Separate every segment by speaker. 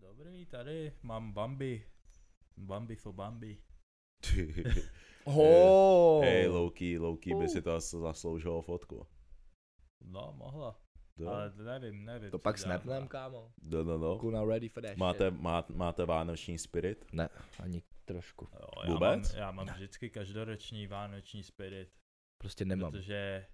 Speaker 1: Dobrý, tady mám Bambi. Bambi for Bambi.
Speaker 2: Ho!
Speaker 3: Eh, Hej, Loki, Loki by si to asi zasloužilo fotku.
Speaker 1: No, mohla.
Speaker 3: Jo.
Speaker 1: Ale nevím, nevím.
Speaker 2: To
Speaker 1: co
Speaker 2: pak
Speaker 1: dá.
Speaker 2: snapnem,
Speaker 1: A-
Speaker 2: kámo.
Speaker 3: No, no, no.
Speaker 2: Kuna ready for that
Speaker 3: Máte,
Speaker 2: shit.
Speaker 3: má, máte vánoční spirit?
Speaker 2: Ani trošku.
Speaker 1: Jo, já
Speaker 3: Vůbec?
Speaker 1: Mám, já mám vždycky každoroční vánoční spirit,
Speaker 2: Prostě nemám.
Speaker 1: protože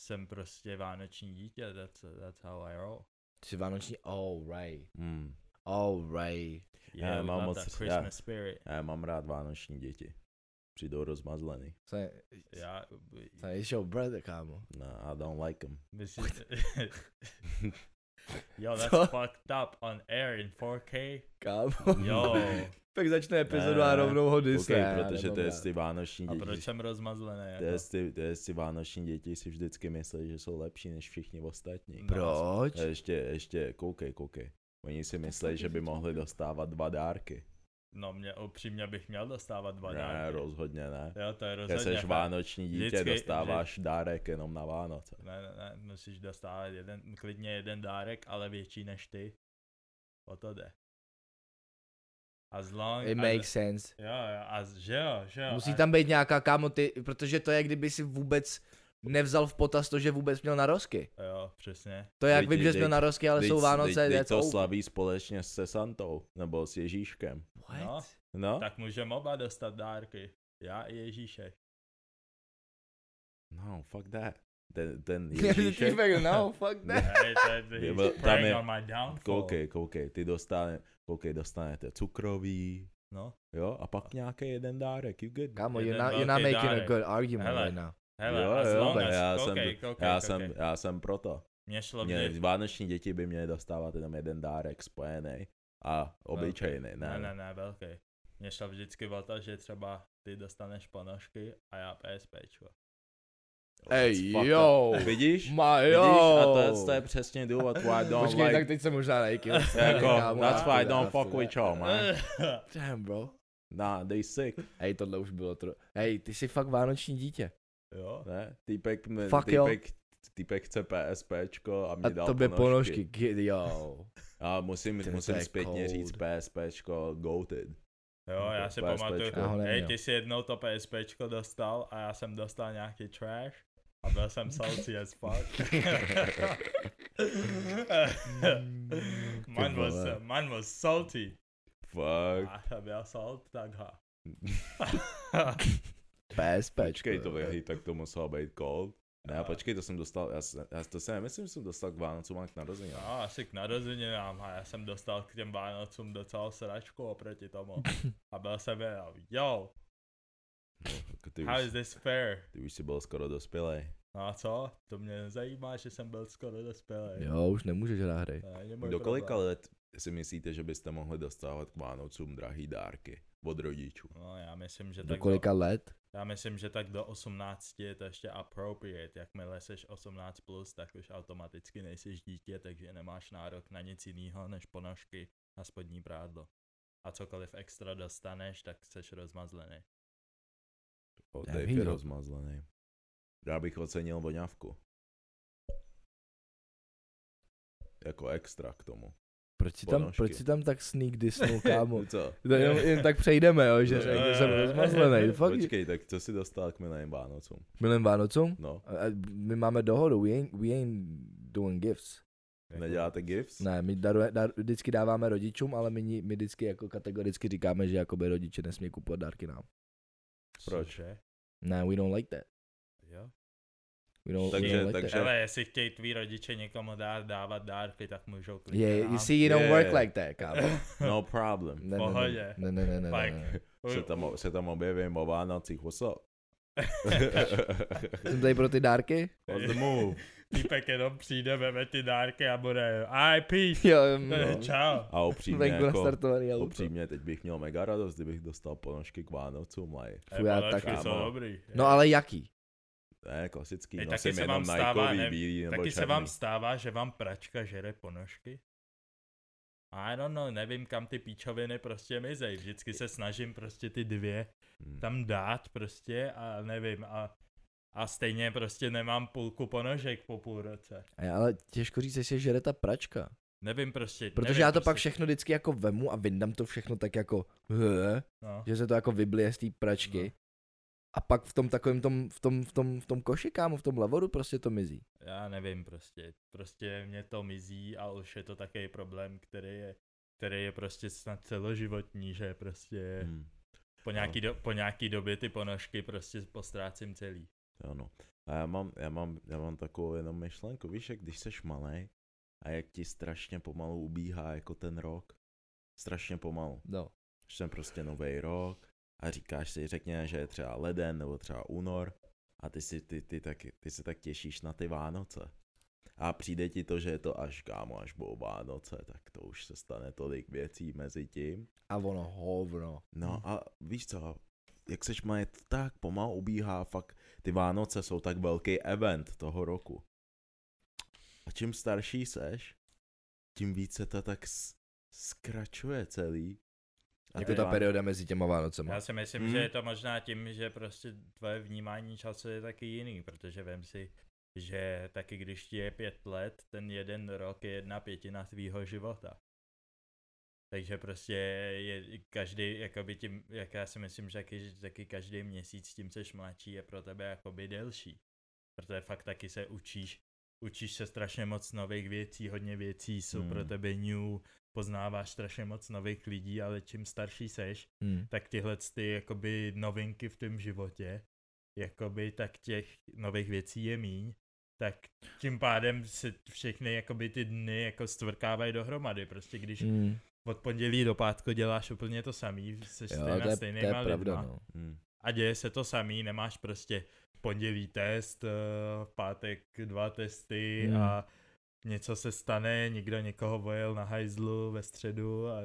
Speaker 1: jsem prostě vánoční dítě, that's, that's how I roll.
Speaker 2: Ty jsi vánoční, all right.
Speaker 3: Hmm.
Speaker 2: All right.
Speaker 1: Yeah,
Speaker 3: Já
Speaker 1: we
Speaker 3: mám
Speaker 1: got
Speaker 3: moc-
Speaker 1: that
Speaker 3: já-
Speaker 1: Christmas spirit.
Speaker 3: Já mám rád vánoční děti. Přijdou rozmazlený.
Speaker 2: Jsem,
Speaker 1: Já,
Speaker 2: jsem ješel brother, kámo.
Speaker 3: No, I don't like them.
Speaker 1: myslím, Yo, that's
Speaker 2: Co?
Speaker 1: fucked up on air in 4K.
Speaker 2: Kámo.
Speaker 1: Jo,
Speaker 2: Tak začne epizodu a
Speaker 3: Ne,
Speaker 2: rovnou ho disne.
Speaker 3: Okay,
Speaker 2: já
Speaker 3: protože
Speaker 2: nemám
Speaker 3: to je
Speaker 2: rád.
Speaker 3: ty vánoční
Speaker 1: a
Speaker 3: děti.
Speaker 1: proč jsem rozmazlený?
Speaker 3: To je
Speaker 1: Jako?
Speaker 3: ty, to je ty vánoční děti si vždycky myslí, že jsou lepší než všichni ostatní.
Speaker 1: No,
Speaker 2: Proč?
Speaker 3: A ještě, ještě, koukej, koukej. Oni si myslí, že by mohli dostávat dva dárky.
Speaker 1: No, mě upřímně bych měl dostávat dva
Speaker 3: Ne,
Speaker 1: dárky.
Speaker 3: rozhodně ne.
Speaker 1: Jo, to je rozhodně.
Speaker 3: Když jsi
Speaker 1: fakt.
Speaker 3: vánoční dítě,
Speaker 1: Vždycky-
Speaker 3: dostáváš dárek jenom na Vánoce.
Speaker 1: Ne, ne, ne, musíš dostávat jeden, klidně jeden dárek, ale větší než ty. O to jde. A long
Speaker 2: It
Speaker 1: as,
Speaker 2: makes sense.
Speaker 1: Jo, jo, a z- že jo, že jo.
Speaker 2: Musí
Speaker 1: a,
Speaker 2: tam být nějaká kámo ty, protože to je, kdyby si vůbec nevzal v potaz to, že vůbec měl narozky.
Speaker 1: Jo, přesně.
Speaker 2: To je, jak
Speaker 3: Teď-
Speaker 2: vím, že jsi měl
Speaker 3: teď-
Speaker 2: narozky, ale
Speaker 3: Vždyť-
Speaker 2: jsou Vánoce,
Speaker 3: vždyť-
Speaker 2: je
Speaker 3: vždyť to
Speaker 2: to
Speaker 3: slaví společně se Santou, nebo s Ježíškem.
Speaker 1: No.
Speaker 2: What?
Speaker 3: No,
Speaker 1: Tak můžeme oba dostat dárky. Já i Ježíšek.
Speaker 3: no, fuck that. Ten, ten
Speaker 2: Ježíšek?
Speaker 3: Ježíšek,
Speaker 2: no, fuck that.
Speaker 1: Hey, to je,
Speaker 3: Je,
Speaker 1: he's
Speaker 3: bo- tam
Speaker 1: preying
Speaker 3: je-
Speaker 1: on my downfall.
Speaker 3: koukej, koukej, ty dostane, koukej, dostanete cukroví,
Speaker 1: No,
Speaker 3: jo, a pak nějaký jeden dárek, you good.
Speaker 2: Kámo,
Speaker 1: Jeden
Speaker 2: you're not, you're not
Speaker 1: velký
Speaker 2: making a
Speaker 1: dárek.
Speaker 2: good argument
Speaker 1: Hele.
Speaker 2: right now.
Speaker 1: hele,
Speaker 3: jo,
Speaker 1: as
Speaker 3: jo,
Speaker 1: long
Speaker 3: tak
Speaker 1: as,
Speaker 3: já,
Speaker 1: koukej,
Speaker 3: jsem,
Speaker 1: koukej, koukej.
Speaker 3: já, Jsem, já jsem proto.
Speaker 1: Mě šlo
Speaker 3: Mě,
Speaker 1: vždy-
Speaker 3: vánoční děti by měly dostávat jenom jeden dárek spojený a obyčejný, ne,
Speaker 1: Ne, ne, ne, velký. Mě šlo vždycky o to, že třeba ty dostaneš ponožky a já PSPčko.
Speaker 2: Ej,
Speaker 3: Fuck
Speaker 2: jo.
Speaker 3: that. Vidíš?
Speaker 2: Ma,
Speaker 3: Vidíš?
Speaker 2: jo.
Speaker 3: A to, to je přesně důvod, why I don't
Speaker 2: Počkej,
Speaker 3: like
Speaker 2: tak teď se možná nejkil.
Speaker 3: Jako,
Speaker 1: Kámo,
Speaker 3: that's why I
Speaker 1: to
Speaker 3: don't fuck with y'all,
Speaker 2: Eh.
Speaker 3: man.
Speaker 2: Damn, bro.
Speaker 3: Nah, they sick,
Speaker 2: Hej, tohle už bylo tro... Hej, ty jsi fakt vánoční dítě.
Speaker 1: jo.
Speaker 3: ne? Týpek, m-
Speaker 2: Fuck jo.
Speaker 3: týpek, týpek chce PSPčko a mě
Speaker 2: A
Speaker 3: dal
Speaker 2: tobě ponožky,
Speaker 3: ponožky.
Speaker 2: kid, jo.
Speaker 3: A musím,
Speaker 2: Ty,
Speaker 3: musím
Speaker 2: to je
Speaker 3: zpětně
Speaker 2: cold.
Speaker 3: říct PSPčko goated.
Speaker 1: Jo, já si
Speaker 3: PSPčko.
Speaker 1: pamatuju,
Speaker 2: Já ho
Speaker 1: hej,
Speaker 2: neměl.
Speaker 1: ty jsi jednou to PSPčko dostal a já jsem dostal nějaký trash a byl jsem salty as fuck. man,
Speaker 2: Ty
Speaker 1: was,
Speaker 2: vole.
Speaker 1: man was salty.
Speaker 3: Fuck.
Speaker 1: A já byl salt, tak ha.
Speaker 2: PSPčko.
Speaker 3: Počkej, to
Speaker 2: jo.
Speaker 3: vyhý, tak to muselo být cold. Ne, počkej, to jsem dostal, já, se- já to se nemyslím, že jsem dostal k Vánocům a k narození.
Speaker 1: No, asi k narozeninám a já jsem dostal k těm Vánocům docela sračku oproti tomu. A byl jsem jenom, yo,
Speaker 3: Jako Ty
Speaker 1: how
Speaker 3: už,
Speaker 1: is this fair?
Speaker 3: ty už jsi byl skoro dospělý.
Speaker 1: No a co? To mě nezajímá, že jsem byl skoro dospělý.
Speaker 2: Jo, už nemůžeš hrát
Speaker 3: No,
Speaker 2: hry.
Speaker 1: Eh, To není můj
Speaker 3: Eh, Do kolika
Speaker 1: problém.
Speaker 3: let si myslíte, že byste mohli dostávat k Vánocům drahý dárky od rodičů?
Speaker 1: No, já myslím, že
Speaker 2: Do
Speaker 1: tak
Speaker 2: kolika let?
Speaker 1: Do, já myslím, že tak do 18 je to ještě appropriate. Jakmile jsi 18+, plus, tak už automaticky nejsi dítě, takže nemáš nárok na nic jiného než ponožky a spodní prádlo. A cokoliv extra dostaneš, tak jsi rozmazlený.
Speaker 3: O,
Speaker 2: Já
Speaker 3: Dave
Speaker 2: vím,
Speaker 3: je
Speaker 2: no.
Speaker 3: rozmazlený. Já bych ocenil voňavku. Jako extra k tomu.
Speaker 2: Proč si tam,
Speaker 3: Ponožky.
Speaker 2: proč si tam tak sneak disnul, kámo?
Speaker 3: Co?
Speaker 2: To jenom, jen tak přejdeme, jo, že
Speaker 3: No,
Speaker 2: řekl,
Speaker 1: jo,
Speaker 2: že jsem
Speaker 1: jo, jo.
Speaker 2: rozmazlený. Fakt,
Speaker 3: Počkej, tak co si dostal k milým Vánocům?
Speaker 2: milým Vánocům?
Speaker 3: No,
Speaker 2: A- a My máme dohodu, we ain't, we ain't doing gifts.
Speaker 1: Jako-
Speaker 3: neděláte gifts?
Speaker 2: Ne, my daruje, dar, vždycky dáváme rodičům, ale my, ni- my vždycky jako kategoricky říkáme, že jakoby rodiče nesmí kupovat dárky nám.
Speaker 3: Proč?
Speaker 1: Cože?
Speaker 2: Ne, we don't like that.
Speaker 1: Jo?
Speaker 2: We don't,
Speaker 3: No, Takže-
Speaker 2: we don't like
Speaker 3: takže-
Speaker 2: that.
Speaker 1: Ale jestli chtějí tví rodiče někomu dát, dávat dárky, tak můžou klidně
Speaker 2: Yeah,
Speaker 1: nám.
Speaker 2: you see, you don't
Speaker 3: Yeah.
Speaker 2: work like that, kámo.
Speaker 3: No problem.
Speaker 2: Ne,
Speaker 1: Pohodě.
Speaker 2: ne, ne, ne, ne, ne, ne, ne, ne.
Speaker 3: Se tam, se tam objevím o Vánocích, what's up?
Speaker 2: Jsem tady pro ty dárky?
Speaker 3: What's the move?
Speaker 1: Týpek jenom přijde, veme ty dárky a bude I peace.
Speaker 2: Jo,
Speaker 1: No.
Speaker 2: no.
Speaker 1: Čau.
Speaker 3: A upřímně,
Speaker 2: Venku
Speaker 3: jako,
Speaker 2: nastartovaný auto.
Speaker 3: upřímně, teď bych měl mega radost, kdybych dostal ponožky k Vánocům, like.
Speaker 2: Fuj, já
Speaker 1: Ponožky
Speaker 2: taky.
Speaker 1: jsou
Speaker 3: Kámo.
Speaker 1: dobrý.
Speaker 2: No ale jaký?
Speaker 3: Ne, klasický,
Speaker 1: Ej,
Speaker 3: Ej,
Speaker 1: taky
Speaker 3: nosím
Speaker 1: se
Speaker 3: jenom
Speaker 1: vám stává,
Speaker 3: Nikeový,
Speaker 1: ne-
Speaker 3: bílý nebo
Speaker 1: Taky
Speaker 3: černý.
Speaker 1: se vám stává, že vám pračka žere ponožky? I don't know, nevím kam ty píčoviny prostě mizej. Vždycky se snažím prostě ty dvě
Speaker 3: Hmm.
Speaker 1: tam dát prostě a nevím a, a stejně prostě nemám půlku ponožek po půl roce.
Speaker 2: A já- Ale těžko říct, jestli je žere ta pračka.
Speaker 1: Nevím prostě.
Speaker 2: Protože
Speaker 1: nevím
Speaker 2: já to
Speaker 1: prostě.
Speaker 2: pak všechno vždycky jako vemu a vyndám to všechno tak jako, "Hle",
Speaker 1: No.
Speaker 2: že se to jako vyblije z té pračky.
Speaker 1: No.
Speaker 2: A pak v tom takovém tom, v tom, v tom, v tom koši, kámo, v tom lavoru prostě to mizí.
Speaker 1: Já nevím prostě. Prostě mě to mizí a už je to takový problém, který je, který je prostě snad celoživotní, že prostě hmm.
Speaker 3: Hmm.
Speaker 1: po, nějaký do, po nějaký době ty ponožky prostě postrácím celý.
Speaker 3: Ano. A já mám, já mám, já mám takovou jenom myšlenku, víš, jak když seš malý a jak ti strašně pomalu ubíhá jako ten rok, strašně pomalu.
Speaker 2: No.
Speaker 3: Že jsem prostě nový rok a říkáš si, řekněme, že je třeba leden nebo třeba únor a ty, si, ty, ty, taky, ty se tak těšíš na ty Vánoce. A přijde ti to, že je to až kámo, až budou Vánoce, tak to už se stane tolik věcí mezi tím.
Speaker 2: A ono hovno. Jako
Speaker 3: No a víš co, jak seš malý, to tak pomalu ubíhá, fakt ty Vánoce jsou tak velký event toho roku. A čím starší seš, tím více to tak s- zkračuje celý.
Speaker 2: A jako
Speaker 1: ty
Speaker 2: ta
Speaker 3: Ván-
Speaker 2: perioda mezi těma Vánocema.
Speaker 1: Já si myslím,
Speaker 3: Hmm.
Speaker 1: hmm. že je to možná tím, že prostě tvoje vnímání času je taky jiný, protože vem si, že taky když ti je pět let, ten jeden rok je jedna pětina tvýho života. Takže prostě je každý, jakoby tím, jak já si myslím, že taky, že taky každý měsíc tím seš mladší je pro tebe jakoby delší. Protože fakt taky se učíš, učíš se strašně moc nových věcí, hodně věcí jsou hmm. pro
Speaker 3: Hmm.
Speaker 1: tebe new, poznáváš strašně moc nových lidí, ale čím starší seš,
Speaker 2: Hmm.
Speaker 1: tak tyhle ty jakoby novinky v tom životě, jakoby tak těch nových věcí je míň, tak tím pádem se všechny jakoby ty dny jako stvrkávají dohromady, prostě když
Speaker 2: Hmm.
Speaker 1: od pondělí do pátku děláš úplně to samý, se
Speaker 2: Jo, to
Speaker 1: stejná,
Speaker 2: je, to je
Speaker 1: stejnýma
Speaker 2: pravda,
Speaker 1: lidma
Speaker 2: no.
Speaker 3: Hmm.
Speaker 1: a děje se to samý, nemáš prostě pondělí test, eh, v pátek dva testy
Speaker 2: Hmm.
Speaker 1: hmm. a něco se stane, někdo někoho vojel na hajzlu ve středu a...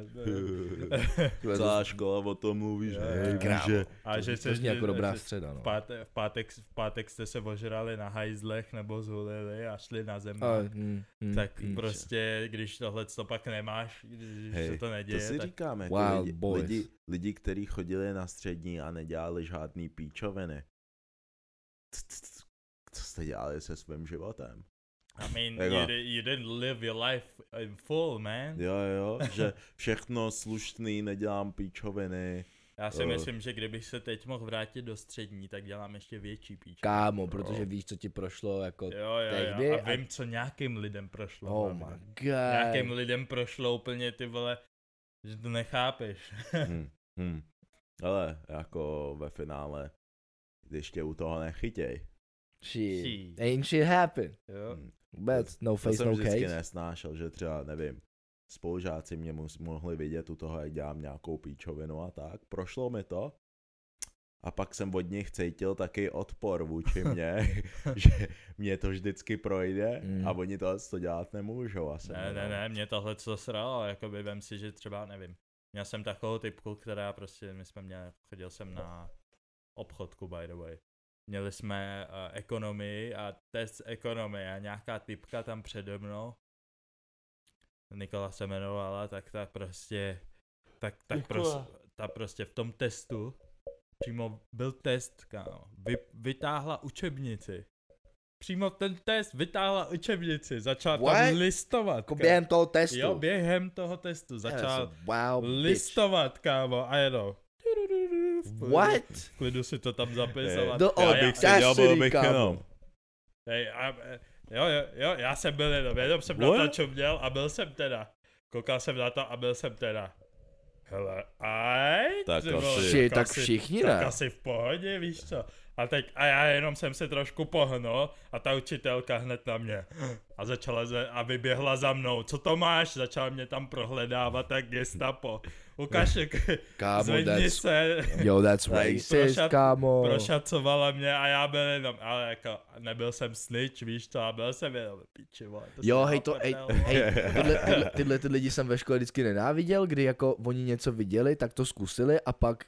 Speaker 1: eh,
Speaker 3: Celá škola o tom mluví, že
Speaker 1: Jo,
Speaker 3: hej,
Speaker 1: jo.
Speaker 3: víš, že
Speaker 1: a že
Speaker 2: to zní jako dobrá
Speaker 1: že-
Speaker 2: středa, no.
Speaker 1: V pátek, v, pátek, v pátek jste se ožrali na hajzlech nebo zhulili a šli na zem.
Speaker 2: Ale, hmm, hmm,
Speaker 1: tak
Speaker 2: hmm.
Speaker 1: prostě, když tohle to pak nemáš, když
Speaker 3: Hej,
Speaker 1: se to
Speaker 3: to
Speaker 1: neděje,
Speaker 3: si
Speaker 1: tak
Speaker 3: říkám, jako
Speaker 2: Wild
Speaker 3: lidi,
Speaker 2: boys.
Speaker 3: lidi, lidi, kteří chodili na střední a nedělali žádný píčoviny. C- c- c- Co jste dělali se svým životem?
Speaker 1: I mean,
Speaker 3: Jako-
Speaker 1: you, di- you didn't live your life in full, man.
Speaker 3: Jo, jo, že všechno slušný, nedělám píčoviny.
Speaker 1: Já si
Speaker 3: Eh.
Speaker 1: myslím, že kdybych se teď mohl vrátit do střední, tak dělám ještě větší píč.
Speaker 2: Kámo, protože víš, co ti prošlo, jako...
Speaker 1: Jo, jo,
Speaker 2: tehdy
Speaker 1: jo.
Speaker 2: a-
Speaker 1: A vím, co nějakým lidem prošlo.
Speaker 2: Oh
Speaker 1: hlavně.
Speaker 2: my
Speaker 1: Nějakým
Speaker 2: god.
Speaker 1: lidem prošlo úplně ty vole, že to nechápeš.
Speaker 3: Hm, hm. Ale jako ve finále, když tě u toho nechytěj.
Speaker 2: Shit.
Speaker 1: Shit.
Speaker 2: Ain't shit happen.
Speaker 1: jo.
Speaker 3: Hm.
Speaker 2: But no
Speaker 3: To
Speaker 2: face,
Speaker 3: jsem
Speaker 2: no
Speaker 3: vždycky
Speaker 2: case.
Speaker 3: nesnášel, že třeba, nevím, spolužáci mě mus, mohli vidět u toho, jak dělám nějakou píčovinu a tak. Prošlo mi to. A pak jsem od nich cítil taky odpor vůči mně, že mě to vždycky projde
Speaker 2: Mm.
Speaker 3: a oni to, to dělat nemůžou asi.
Speaker 1: Ne, ne,
Speaker 3: no.
Speaker 1: ne, mě tohle co sralo, jakoby vem si, že třeba, nevím, měl jsem takovou typku, která prostě, my jsme měli, chodil jsem na obchodku, by the way. Měli jsme uh, ekonomii a test z ekonomie a nějaká typka tam přede mnou, Nikola se jmenovala, tak ta prostě, tak, tak pros, ta prostě v tom testu, přímo byl test, kámo, vy, vytáhla učebnici. Přímo ten test vytáhla učebnici, začala
Speaker 2: What?
Speaker 1: tam listovat.
Speaker 2: Jako
Speaker 1: kámo.
Speaker 2: během toho testu.
Speaker 1: Jo, během toho testu
Speaker 2: Já
Speaker 1: začal
Speaker 2: jsem- Wow, bitch.
Speaker 1: listovat, kámo, a jenom. V klidu-
Speaker 2: What?
Speaker 1: V klidu si to tam zapisovat.
Speaker 2: Do
Speaker 1: kámo, já,
Speaker 2: odbyt. Já si říkám.
Speaker 1: hej, a, e, jo, jo, jo, já jsem byl jenom, jenom jsem
Speaker 3: What?
Speaker 1: na to čuměl a byl jsem teda. Koukal jsem na to a byl jsem teda. Hele, aj,
Speaker 3: Tak
Speaker 1: ty vole,
Speaker 3: asi-
Speaker 2: Shit, tak všichni
Speaker 1: tak
Speaker 2: ne.
Speaker 1: asi v pohodě, víš co. A teď, a já jenom jsem se trošku pohnul a ta učitelka hned na mě. A začala ze, a vyběhla za mnou. Co to máš? Začala mě tam prohledávat jak gestapo. Ukaž,
Speaker 2: Kámo,
Speaker 1: zvedni
Speaker 2: that's...
Speaker 1: se.
Speaker 2: Jo, that's
Speaker 3: Like,
Speaker 2: racist,
Speaker 1: prošat-
Speaker 2: kámo.
Speaker 1: Prošacovala mě a já byl jenom, ale jako nebyl jsem snitch, víš to, a byl jsem jenom piči, vole, to
Speaker 2: Jo,
Speaker 1: jsem
Speaker 2: hej,
Speaker 1: na
Speaker 2: to, hej,
Speaker 1: prdel, vole.
Speaker 2: hej, tyhle, tyhle, tyhle, ty lidi jsem ve škole vždycky nenáviděl, kdy jako oni něco viděli, tak to zkusili a pak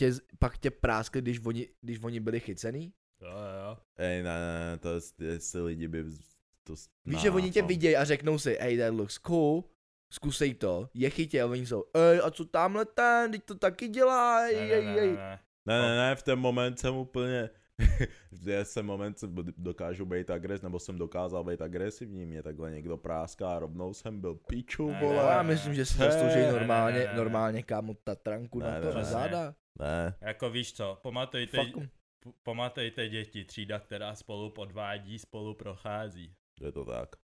Speaker 2: tě, z- pak tě práskli, když oni, když oni byli chycený.
Speaker 1: Jo, jo.
Speaker 3: Ej, ne, ne, ne, to je- si lidi by... vz- To, s-
Speaker 2: Víš,
Speaker 3: na-
Speaker 1: No,
Speaker 2: že oni tě
Speaker 3: tam-
Speaker 2: vidějí a řeknou si, hey, that looks cool, zkusej to, je chytě, a oni jsou, ej, a co tamhle ten, teď to taky dělá,
Speaker 1: Ne, ne,
Speaker 2: ej,
Speaker 1: ne, ne,
Speaker 2: ej,
Speaker 1: ne.
Speaker 3: Ne, ne, ne, v ten moment jsem úplně, Vždy jsem moment, co bod- dokážu být agres, nebo jsem dokázal být agresivní, mě takhle někdo práská, rovnou jsem byl piču,
Speaker 1: Ne,
Speaker 2: Vole, já
Speaker 1: ne,
Speaker 3: vole.
Speaker 1: ne.
Speaker 2: myslím, že si
Speaker 3: Ne,
Speaker 2: zaslouží
Speaker 3: ne, ne,
Speaker 2: normálně,
Speaker 1: ne, ne.
Speaker 2: normálně kámo Tatranku
Speaker 3: Ne,
Speaker 2: na to,
Speaker 3: ne,
Speaker 2: na
Speaker 3: ne.
Speaker 2: záda.
Speaker 3: Ne,
Speaker 1: Jako víš co, pamatujte,
Speaker 2: Fuck.
Speaker 1: p- pamatujte děti, třída, která spolu podvádí, spolu prochází.
Speaker 3: je to tak.
Speaker 2: To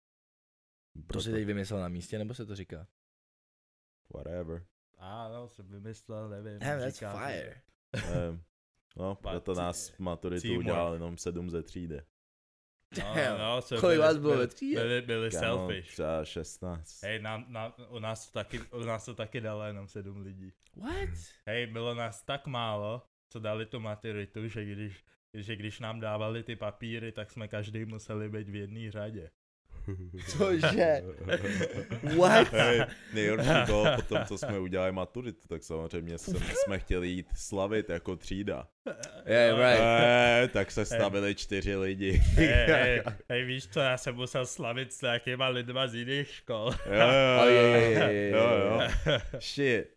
Speaker 3: Proto,
Speaker 2: si teď vymyslel na místě, nebo se to říká?
Speaker 3: Whatever.
Speaker 1: Ano, no, jsem vymyslel, nevím.
Speaker 2: Damn, that's
Speaker 1: říkám,
Speaker 2: fire.
Speaker 3: Ehm, No,
Speaker 1: But eh,
Speaker 3: proto
Speaker 1: t-
Speaker 3: nás maturitu
Speaker 1: teamwork.
Speaker 3: udělal jenom 7 ze třídy.
Speaker 1: No,
Speaker 2: Damn.
Speaker 1: no, jsme
Speaker 2: Kolik
Speaker 1: byli-
Speaker 2: vás bylo ve
Speaker 1: byli-
Speaker 2: třídě?
Speaker 1: Byli, byli
Speaker 3: Kámo,
Speaker 1: selfish.
Speaker 3: Třeba 16.
Speaker 1: Hej, nám, nám, u, nás to taky, u nás to taky dalo jenom sedm lidí.
Speaker 2: What?
Speaker 1: Hej, bylo nás tak málo, co dali tu maturitu, že když, že když nám dávali ty papíry, tak jsme každý museli být v jedné řadě.
Speaker 2: Cože? What?
Speaker 3: Hej, nejhorší bylo po tom, co jsme udělali maturitu, tak samozřejmě jsem, jsme chtěli jít slavit jako třída.
Speaker 2: Yeah, right.
Speaker 3: Eee, tak se stavili čtyři lidi.
Speaker 1: Hej, hej, hej, víš co, já jsem musel slavit s nějakýma lidma z jiných škol.
Speaker 3: Jo, jo, jo,
Speaker 2: Ajajajajaj.
Speaker 3: jo, jo. Shit.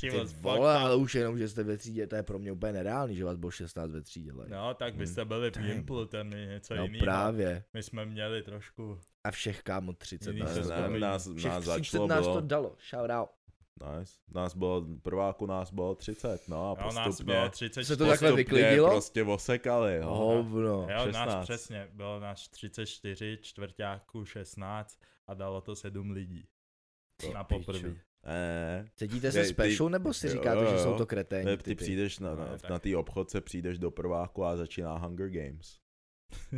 Speaker 1: She
Speaker 2: Ty
Speaker 1: was fucked
Speaker 2: vole,
Speaker 1: up.
Speaker 2: ale už jenom, že jste ve třídě, to je pro mě úplně nereálný, že vás bylo 16 ve třídě. Like.
Speaker 1: No, tak vy
Speaker 3: Hmm.
Speaker 1: jste byli v
Speaker 2: Damn.
Speaker 1: Gimplu, ten je něco
Speaker 2: no
Speaker 1: jiného.
Speaker 2: právě.
Speaker 1: My jsme měli trošku...
Speaker 2: A všech kámo 30.
Speaker 1: Jiný
Speaker 2: nás
Speaker 1: se
Speaker 2: to
Speaker 1: zbaví.
Speaker 2: dalo.
Speaker 3: Ne, nás,
Speaker 2: Všech
Speaker 3: nás
Speaker 2: 30
Speaker 3: začalo
Speaker 2: nás to
Speaker 3: bylo,
Speaker 2: dalo, shout out.
Speaker 3: nice. nás bylo, prváku nás bylo 30, no a
Speaker 1: Jo, nás
Speaker 3: postupně,
Speaker 1: bylo
Speaker 3: nás
Speaker 1: 34.
Speaker 2: Se to takhle
Speaker 3: postupně
Speaker 2: vyklidilo?
Speaker 3: prostě osekali, jo.
Speaker 2: Hovno.
Speaker 1: Jo, nás
Speaker 3: 16.
Speaker 1: přesně, bylo nás 34, čtvrtáků 16 a dalo to 7 lidí.
Speaker 2: Ty
Speaker 1: na
Speaker 2: pičo.
Speaker 1: poprvé.
Speaker 3: Eee.
Speaker 2: Cítíte se
Speaker 3: E. Ty- ty-
Speaker 2: special, nebo si
Speaker 3: jo,
Speaker 2: říkáte,
Speaker 3: jo,
Speaker 2: že
Speaker 3: jo.
Speaker 2: jsou to kreténi?
Speaker 3: Ne,
Speaker 2: ty
Speaker 3: ty
Speaker 2: ty?
Speaker 3: přijdeš na,
Speaker 1: No,
Speaker 3: na,
Speaker 1: tak.
Speaker 3: na té obchodce, přijdeš do prváku a začíná Hunger Games.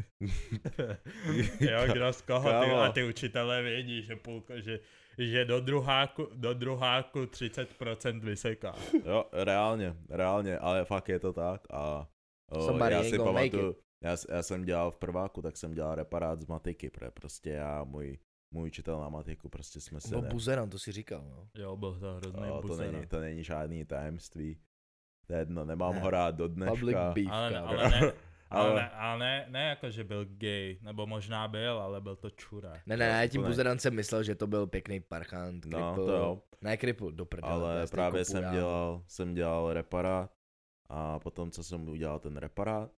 Speaker 1: jo, kdo z koho, ty,
Speaker 3: Kámo.
Speaker 1: a ty učitelé vědí, že, půlka, že, že do, druháku, do druháku 30% vyseká.
Speaker 3: Jo, reálně, reálně, ale fakt je to tak a o,
Speaker 2: Somebody
Speaker 3: já
Speaker 2: ain't
Speaker 3: si
Speaker 2: gonna make
Speaker 3: pamatuju, já, s- já jsem dělal v prváku, tak jsem dělal reparát z matiky, protože prostě já, můj, můj učitel na matiku, prostě jsme se
Speaker 2: Bo
Speaker 3: ne...
Speaker 2: Buzeran, No, to si říkal, no.
Speaker 1: Jo, byl to hrozný no.
Speaker 3: o, to,
Speaker 1: buzera.
Speaker 3: není, to není žádný tajemství. To je jedno, nemám
Speaker 2: Ne.
Speaker 3: ho rád do
Speaker 2: Public
Speaker 3: dneška.
Speaker 2: beef,
Speaker 1: Ale, ne-
Speaker 2: kámo.
Speaker 1: ale, ne, ale,
Speaker 3: Ale-
Speaker 1: ne, ale ne, ne jako, že byl gay, nebo možná byl, ale byl to čura.
Speaker 2: Ne, ne, ne,
Speaker 3: to
Speaker 2: tím
Speaker 3: ne.
Speaker 2: Buzeran jsem myslel, že to byl pěkný parchant, kripl.
Speaker 3: No, to jo.
Speaker 2: Ne, kripl, do prdele. to
Speaker 3: ale
Speaker 2: je stejný
Speaker 3: právě
Speaker 2: kopurál.
Speaker 3: jsem dělal, jsem dělal reparát a potom, co jsem udělal ten reparát,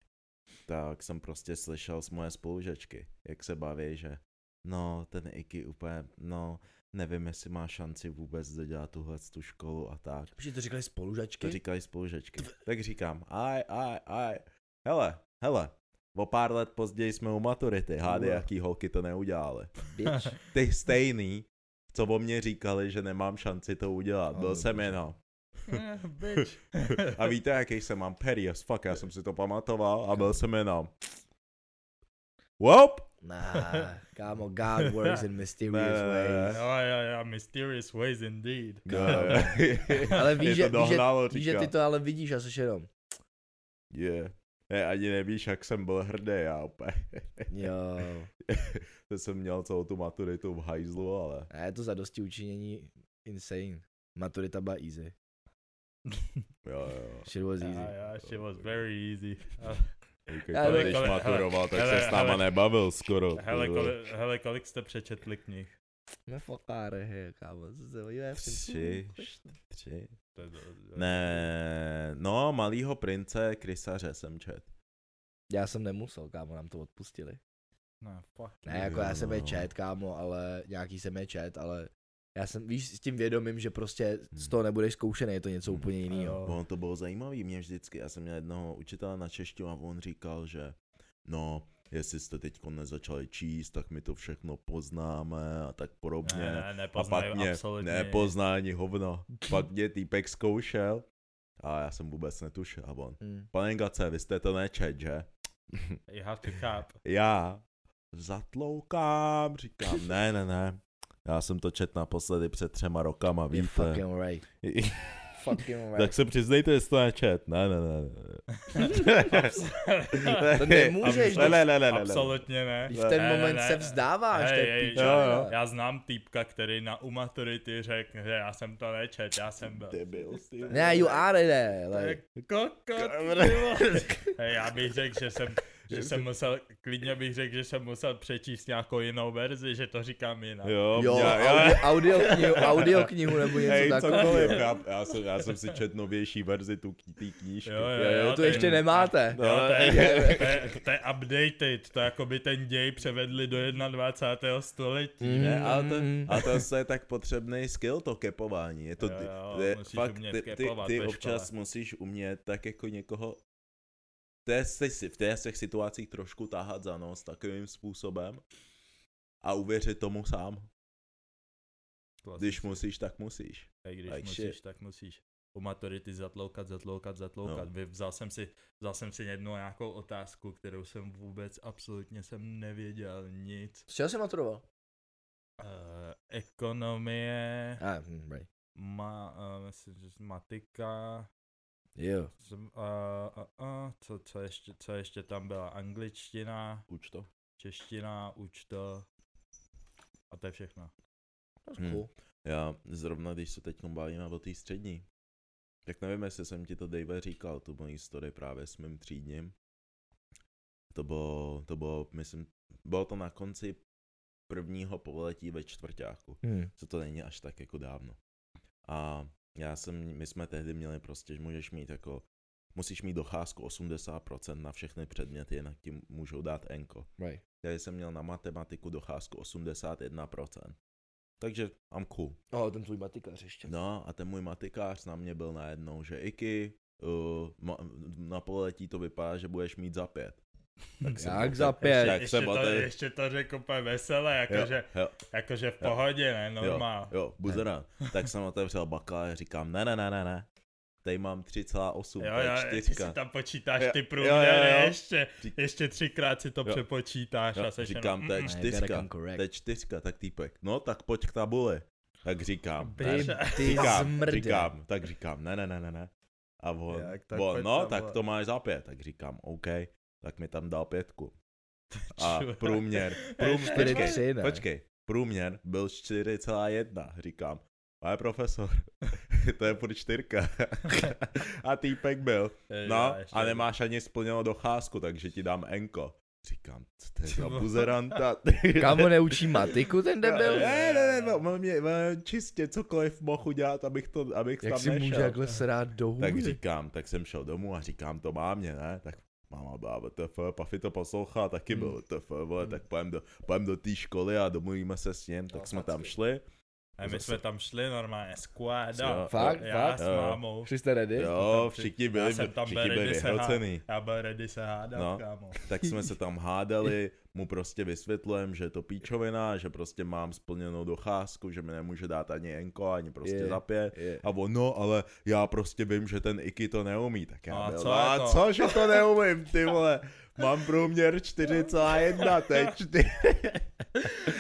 Speaker 3: tak jsem prostě slyšel z moje spolužečky, jak se baví, že no, ten Iky úplně, no, nevím, jestli má šanci vůbec dodělat tuhle tu školu a tak.
Speaker 2: Protože to říkali spolužačky?
Speaker 3: To říkají spolužečky. Tak říkám, aj, aj, aj. Hele, hele, o pár let později jsme u maturity, hádej,
Speaker 2: Ua.
Speaker 3: jaký holky to neudělali
Speaker 2: Bitch.
Speaker 3: ty stejný, co o mě říkali, že nemám šanci to udělat.
Speaker 2: No,
Speaker 3: Byl
Speaker 2: dobře.
Speaker 3: jsem jenom.
Speaker 1: Eh, bitch.
Speaker 3: A víte, jaký jsem mám petty as fuck, já jsem si to pamatoval a byl jsem jenom. Wop!
Speaker 2: Nah, kámo, God works in mysterious
Speaker 3: Ne, ne, ne.
Speaker 2: ways.
Speaker 1: jo, jo, jo, mysterious ways indeed.
Speaker 2: No. Ale víš, že,
Speaker 3: to
Speaker 2: víš, že,
Speaker 3: dohnalo,
Speaker 2: víš, že ty
Speaker 3: říká.
Speaker 2: to ale vidíš a jsi jenom,
Speaker 3: Yeah. Ne, ani nevíš, jak jsem byl hrdý, já úplně.
Speaker 2: jo,
Speaker 3: To jsem měl celou tu maturitu v hajzlu, ale
Speaker 2: a je to za dosti učinění insane. Maturita byla easy.
Speaker 3: jo, jo.
Speaker 2: Shit was
Speaker 1: Jo,
Speaker 2: easy.
Speaker 1: jo, shit was very easy.
Speaker 3: Díky,
Speaker 2: Ale-
Speaker 3: ale, když
Speaker 1: Hele,
Speaker 3: maturoval, tak
Speaker 1: hele,
Speaker 3: se s náma
Speaker 1: hele.
Speaker 3: nebavil skoro.
Speaker 1: Hele,
Speaker 3: ty vole.
Speaker 1: kolik, hele, kolik jste přečetli knih?
Speaker 2: Ne fokáre, hej, kámo, co se hodí, já jsem-
Speaker 3: Tři, tři,
Speaker 1: To je to-
Speaker 3: Ne, no, malýho prince krysaře jsem čet.
Speaker 2: Já jsem nemusel, kámo, nám to odpustili.
Speaker 1: Ne, fuck.
Speaker 2: Ne, jako já jsem je
Speaker 3: Jo.
Speaker 2: čet, kámo, ale nějaký jsem je čet, ale já jsem, víš, s tím vědomím, že prostě z
Speaker 3: Hmm.
Speaker 2: toho nebudeš zkoušený, je to něco
Speaker 3: Hmm.
Speaker 2: úplně jiného.
Speaker 1: Jo.
Speaker 3: On to bylo zajímavý, mě vždycky, já jsem měl jednoho učitele na češtinu a on říkal, že no, jestli jste teď nezačali číst, tak my to všechno poznáme a tak podobně.
Speaker 1: Ne, ne,
Speaker 3: a
Speaker 1: nepoznají
Speaker 3: pak mě
Speaker 1: absolutně.
Speaker 3: nepoznání hovno. pak mě týpek zkoušel a já jsem vůbec netušil a on.
Speaker 2: Hmm.
Speaker 3: Pane Gace, vy jste to nečet, že?
Speaker 1: You have to cap.
Speaker 3: já zatloukám, říkám, ne, ne, ne. Já jsem to čet naposledy před třema rokama,
Speaker 2: You're
Speaker 3: víte.
Speaker 2: fucking right. Fucking
Speaker 3: tak
Speaker 2: right.
Speaker 3: se přiznejte, jestli to nečet. Ne, ne, ne. ne.
Speaker 2: To nemůžeš,
Speaker 3: Ne, ne, ne, ne, ne, ne.
Speaker 1: Absolutně ne.
Speaker 2: Když v ten
Speaker 1: Ne, ne,
Speaker 2: moment
Speaker 1: ne,
Speaker 2: se
Speaker 1: ne.
Speaker 2: vzdáváš, to
Speaker 1: Hej,
Speaker 2: je
Speaker 1: hej,
Speaker 2: píča.
Speaker 3: jo, jo.
Speaker 1: Já znám týpka, který na u maturity řekl, že já jsem to nečet, já jsem byl.
Speaker 3: Debil, ty.
Speaker 2: Ne, you are there,
Speaker 1: To je
Speaker 2: like.
Speaker 1: kokot,
Speaker 3: Kamera.
Speaker 1: Hej, já bych řekl, že jsem, že jsem musel, klidně bych řekl, že jsem musel přečíst nějakou jinou verzi, že to říkám jinak.
Speaker 3: Jo,
Speaker 2: Jo, audio, audio, knihu, audio knihu nebo něco
Speaker 3: Hej, cokoliv,
Speaker 2: takového.
Speaker 3: já, já, jsem, já jsem si čet novější verzi tu kni- té knížky.
Speaker 1: Jo, jo,
Speaker 2: Jo, jo, to
Speaker 1: ten-
Speaker 2: ještě nemáte.
Speaker 1: Jo, to, je, to, je, to je updated, to jako by ten děj převedli do 21. století.
Speaker 3: Ne, ale to,
Speaker 2: Mm.
Speaker 3: ale to zase je tak potřebný skill, to kepování. Je to,
Speaker 1: Jo,
Speaker 3: ty-
Speaker 1: jo,
Speaker 3: to je
Speaker 1: musíš
Speaker 3: fakt,
Speaker 1: umět
Speaker 3: ty, ty,
Speaker 1: kepovat
Speaker 3: ty
Speaker 1: ve
Speaker 3: občas
Speaker 1: škole.
Speaker 3: musíš umět tak jako někoho v té si- v té těch situacích trošku tahat za nos takovým způsobem a uvěřit tomu sám. Když musíš, tak musíš.
Speaker 1: Tak když
Speaker 3: Like
Speaker 1: musíš,
Speaker 3: shit.
Speaker 1: tak musíš. U maturity zatloukat, zatloukat, zatloukat.
Speaker 3: No.
Speaker 1: No. Vzal, jsem si, vzal jsem si jednu nějakou otázku, kterou jsem vůbec absolutně jsem nevěděl nic.
Speaker 2: Z čeho jsi maturoval?
Speaker 1: Uh, ekonomie,
Speaker 2: Ah, hm, right.
Speaker 1: ma, uh, myslím, že matika,
Speaker 2: Jo.
Speaker 1: jsem, uh, uh, uh, co, co, ještě, co ještě tam byla, angličtina,
Speaker 3: Uč to.
Speaker 1: čeština, účto a to je všechno.
Speaker 2: to
Speaker 3: Hm.
Speaker 2: je No, cool.
Speaker 3: Já zrovna, když se teď bavíme o té střední, tak nevím, jestli jsem ti to Dave říkal, tu moji story právě s mým třídním. To bylo, to bylo, myslím, bylo to na konci prvního pololetí ve čtvrtáku,
Speaker 2: Hm.
Speaker 3: co to není až tak jako dávno. A já jsem, my jsme tehdy měli prostě, že můžeš mít jako, musíš mít docházku 80% na všechny předměty, jinak ti můžou dát enko.
Speaker 2: Right.
Speaker 3: Já jsem měl na matematiku docházku 81%. Takže I'm cool.
Speaker 2: Oh, ten tvůj matikař
Speaker 1: Prostě.
Speaker 2: ještě.
Speaker 3: No a ten můj matikář na mě byl najednou, že Iky, uh, ma, na poletí to vypadá, že budeš mít za pět. Tak jsem-
Speaker 2: Jak za
Speaker 3: tak-
Speaker 2: pět?
Speaker 3: tak
Speaker 1: ještě,
Speaker 3: jsem
Speaker 1: to,
Speaker 3: otevřel-
Speaker 1: ještě to řekl úplně veselé,
Speaker 3: jo,
Speaker 1: jakože,
Speaker 3: jo,
Speaker 1: jakože v
Speaker 3: Jo.
Speaker 1: pohodě, ne,
Speaker 3: jo,
Speaker 1: normál.
Speaker 3: jo, buzera. Tak jsem otevřel bakalář, říkám, ne, ne, ne, ne, ne. Tady mám 3,8,
Speaker 1: Jo,
Speaker 3: to je
Speaker 1: jo, ty
Speaker 3: čtyřka.
Speaker 1: si tam počítáš
Speaker 3: Jo,
Speaker 1: ty
Speaker 3: jo, jo,
Speaker 1: průměry,
Speaker 3: jo.
Speaker 1: ještě,
Speaker 3: Řík-
Speaker 1: ještě třikrát si to
Speaker 3: Jo.
Speaker 1: přepočítáš
Speaker 3: Jo,
Speaker 1: a seš
Speaker 3: říkám, to je
Speaker 1: mm,
Speaker 3: čtyřka, to je čtyřka, tak týpek, no tak pojď k tabuli. Tak říkám,
Speaker 1: By-
Speaker 3: ne,
Speaker 2: Ty, ty
Speaker 3: říkám,
Speaker 2: zmrde.
Speaker 3: říkám, tak říkám, ne, ne, ne, ne, ne. A on,
Speaker 1: Jak tak
Speaker 3: tak on
Speaker 1: pojď
Speaker 3: no,
Speaker 1: tam,
Speaker 3: tak
Speaker 1: vole.
Speaker 3: to máš za pět. Tak říkám, OK, tak mi tam dal pětku. A
Speaker 1: Čurák.
Speaker 3: průměr,
Speaker 1: Prům-
Speaker 3: průměr,
Speaker 2: čtyři,
Speaker 3: počkej,
Speaker 2: tři, ne?
Speaker 3: počkej, průměr byl 4,1, říkám. Pane profesor, to je furt čtyřka. a týpek byl,
Speaker 1: Jo,
Speaker 3: no
Speaker 1: ještě
Speaker 3: a
Speaker 1: jedno.
Speaker 3: nemáš ani splněnou docházku, takže ti dám enko. Říkám, co to je
Speaker 1: Ty
Speaker 3: za
Speaker 1: vole.
Speaker 3: buzeranta?
Speaker 2: Kámo, neučí matiku ten debil?
Speaker 3: Ne, ne, ne, on mě, on čistě cokoliv mohl udělat, abych to, abych
Speaker 2: Jak
Speaker 3: tam
Speaker 2: si může jako
Speaker 3: nešel.
Speaker 2: takhle srát do
Speaker 3: Tak
Speaker 2: hůry?
Speaker 3: říkám, tak jsem šel domů a říkám to mámě, ne? Tak máma byla VTF, Pafy to poslouchá, taky byl
Speaker 2: Hmm.
Speaker 3: VTF, vole,
Speaker 2: Hmm.
Speaker 3: tak pojem do, pojem do té školy a domluvíme se s ním, tak
Speaker 2: No,
Speaker 3: jsme tam
Speaker 2: facku.
Speaker 3: šli.
Speaker 1: A my
Speaker 3: Zase-
Speaker 1: jsme tam šli normálně,
Speaker 3: Jo.
Speaker 1: squada.
Speaker 2: Fakt,
Speaker 1: Já
Speaker 2: fakt.
Speaker 1: s
Speaker 3: Jo.
Speaker 1: mámou.
Speaker 2: Jste ready?
Speaker 3: Jo,
Speaker 1: při-
Speaker 3: všichni
Speaker 1: Já
Speaker 3: byli,
Speaker 1: jsem tam
Speaker 3: všichni
Speaker 1: byl
Speaker 3: byli
Speaker 1: ready se hádat,
Speaker 3: vyhrocený.
Speaker 1: já byl ready se hádat,
Speaker 3: No.
Speaker 1: kámo.
Speaker 3: Tak jsme se tam hádali, mu prostě vysvětlujem, že je to píčovina, že prostě mám splněnou docházku, že mi nemůže dát ani enko, ani prostě
Speaker 2: Je.
Speaker 3: za pět.
Speaker 2: Je.
Speaker 3: A ono, ale já prostě vím, že ten Iky to neumí, tak já
Speaker 1: No a
Speaker 3: byl,
Speaker 1: co
Speaker 3: a
Speaker 1: jako?"
Speaker 3: co, že to neumím, ty vole, mám průměr 4,1, teď 4,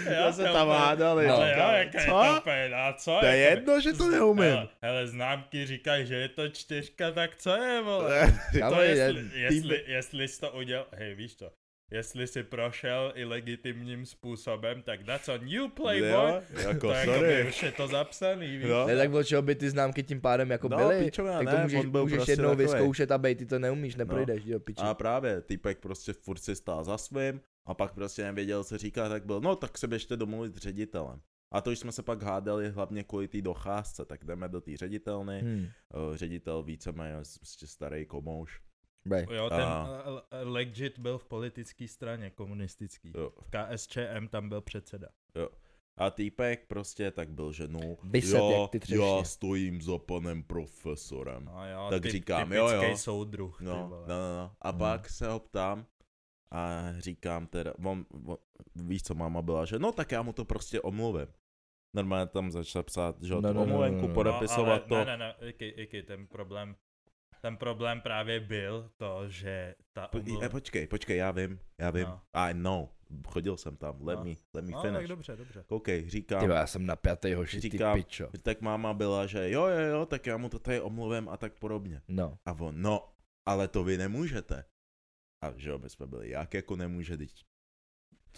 Speaker 1: Já
Speaker 3: já se
Speaker 1: jsem
Speaker 3: tam
Speaker 1: byl-
Speaker 3: hádali,
Speaker 1: Ale jo,
Speaker 3: říkám,
Speaker 1: jak je to
Speaker 3: co,
Speaker 1: pejda, a co?
Speaker 3: to je
Speaker 1: Jako-
Speaker 3: jedno, že to neumím.
Speaker 1: Hele, hele, známky říkají, že je to čtyřka, tak co je, vole?
Speaker 3: Ne,
Speaker 2: Kámo,
Speaker 1: To
Speaker 2: je-
Speaker 1: jestli, jestli, jestli jsi to udělal, hej, víš to, jestli jsi prošel i legitimním způsobem, tak that's on you, playboy.
Speaker 3: jo, jako
Speaker 1: To jako by
Speaker 3: sorry,
Speaker 1: už je to zapsaný, víš?
Speaker 3: Jo.
Speaker 2: Ne, tak od čeho by ty známky tím pádem jako
Speaker 3: No,
Speaker 2: byly?
Speaker 3: pičovina,
Speaker 2: tak to
Speaker 3: ne,
Speaker 2: můžeš,
Speaker 3: on byl
Speaker 2: můžeš
Speaker 3: prostě
Speaker 2: jednou
Speaker 3: takovej. No.
Speaker 2: vyzkoušet a bej, ty to neumíš, neprojdeš, jo, piči.
Speaker 3: a právě, typek prostě furt si stál za svým a pak prostě nevěděl, co říká, tak byl, no tak se běžte domluvit s ředitelem. A to už jsme se pak hádali hlavně kvůli té docházce, tak jdeme do té ředitelny,
Speaker 2: Hmm.
Speaker 3: Eh, ředitel víceméně prostě starý komouš.
Speaker 2: Right.
Speaker 1: Jo, ten
Speaker 3: A-
Speaker 1: a- a- a legit byl v politické straně, komunistický.
Speaker 3: Jo.
Speaker 1: V KSČM tam byl předseda.
Speaker 3: A týpek prostě tak byl, že no,
Speaker 2: Vyset
Speaker 3: já,
Speaker 2: jak ty třešně.
Speaker 3: já stojím za panem profesorem.
Speaker 1: No jo,
Speaker 3: Tak
Speaker 1: typ-
Speaker 3: říkám, jo, jo.
Speaker 1: typický soudruh, ty
Speaker 3: No, no,
Speaker 1: vole.
Speaker 3: no, no. A
Speaker 2: Mhm.
Speaker 3: pak se ho ptám a říkám teda, on, on, víš co máma byla, že no tak já mu to prostě omluvím. Normálně tam začala psát, že no, no, omluvenku, no, no,
Speaker 2: no.
Speaker 3: podepisovat
Speaker 1: No, ale,
Speaker 3: to.
Speaker 1: Ne, ne, ne, iky, iky, ten problém, ten problém právě byl to, že ta
Speaker 3: Po,
Speaker 1: omluva...
Speaker 3: e, počkej, počkej, já vím, já vím.
Speaker 1: No.
Speaker 3: I know, chodil jsem tam, let
Speaker 1: No.
Speaker 3: me, let me
Speaker 1: no, tak
Speaker 3: finish.
Speaker 1: dobře, dobře.
Speaker 3: Koukej, říkám,
Speaker 2: Ty vole, já jsem napjatý hoši, ty
Speaker 3: Říkám-
Speaker 2: pičo.
Speaker 3: tak máma byla, že jo, jo, jo, tak já mu to tady omluvím a tak podobně.
Speaker 2: No.
Speaker 3: A on, no, ale to vy nemůžete. A že jo, my jsme byli, jak jako nemůže, teď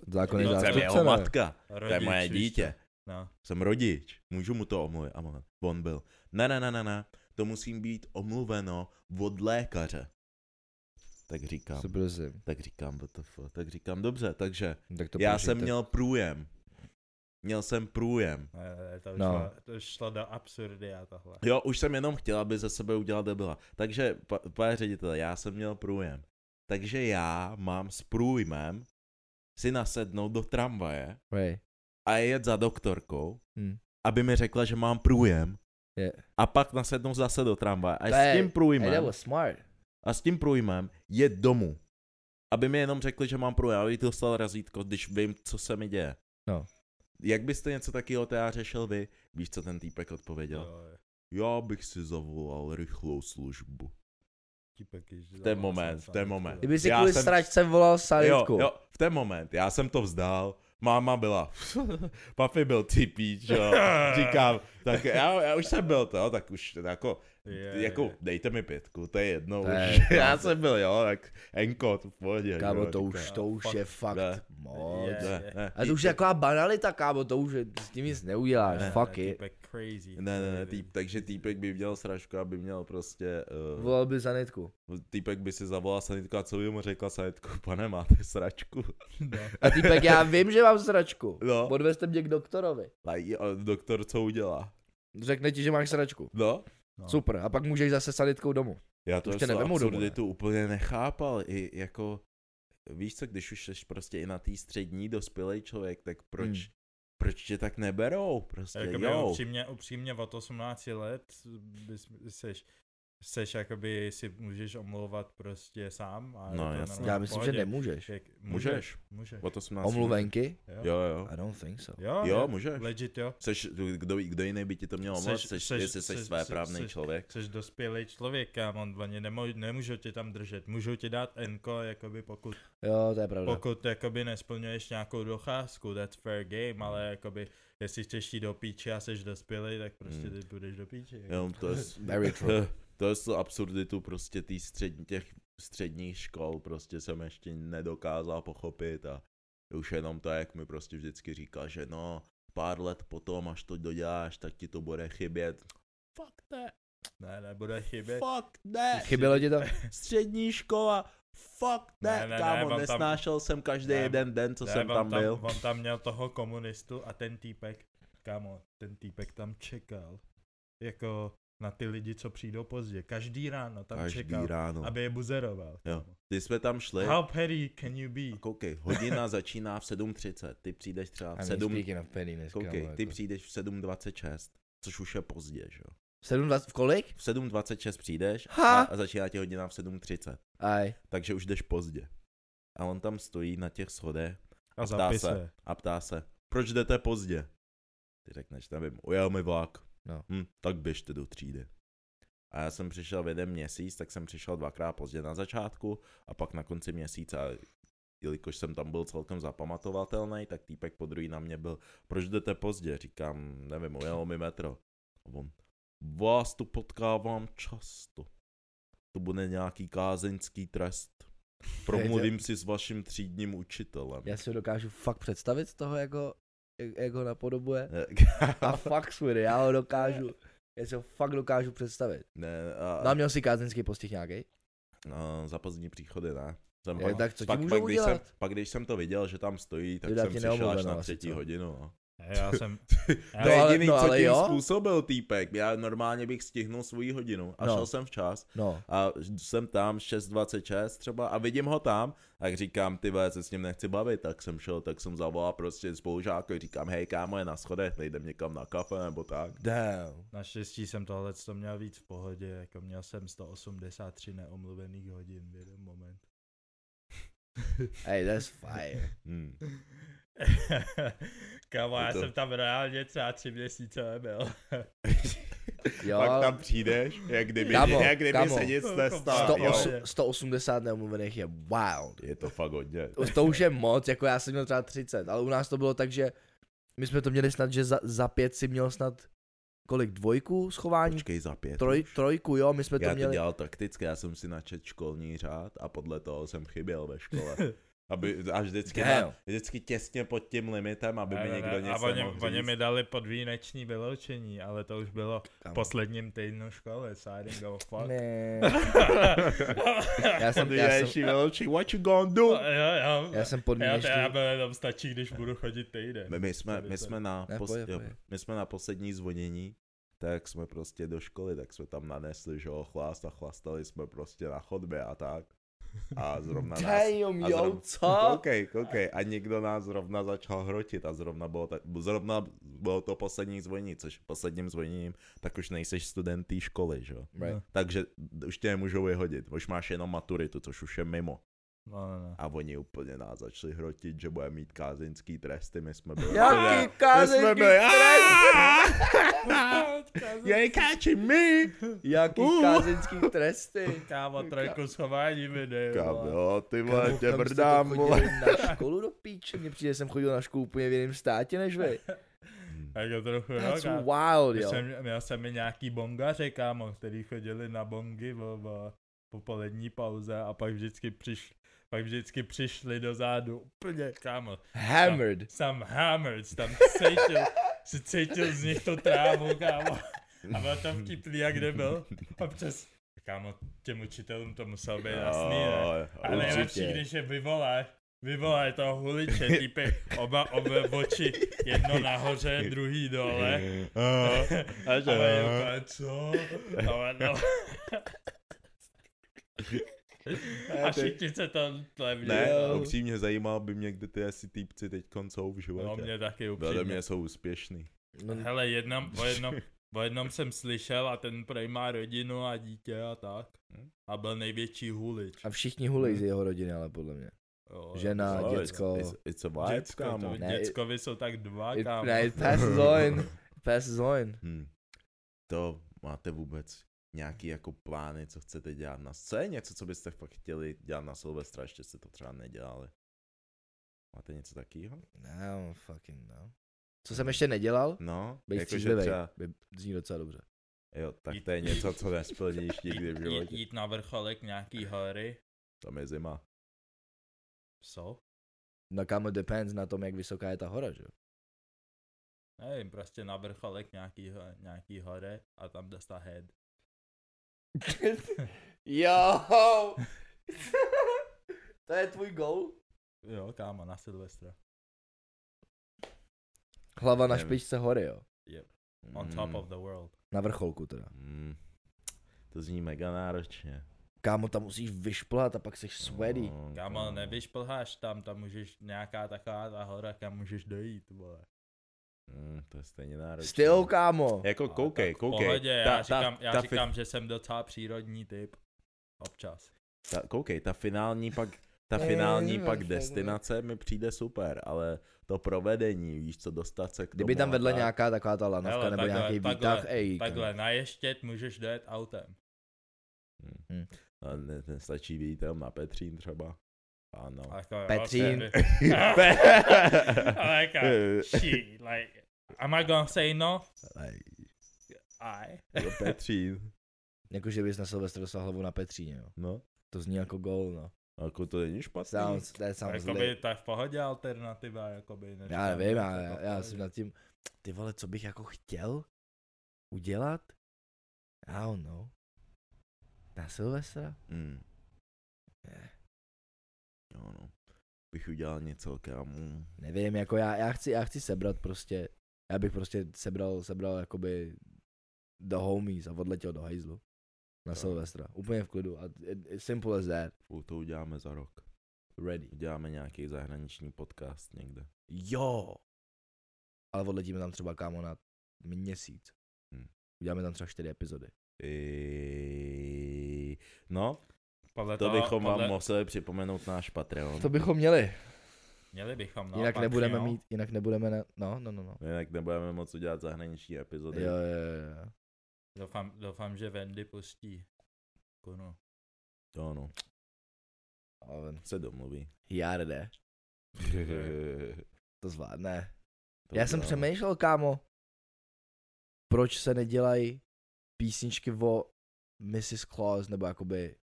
Speaker 2: Zákon je
Speaker 1: No,
Speaker 3: to je
Speaker 1: zástupce,
Speaker 3: jeho
Speaker 2: zástupce, ne?
Speaker 3: matka, to
Speaker 1: Rodič,
Speaker 3: je moje
Speaker 1: víš
Speaker 3: dítě,
Speaker 1: co? No.
Speaker 3: jsem rodič, můžu mu to omluvit. A on- on byl, ne, ne, ne, ne, ne, to musím být omluveno od lékaře. tak říkám,
Speaker 2: se brzím.
Speaker 3: tak říkám, WTF, tak říkám, dobře, takže
Speaker 2: Tak to
Speaker 3: já
Speaker 2: použijte.
Speaker 3: jsem měl průjem. Měl jsem průjem.
Speaker 1: Ne, ne, ne, to, už
Speaker 2: No.
Speaker 1: no. šlo, to už šlo do absurdy a tohle.
Speaker 3: Jo, už jsem jenom chtěl, aby ze sebe udělal debila. Takže, pa- pane ředitele, já jsem měl průjem. Takže já mám s průjmem si nasednout do tramvaje
Speaker 2: Hej.
Speaker 3: a jet za doktorkou,
Speaker 2: Hmm.
Speaker 3: aby mi řekla, že mám průjem.
Speaker 2: Je.
Speaker 3: A pak nasednu zase do tramvaje. A
Speaker 2: To
Speaker 3: s
Speaker 2: je-
Speaker 3: tím
Speaker 2: Hey, that
Speaker 3: průjmem,
Speaker 2: was smart.
Speaker 3: a s tím průjmem je domů. Aby mi jenom řekli, že mám průjem, aby dostal razítko, když vím, co se mi děje.
Speaker 2: No.
Speaker 3: Jak byste něco takového teda řešil vy? Víš, co ten týpek odpověděl?
Speaker 1: Jo, jo.
Speaker 3: Já bych si zavolal rychlou službu.
Speaker 1: Típek, když
Speaker 3: ten
Speaker 1: zavolal
Speaker 3: moment,
Speaker 1: jsem
Speaker 3: v ten
Speaker 1: sanitku,
Speaker 3: moment.
Speaker 1: jo.
Speaker 2: Kdyby si
Speaker 3: Já
Speaker 2: kvůli
Speaker 3: jsem-
Speaker 2: jsem... sračce volal
Speaker 3: Jo,
Speaker 2: sanitku.
Speaker 3: jo, v ten moment, já jsem to vzdal, máma byla, Puffy byl typíč, jo, říkám, tak já, já už jsem byl to, tak už jako,
Speaker 1: Je,
Speaker 3: jako
Speaker 1: je.
Speaker 3: dejte mi pětku, to je jedno,
Speaker 2: To
Speaker 3: už,
Speaker 2: je
Speaker 3: já jsem byl, jo, tak enko, to v pohodě,
Speaker 2: Kámo,
Speaker 3: jo,
Speaker 2: to
Speaker 3: říkám,
Speaker 2: už, to už
Speaker 1: fuck,
Speaker 2: je fakt
Speaker 3: ne.
Speaker 2: moc.
Speaker 1: Je.
Speaker 3: Ne, ne,
Speaker 2: A to už je taková banalita, kámo, to už je- s tím nic neuděláš,
Speaker 1: Ne,
Speaker 2: fuck
Speaker 1: ne,
Speaker 2: it.
Speaker 1: Týpek crazy.
Speaker 3: ne, ne, ne,
Speaker 1: crazy.
Speaker 3: týp, takže týpek by měl sražku, aby měl prostě, uh,
Speaker 2: Volal by zanitku.
Speaker 3: týpek by si zavolal sanitku a co by mu řekla sanitku, pane, máte sračku,
Speaker 1: Ne.
Speaker 2: A týpek, já vím, že mám sračku.
Speaker 3: no,
Speaker 2: Odvezte mě k doktorovi.
Speaker 3: a j- a doktor co udělá,
Speaker 2: Řekne ti, že máš sračku.
Speaker 3: no,
Speaker 1: No.
Speaker 2: Super, a pak můžeš zase sanitkou domů.
Speaker 3: Já
Speaker 2: To
Speaker 3: to
Speaker 2: už tě
Speaker 3: slovo
Speaker 2: nevemou domů, ne?
Speaker 3: absurditu úplně nechápal, i jako, víš co, když už jsi prostě i na té střední dospělý člověk, tak proč,
Speaker 2: Hmm.
Speaker 3: hmm. proč tě tak neberou, prostě,
Speaker 1: Jakoby
Speaker 3: jo,
Speaker 1: Jako upřímně, upřímně od 18 let bys, seš, seš jakoby si můžeš omlouvat prostě sám. A je
Speaker 3: No,
Speaker 1: to
Speaker 3: jasně.
Speaker 1: normálně
Speaker 2: Já
Speaker 1: v
Speaker 2: myslím, že
Speaker 1: pohodě.
Speaker 2: nemůžeš.
Speaker 1: Jak-
Speaker 3: můžeš,
Speaker 1: Můžeš.
Speaker 3: o to 18
Speaker 2: Omluvenky?
Speaker 1: Jo.
Speaker 3: Jo, jo,
Speaker 2: I don't think so.
Speaker 1: Jo,
Speaker 3: jo,
Speaker 1: je-
Speaker 3: můžeš.
Speaker 1: Legit jo.
Speaker 3: Seš, kdo, kdo jiný by ti to měl
Speaker 1: Seš-
Speaker 3: omlouvat, seš,
Speaker 1: seš-
Speaker 3: jestli seš
Speaker 1: seš-
Speaker 3: svéprávný
Speaker 1: seš-
Speaker 3: člověk.
Speaker 1: Jsi dospělý člověk, kámo, oni nemo, nemůžou tě tam držet. Můžou ti dát enko, jakoby pokud,
Speaker 2: Jo, to je pravda.
Speaker 1: pokud jakoby nesplňuješ nějakou docházku, that's fair
Speaker 3: Hmm.
Speaker 1: game, ale jakoby, jestli chceš jít do píči a jsi dospělý, tak prostě
Speaker 3: Mm.
Speaker 1: ty půjdeš do píči. jako.
Speaker 3: Jo, to je,
Speaker 2: Very true.
Speaker 3: to je slovo absurditu prostě tý střední, těch středních škol prostě jsem ještě nedokázal pochopit a už jenom to, jak mi prostě vždycky říkal, že no, pár let potom, až to doděláš, tak ti to bude chybět. Fuck ne,
Speaker 1: Ne, nebude chybět.
Speaker 3: fuck ne,
Speaker 2: Chybělo ti to?
Speaker 3: střední škola, fuck ne,
Speaker 1: Ne, ne, ne,
Speaker 3: kámo,
Speaker 1: on tam-
Speaker 3: nesnášel jsem každý
Speaker 1: ne,
Speaker 3: jeden den, co
Speaker 1: Ne,
Speaker 3: jsem
Speaker 1: on
Speaker 3: tam byl.
Speaker 1: Tam, on tam měl toho komunistu a ten týpek, kámo, ten týpek tam čekal. Jako na ty lidi, co přijdou pozdě. Každý ráno tam
Speaker 3: Každý
Speaker 1: čekal,
Speaker 3: ráno.
Speaker 1: aby je buzeroval.
Speaker 3: Jo. Jako Když jsme tam šli,
Speaker 1: How petty can you be?
Speaker 3: koukej, hodina začíná v 7.30, ty přijdeš třeba v
Speaker 2: I'm
Speaker 3: 7,
Speaker 2: speaking of pettiness, kámo,
Speaker 3: Koukej, ty
Speaker 2: jako.
Speaker 3: přijdeš v 7.26, což už je pozdě, že jo.
Speaker 2: 7.20, v kolik?
Speaker 3: V 7.26 přijdeš
Speaker 2: Ha!
Speaker 3: a, a začíná ti hodina v 7.30,
Speaker 2: Aj.
Speaker 3: takže už jdeš pozdě. A on tam stojí na těch schodech
Speaker 1: A
Speaker 3: ptá
Speaker 1: zapise.
Speaker 3: se. a ptá se, proč jdete pozdě? Ty řekneš, nevím, ujel mi vlak.
Speaker 2: No.
Speaker 3: Hm, tak běžte do třídy. A já jsem přišel v jeden měsíc, tak jsem přišel dvakrát pozdě na začátku a pak na konci měsíce, a jelikož jsem tam byl celkem zapamatovatelný, tak týpek po druhý na mě byl, proč jdete pozdě? Říkám, nevím, ujelo mi metro. A on, vás tu potkávám často. To bude nějaký kázeňský trest. Promluvím si s vaším třídním učitelem.
Speaker 2: Já si ho dokážu fakt představit z toho, jako, jak, jak ho napodobuje.
Speaker 3: Eh,
Speaker 2: A fakt sweetie, já ho dokážu, já si ho fakt dokážu představit.
Speaker 3: ne, a,
Speaker 2: No a měl si kázeňský postih nějaký?
Speaker 3: No, za pozdní příchody, ne? Jsem
Speaker 2: Je, tak co ti můžou
Speaker 3: pak, No, když jsem,
Speaker 2: udělat?
Speaker 3: pak když jsem to viděl, že tam stojí, tak
Speaker 2: Dodá
Speaker 3: jsem
Speaker 2: ti
Speaker 3: přišel až
Speaker 2: neomluvenou
Speaker 3: na
Speaker 2: asi,
Speaker 3: třetí
Speaker 2: co?
Speaker 3: hodinu. No.
Speaker 1: Já jsem...
Speaker 3: To
Speaker 1: Já,
Speaker 2: No,
Speaker 3: je
Speaker 2: ale-
Speaker 3: jediný,
Speaker 2: no,
Speaker 3: co
Speaker 2: ale
Speaker 3: tím
Speaker 2: jo.
Speaker 3: způsobil týpek. Já normálně bych stihnul svoji hodinu a
Speaker 2: No.
Speaker 3: šel jsem včas
Speaker 2: No,
Speaker 3: a jsem tam 6.26 třeba a vidím ho tam, tak říkám, ty vole, se s ním nechci bavit, tak jsem šel, tak jsem zavolal prostě spolužákovi, říkám, hej kámo, je na schodech, nejdem někam na kafe nebo tak.
Speaker 2: damn.
Speaker 1: naštěstí jsem tohle to měl víc v pohodě, jako měl jsem 183 neomluvených hodin v jeden moment.
Speaker 2: Hey, that's fire.
Speaker 3: Hmm.
Speaker 1: Kámo,
Speaker 3: Je
Speaker 1: já
Speaker 3: to-
Speaker 1: jsem tam reálně třeba tři měsíce nebyl.
Speaker 2: Jo,
Speaker 3: Pak tam přijdeš, jak kdyby,
Speaker 2: Kámo,
Speaker 3: jak kdyby
Speaker 2: kámo.
Speaker 3: se nic nestalo.
Speaker 2: 108,
Speaker 3: jo.
Speaker 1: jo.
Speaker 2: 180 neomluvených je wild.
Speaker 3: Je to fakt hodně.
Speaker 2: To už je moc, jako já jsem měl třeba 30, ale u nás to bylo tak, že my jsme to měli snad, že za, za pět si měl snad kolik dvojku schování,
Speaker 3: Počkej za pět.
Speaker 2: Troj, trojku, jo, my jsme
Speaker 3: já
Speaker 2: to
Speaker 3: to
Speaker 2: měli.
Speaker 3: dělal takticky, já jsem si načet školní řád a podle toho jsem chyběl ve škole. Aby, až vždycky,
Speaker 2: Damn.
Speaker 3: na, vždycky těsně pod tím limitem, aby
Speaker 1: Ne,
Speaker 3: mi
Speaker 1: ne,
Speaker 3: někdo
Speaker 1: ne,
Speaker 3: něco
Speaker 1: a oni,
Speaker 3: mohl říct.
Speaker 1: oni mi dali podvýneční vyloučení, ale to už bylo v
Speaker 2: Kámo.
Speaker 1: posledním týdnu školy, sorry, go fuck.
Speaker 2: Ne. já jsem, já jsem,
Speaker 3: Podvýječný vyloučení, what you gonna do?
Speaker 1: Jo, jo,
Speaker 2: já jsem
Speaker 1: já,
Speaker 2: podmíněš.
Speaker 1: já, já tam stačí, když budu chodit týden.
Speaker 3: My, my, jsme,
Speaker 1: Tady
Speaker 3: my,
Speaker 1: to-
Speaker 3: jsme na
Speaker 2: Ne,
Speaker 3: pos,
Speaker 2: pojď,
Speaker 3: jo,
Speaker 2: pojď.
Speaker 3: my jsme na poslední zvonění, tak jsme prostě do školy, tak jsme tam nanesli, že jo, chlást a chlastali jsme prostě na chodbě a tak. A zrovna nás...
Speaker 2: Damn,
Speaker 3: a
Speaker 2: jo,
Speaker 3: zrovna-
Speaker 2: co?
Speaker 3: Koukej, koukej. A někdo nás zrovna začal hrotit a zrovna bylo, tak, zrovna bylo to poslední zvonění, což posledním zvoněním, tak už nejseš student té školy, že jo.
Speaker 2: Right.
Speaker 3: Takže už tě nemůžou vyhodit, už máš jenom maturitu, což už je mimo.
Speaker 1: No, no, no.
Speaker 3: A oni úplně nás začali hrotit, že bude mít kázeňský tresty, my jsme byli...
Speaker 2: Jaký kázeňský
Speaker 3: You ain't Ah! catching me!
Speaker 2: Jaký
Speaker 3: Uh.
Speaker 2: kázeňský tresty?
Speaker 1: Kámo, trojku schování mi dej,
Speaker 3: Kam,
Speaker 1: vole.
Speaker 3: jo, ty
Speaker 2: Kámo,
Speaker 3: vole, tě
Speaker 2: kam jste to
Speaker 3: brdám, vole.
Speaker 2: chodili na školu do píče, mně přijde, že jsem chodil na školu úplně v jiném státě než vy.
Speaker 1: Jako trochu, jo,
Speaker 2: That's
Speaker 1: kámo.
Speaker 2: wild,
Speaker 1: Měl
Speaker 2: jo.
Speaker 1: jsem, měl jsem i nějaký bongaře, kámo, který chodili na bongy v, v po polední pauze a pak vždycky přišli, pak vždycky přišli dozadu úplně, kámo.
Speaker 2: Hammered.
Speaker 1: Jsem hammered, tam cítil, si cítil z nich to trávu, kámo. A byl tam vtipný, jak kde byl. A přes, kámo, těm učitelům to musel být jasný,
Speaker 3: No,
Speaker 1: ne? A nejlepší, když je vyvolá, vyvolá toho huliče, typy oba obě oči, jedno nahoře, druhý dole.
Speaker 3: A
Speaker 1: A
Speaker 3: že
Speaker 1: on je
Speaker 3: jo.
Speaker 1: úplně, co? A, on, no. a všichni se to tlevně.
Speaker 3: Ne,
Speaker 2: Jo.
Speaker 3: upřímně zajímalo by mě, kde ty asi týpci teď jsou v
Speaker 1: No,
Speaker 3: životě.
Speaker 1: mě taky
Speaker 3: Vedle
Speaker 1: upřímně.
Speaker 3: mě jsou úspěšný.
Speaker 2: No,
Speaker 1: Hele, jednom, o, jednom, o jednom jsem slyšel a ten prej má rodinu a dítě a tak. A byl největší hulič.
Speaker 2: a všichni hulej z jeho rodiny, ale podle mě.
Speaker 1: Jo, jako-
Speaker 2: Žena,
Speaker 1: jo,
Speaker 3: Jo, it's-
Speaker 2: děcko.
Speaker 3: it's- It's a vibe,
Speaker 1: Děcko,
Speaker 3: kámo.
Speaker 1: to,
Speaker 2: Ne,
Speaker 1: děckovi jsou tak dva,
Speaker 2: It,
Speaker 1: kámo.
Speaker 2: ne, it passes on. It passes on.
Speaker 3: Hm. To máte vůbec nějaký jako plány, co chcete dělat na scéně? Něco, co byste fakt chtěli dělat na Silvestra, ještě jste to třeba nedělali. Máte něco takového?
Speaker 2: No, fucking no. Co jsem ještě nedělal?
Speaker 3: No,
Speaker 2: Bej
Speaker 3: jakože
Speaker 2: střízlivej.
Speaker 3: třeba,
Speaker 2: By- Zní docela dobře.
Speaker 3: jo, tak to je něco, co nesplníš nikdy
Speaker 1: Jít,
Speaker 3: v
Speaker 1: jít,
Speaker 3: životě.
Speaker 1: jít na vrcholek nějaký hory.
Speaker 3: Tam je zima.
Speaker 1: Co?
Speaker 2: No kámo, depends na tom, jak vysoká je ta hora, že jo?
Speaker 1: Nevím, prostě na vrcholek nějaký, ho- nějaký hory a tam dostá head.
Speaker 2: Jo! to je tvůj goal?
Speaker 1: Jo, kámo, na Silvestra.
Speaker 2: Hlava na
Speaker 3: Nevím.
Speaker 2: špičce hory, jo.
Speaker 1: On
Speaker 3: Mm.
Speaker 1: top of the world.
Speaker 2: Na vrcholku teda.
Speaker 3: Mm. To zní mega náročně.
Speaker 2: Kámo, tam musíš vyšplat a pak jsi sweaty.
Speaker 3: No,
Speaker 1: Kámo, nevyšplháš tam, tam můžeš nějaká taková ta hora, kam můžeš dojít, vole.
Speaker 3: Mm, to je stejně náročné.
Speaker 2: Styl, kámo.
Speaker 3: Jako
Speaker 1: A
Speaker 3: koukej,
Speaker 1: tak v
Speaker 3: koukej.
Speaker 1: Pohodě, já říkám, já
Speaker 3: ta, fi-
Speaker 1: říkám že jsem docela přírodní typ. Občas.
Speaker 3: ta, koukej, ta finální pak, ta
Speaker 2: Ne,
Speaker 3: finální
Speaker 2: ne,
Speaker 3: pak
Speaker 2: ne, ne.
Speaker 3: destinace mi přijde super, ale to provedení, víš co, dostat se k tomu.
Speaker 2: Kdyby tam
Speaker 3: a
Speaker 2: vedle
Speaker 3: tak.
Speaker 2: nějaká taková ta lanovka
Speaker 1: Hele,
Speaker 2: nebo
Speaker 1: takhle,
Speaker 2: nějaký
Speaker 1: takhle,
Speaker 2: výtah, ej. kámo.
Speaker 1: Takhle, na ještět můžeš dojet autem.
Speaker 3: A ne, ne, stačí vyjít tam na Petřín třeba. no, Ano.
Speaker 1: A jako, jo,
Speaker 2: Petřín.
Speaker 1: tedy- Ale jako, shit, like, am I gonna say no?
Speaker 3: Aj,
Speaker 1: I.
Speaker 3: do Petřín,
Speaker 2: Jakože bys na Silvestr dostal hlavu na Petříně, jo.
Speaker 3: no.
Speaker 2: To zní jako goal, no.
Speaker 3: Jako to není špatný.
Speaker 1: Hm.
Speaker 2: Sounds, that sounds
Speaker 1: Jakoby,
Speaker 2: lit.
Speaker 1: to je v pohodě alternativa, jakoby. než
Speaker 2: Já
Speaker 1: tam
Speaker 2: nevím,
Speaker 1: něco
Speaker 2: já, já,
Speaker 1: to
Speaker 2: já
Speaker 1: pohodě.
Speaker 2: jsem nad tím, ty vole, co bych jako chtěl udělat? I don't know. Na Silvestra?
Speaker 3: Mm.
Speaker 2: Ne.
Speaker 3: No, no. Bych udělal něco, kámo.
Speaker 2: Nevím, jako já, já chci, já chci sebrat prostě, já bych prostě sebral, sebral jakoby do homies a odletěl do hajzlu. Na
Speaker 3: Jo.
Speaker 2: Silvestra, úplně v klidu. A it- it's simple as that.
Speaker 3: Fú, To uděláme za rok.
Speaker 2: Ready.
Speaker 3: Uděláme nějaký zahraniční podcast někde.
Speaker 2: Jo. Ale odletíme tam třeba kámo na měsíc.
Speaker 3: Hmm.
Speaker 2: Uděláme tam třeba čtyři epizody.
Speaker 3: I... No,
Speaker 1: Podle
Speaker 3: to bychom vám
Speaker 1: podle-
Speaker 3: museli připomenout náš Patreon.
Speaker 2: To bychom měli.
Speaker 1: Měli bychom, no.
Speaker 2: No, jinak
Speaker 1: pak
Speaker 2: nebudeme
Speaker 1: jo.
Speaker 2: mít, jinak nebudeme na, no, no, no, no.
Speaker 3: Jinak nebudeme moc udělat zahraniční epizody.
Speaker 2: Jo, jo, jo, jo.
Speaker 1: Doufám, doufám, že Wendy pustí. Kunu.
Speaker 3: To no,
Speaker 2: Oven.
Speaker 3: se domluví.
Speaker 2: Jarde, to zvládne.
Speaker 3: To
Speaker 2: Já jsem
Speaker 3: uděláme.
Speaker 2: přemýšlel, kámo, proč se nedělají písničky o Mrs. Claus, nebo jakoby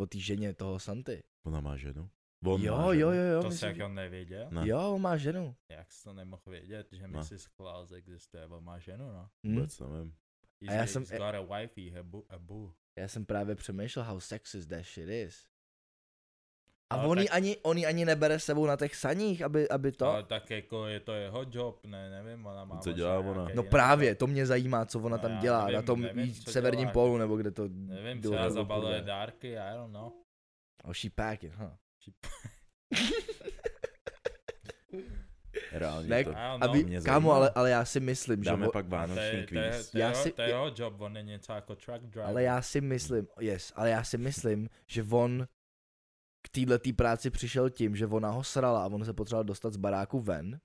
Speaker 2: o té ženě toho Santy.
Speaker 3: Ona má ženu? On
Speaker 2: Jo,
Speaker 3: má
Speaker 2: jo,
Speaker 3: ženu.
Speaker 2: jo, jo,
Speaker 1: to jsi
Speaker 2: myslím,
Speaker 1: jako nevěděl?
Speaker 3: No.
Speaker 2: že- jo, on má ženu.
Speaker 1: Jak jsi to nemohl vědět, že
Speaker 3: No.
Speaker 1: Mrs. Claus existuje, on má ženu, no.
Speaker 2: Hm?
Speaker 3: Vůbec nevím.
Speaker 1: He's,
Speaker 2: A já jsem-
Speaker 1: he's got a wifey, a boo, a boo.
Speaker 2: Já jsem právě přemýšlel, how sexist that shit is. A
Speaker 1: Ale
Speaker 2: on ji
Speaker 1: tak-
Speaker 2: ani, on ji ani nebere s sebou na těch saních, aby, aby to...
Speaker 1: Ale tak jako je to jeho job, ne, nevím, ona má
Speaker 3: Co
Speaker 1: možná
Speaker 3: dělá ona?
Speaker 1: nějaký
Speaker 2: No
Speaker 1: jiný
Speaker 2: právě,
Speaker 1: job.
Speaker 2: to mě zajímá, co ona
Speaker 1: No,
Speaker 2: tam
Speaker 1: já
Speaker 2: dělá
Speaker 1: nevím,
Speaker 2: na tom
Speaker 1: nevím,
Speaker 2: jí-
Speaker 1: co
Speaker 2: severním
Speaker 1: dělá.
Speaker 2: polu, nebo kde to...
Speaker 1: Nevím,
Speaker 2: důl
Speaker 1: třeba
Speaker 2: nebo
Speaker 1: zabaluje
Speaker 2: kurva.
Speaker 1: dárky, I don't know.
Speaker 2: Oh, she packing, huh?
Speaker 1: She-
Speaker 3: Reálně
Speaker 2: Ne,
Speaker 3: to.
Speaker 1: I don't know.
Speaker 2: Aby,
Speaker 3: mě
Speaker 2: kámo,
Speaker 3: zajímá.
Speaker 2: ale, ale já si myslím, že...
Speaker 3: Dáme
Speaker 2: o-
Speaker 1: To
Speaker 3: pak
Speaker 1: je-
Speaker 3: vánoční
Speaker 1: to je-
Speaker 3: kvíz.
Speaker 1: to je
Speaker 2: Já
Speaker 1: jeho-
Speaker 2: si-
Speaker 1: To je jeho job, on je něco jako truck driver.
Speaker 2: Ale já si myslím, yes, ale já si myslím, že on k této práci přišel tím, že ona ho srala a on se potřeboval dostat z baráku ven.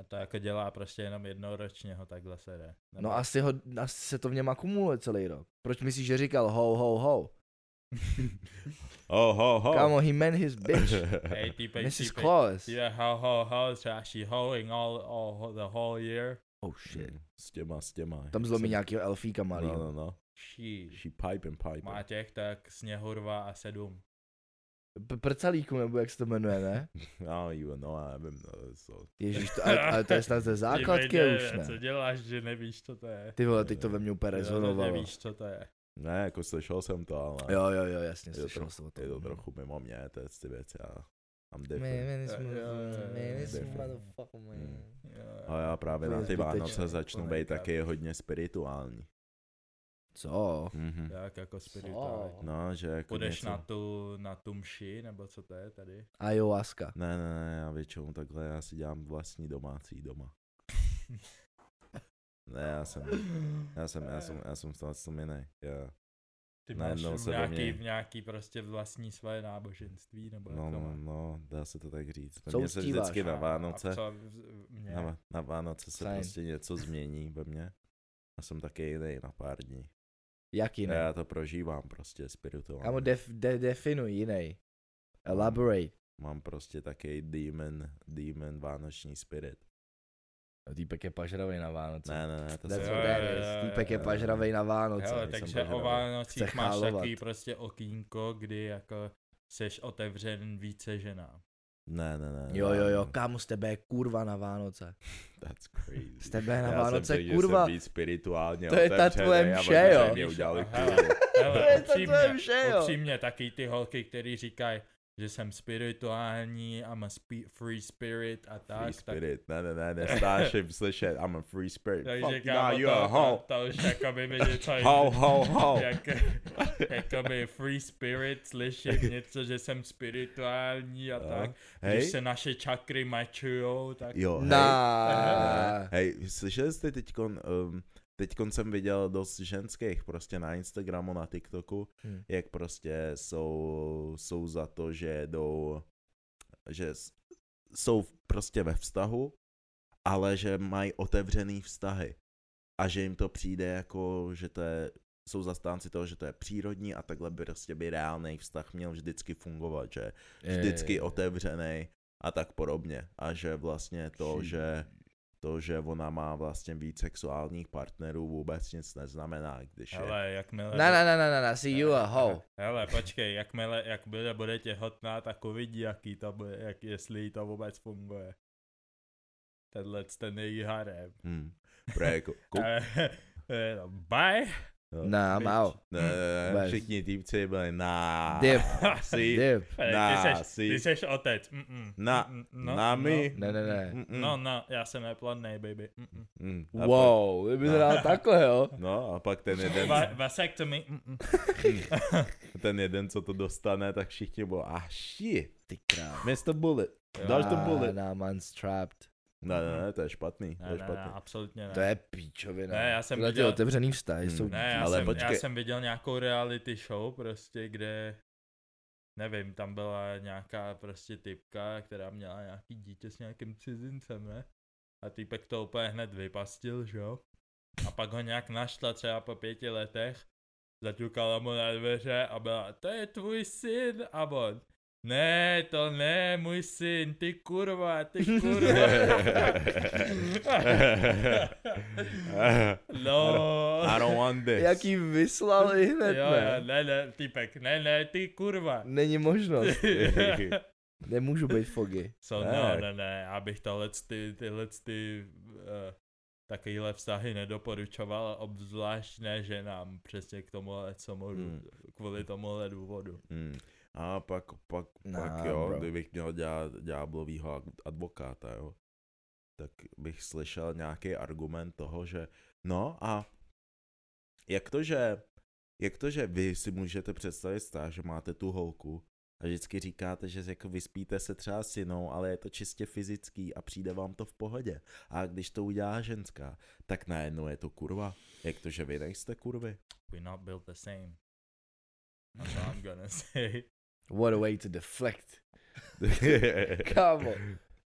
Speaker 1: A to jako dělá prostě jenom jednou ročně ho takhle sere. Nebo-
Speaker 2: No asi, ho, asi se to v něm akumuluje celý rok. Proč myslíš, že říkal ho, ho, ho?
Speaker 3: Oh, ho, ho.
Speaker 2: Oh. Kámo, he meant his bitch.
Speaker 1: Hej, týpek,
Speaker 2: Mrs.
Speaker 1: týpek.
Speaker 2: Claus.
Speaker 1: Yeah, ho, ho, ho, třeba she hoeing all, all, the whole year.
Speaker 2: Oh shit.
Speaker 3: S těma, s těma.
Speaker 2: Tam zlomí
Speaker 3: Jsem-
Speaker 2: nějakého elfíka
Speaker 3: No,
Speaker 2: malýho.
Speaker 3: no, no.
Speaker 1: She.
Speaker 3: She pipe and pipe.
Speaker 1: Má těch tak sněhurva a sedm.
Speaker 2: P- Prcalíku, nebo jak se to jmenuje, ne?
Speaker 3: No, jo, no, já nevím, no, so.
Speaker 2: Ježíš, to, ale, ale to je snad ze základky
Speaker 1: Dívej,
Speaker 2: už,
Speaker 1: dívej, Co
Speaker 2: ne?
Speaker 1: děláš, že nevíš, co to je?
Speaker 2: Ty vole, teď to ve mně úplně
Speaker 1: Ty
Speaker 2: rezonovalo.
Speaker 1: Nevíš, co to je.
Speaker 3: Ne, jako slyšel jsem to, ale
Speaker 1: no.
Speaker 2: Jo, jo, jo, jasně,
Speaker 3: Je to
Speaker 2: slyšel
Speaker 3: trochu-
Speaker 2: jsem o tom.
Speaker 3: je to trochu mimo mě, to je ty věci, já I'm
Speaker 2: Man,
Speaker 3: different.
Speaker 2: man, this
Speaker 1: Eh, jo, jo,
Speaker 2: motherfucker,
Speaker 1: jo, Hmm.
Speaker 2: man, this
Speaker 3: different.
Speaker 2: motherfucker, man.
Speaker 3: Mm.
Speaker 1: Jo.
Speaker 3: A já právě
Speaker 2: To je jako
Speaker 3: na ty
Speaker 2: zbytečný.
Speaker 3: Vánoce začnu
Speaker 1: Úplnej
Speaker 3: být taky hodně spirituální.
Speaker 2: Co?
Speaker 3: Mhm.
Speaker 1: Tak jako spirituální.
Speaker 2: Co?
Speaker 3: No, že jako
Speaker 1: Půjdeš
Speaker 3: něco...
Speaker 1: na tu, na tu mši, nebo co to je tady?
Speaker 2: Ayahuasca.
Speaker 3: Ne, ne, ne, já většinou takhle, já si dělám vlastní domácí doma. ne, já jsem, já jsem, já jsem, já jsem v tom, jsem jiný. Já,
Speaker 1: Ty
Speaker 3: Najednou
Speaker 1: máš
Speaker 3: se ve
Speaker 1: nějaký,
Speaker 3: mně-
Speaker 1: nějaký prostě vlastní své náboženství, nebo
Speaker 3: no,
Speaker 1: jak to
Speaker 3: no,
Speaker 1: má?
Speaker 3: no, dá se to tak říct.
Speaker 2: Co
Speaker 3: Ve mně se
Speaker 2: uctíváš?
Speaker 3: vždycky na
Speaker 1: A-
Speaker 3: Vánoce,
Speaker 1: A co v- mě?
Speaker 3: na, na Vánoce se
Speaker 2: Fajn.
Speaker 3: prostě něco změní ve mně. Já jsem taky jiný na pár dní.
Speaker 2: Jak
Speaker 3: A
Speaker 2: jiný?
Speaker 3: já to prožívám prostě spirituálně.
Speaker 2: Kámo, def, de, definuj jiný. Elaborate.
Speaker 3: Mám prostě taky demon, demon vánoční spirit.
Speaker 2: No, týpek je pažravej na Vánoce.
Speaker 3: Ne, ne, ne, to
Speaker 2: That's
Speaker 1: Jo,
Speaker 3: jsem...
Speaker 1: jo,
Speaker 2: what that
Speaker 1: jo,
Speaker 2: is.
Speaker 1: jo,
Speaker 2: Týpek je
Speaker 3: jo.
Speaker 2: pažravej na Vánoce.
Speaker 1: Hele,
Speaker 3: nejsem
Speaker 1: takže o
Speaker 3: požadavek.
Speaker 1: Vánocích
Speaker 2: Chce
Speaker 1: máš
Speaker 2: chálovat.
Speaker 1: takový prostě okýnko, kdy jako seš otevřen více ženám.
Speaker 3: Ne, ne, ne.
Speaker 2: Jo,
Speaker 3: ne,
Speaker 2: jo, jo,
Speaker 3: ne.
Speaker 2: kámo, z tebe je kurva na Vánoce.
Speaker 3: That's crazy.
Speaker 2: Z tebe je na
Speaker 3: Já jsem
Speaker 2: Vánoce
Speaker 3: teď, že
Speaker 2: kurva.
Speaker 3: Jsem víc spirituálně
Speaker 2: To je ta
Speaker 3: otevřený
Speaker 2: tvoje
Speaker 3: a
Speaker 2: mše,
Speaker 3: oni
Speaker 2: jo.
Speaker 3: se Mě udělali
Speaker 1: Aha.
Speaker 3: kurvu.
Speaker 2: To je
Speaker 1: Hele,
Speaker 2: to tvoje
Speaker 1: upřímně,
Speaker 2: vše, jo.
Speaker 1: upřímně, taky ty holky, který říkají, že jsem spirituální, I'm a spi- free spirit a tak.
Speaker 3: Free
Speaker 1: tak
Speaker 3: spirit. Ne, ne, ne, nestáším slyšet. I'm a free spirit.
Speaker 1: takže
Speaker 3: Fuck
Speaker 1: kámo,
Speaker 3: no, you a
Speaker 1: to, to,
Speaker 3: hoe.
Speaker 1: to už jako by mi něco
Speaker 3: Ho, ho, ho.
Speaker 1: Jak, jakoby free spirit slyšet něco, že jsem spirituální a
Speaker 3: Jo.
Speaker 1: tak. Když
Speaker 3: Hej,
Speaker 1: se naše čakry mačujou, tak
Speaker 3: jo, hej.
Speaker 2: Na.
Speaker 3: Hej, slyšeli jste teďkon, um, teďkon jsem viděl dost ženských prostě na Instagramu, na TikToku,
Speaker 2: Hm.
Speaker 3: jak prostě jsou, jsou za to, že jdou, že s- jsou v- prostě ve vztahu, ale že mají otevřený vztahy a že jim to přijde jako, že to je, jsou zastánci toho, že to je přírodní a takhle by prostě by reálný vztah měl vždycky fungovat, že vždycky otevřený a tak podobně. A že vlastně to, že to, že ona má vlastně víc sexuálních partnerů vůbec nic neznamená, když je...
Speaker 1: hele, jakmile...
Speaker 2: Na, na, na, na, na, na, see you a hoe.
Speaker 1: Hele, počkej, jakmile, jak bude, bude těhotná, tak uvidí, jaký to bude, jak, jestli jí to vůbec funguje. Tenhle ten její harem.
Speaker 3: Hm, prejko, kup,
Speaker 1: Ale- eh, no, Bye!
Speaker 2: Nah, I'm
Speaker 1: bitch.
Speaker 2: out.
Speaker 3: no. ne, ne, ne,
Speaker 2: vůbec.
Speaker 3: všichni týpci byli na...
Speaker 2: Dip,
Speaker 3: si,
Speaker 2: dip.
Speaker 1: Ale Ty
Speaker 3: na,
Speaker 1: seš,
Speaker 3: si,
Speaker 1: ty seš otec. Mm-mm.
Speaker 3: Na-
Speaker 1: Mm-mm.
Speaker 3: na my.
Speaker 2: Ne, ne, ne.
Speaker 3: Mm, mm,
Speaker 1: No, no, já jsem neplodnej, baby. Mm-mm.
Speaker 3: mm. A pak-
Speaker 2: Wow, kdyby to
Speaker 3: No.
Speaker 2: dal takhle, jo.
Speaker 3: No a pak ten jeden,
Speaker 1: Va- vasectomy. Mm-mm.
Speaker 3: ten jeden, co to dostane, tak všichni bylo, ah shit,
Speaker 2: Ty krám.
Speaker 3: Mr. Bullet,
Speaker 1: No.
Speaker 3: dáš to
Speaker 2: Ah,
Speaker 3: bullet.
Speaker 2: Na, man's trapped.
Speaker 3: Ne, ne, ne, to je špatný, to
Speaker 1: Ne,
Speaker 3: je
Speaker 1: ne, ne,
Speaker 3: špatný.
Speaker 1: absolutně ne.
Speaker 2: To je píčovina.
Speaker 1: Ne, já jsem
Speaker 2: Tyhle ty
Speaker 1: viděl-
Speaker 2: otevřený vztahy
Speaker 3: Hmm.
Speaker 2: jsou...
Speaker 1: Ne, já,
Speaker 3: Ale
Speaker 1: jsem, já
Speaker 3: počkej.
Speaker 1: jsem viděl nějakou reality show prostě, kde nevím, tam byla nějaká prostě typka, která měla nějaký dítě s nějakým cizincem, ne? A týpek to úplně hned vypastil, že jo? A pak ho nějak našla třeba po pěti letech, zaťukala mu na dveře a byla, to je tvůj syn, a on, Ne, to ne, můj syn, ty kurva, ty kurva. no.
Speaker 3: I don't want this.
Speaker 2: Jaký vyslali hned,
Speaker 1: Jo, jo,
Speaker 2: ne?
Speaker 1: ne, ne, typek, ne, ne, ty kurva.
Speaker 2: Není možnost. Nemůžu být fogy.
Speaker 1: Co, ne,
Speaker 3: Tak.
Speaker 1: ne, ne, abych tohle ty, tyhle ty uh, takovýhle vztahy nedoporučoval, obzvlášť ne ženám, přesně k tomu, co
Speaker 3: Hmm.
Speaker 1: hmm. kvůli tomuhle důvodu.
Speaker 3: Hmm. A pak, pak,
Speaker 2: Nah,
Speaker 3: pak jo,
Speaker 2: bro.
Speaker 3: kdybych měl dělat ďáblovýho advokáta, jo, tak bych slyšel nějaký argument toho, že no a jak to, že, jak to, že vy si můžete představit stáž, že máte tu holku a vždycky říkáte, že jako vyspíte se třeba s jinou, ale je to čistě fyzický a přijde vám to v pohodě. A když to udělá ženská, tak najednou je to kurva. Jak to, že vy nejste kurvy?
Speaker 1: We not built the same. That's what I'm gonna say.
Speaker 2: What a way to deflect. Kámo.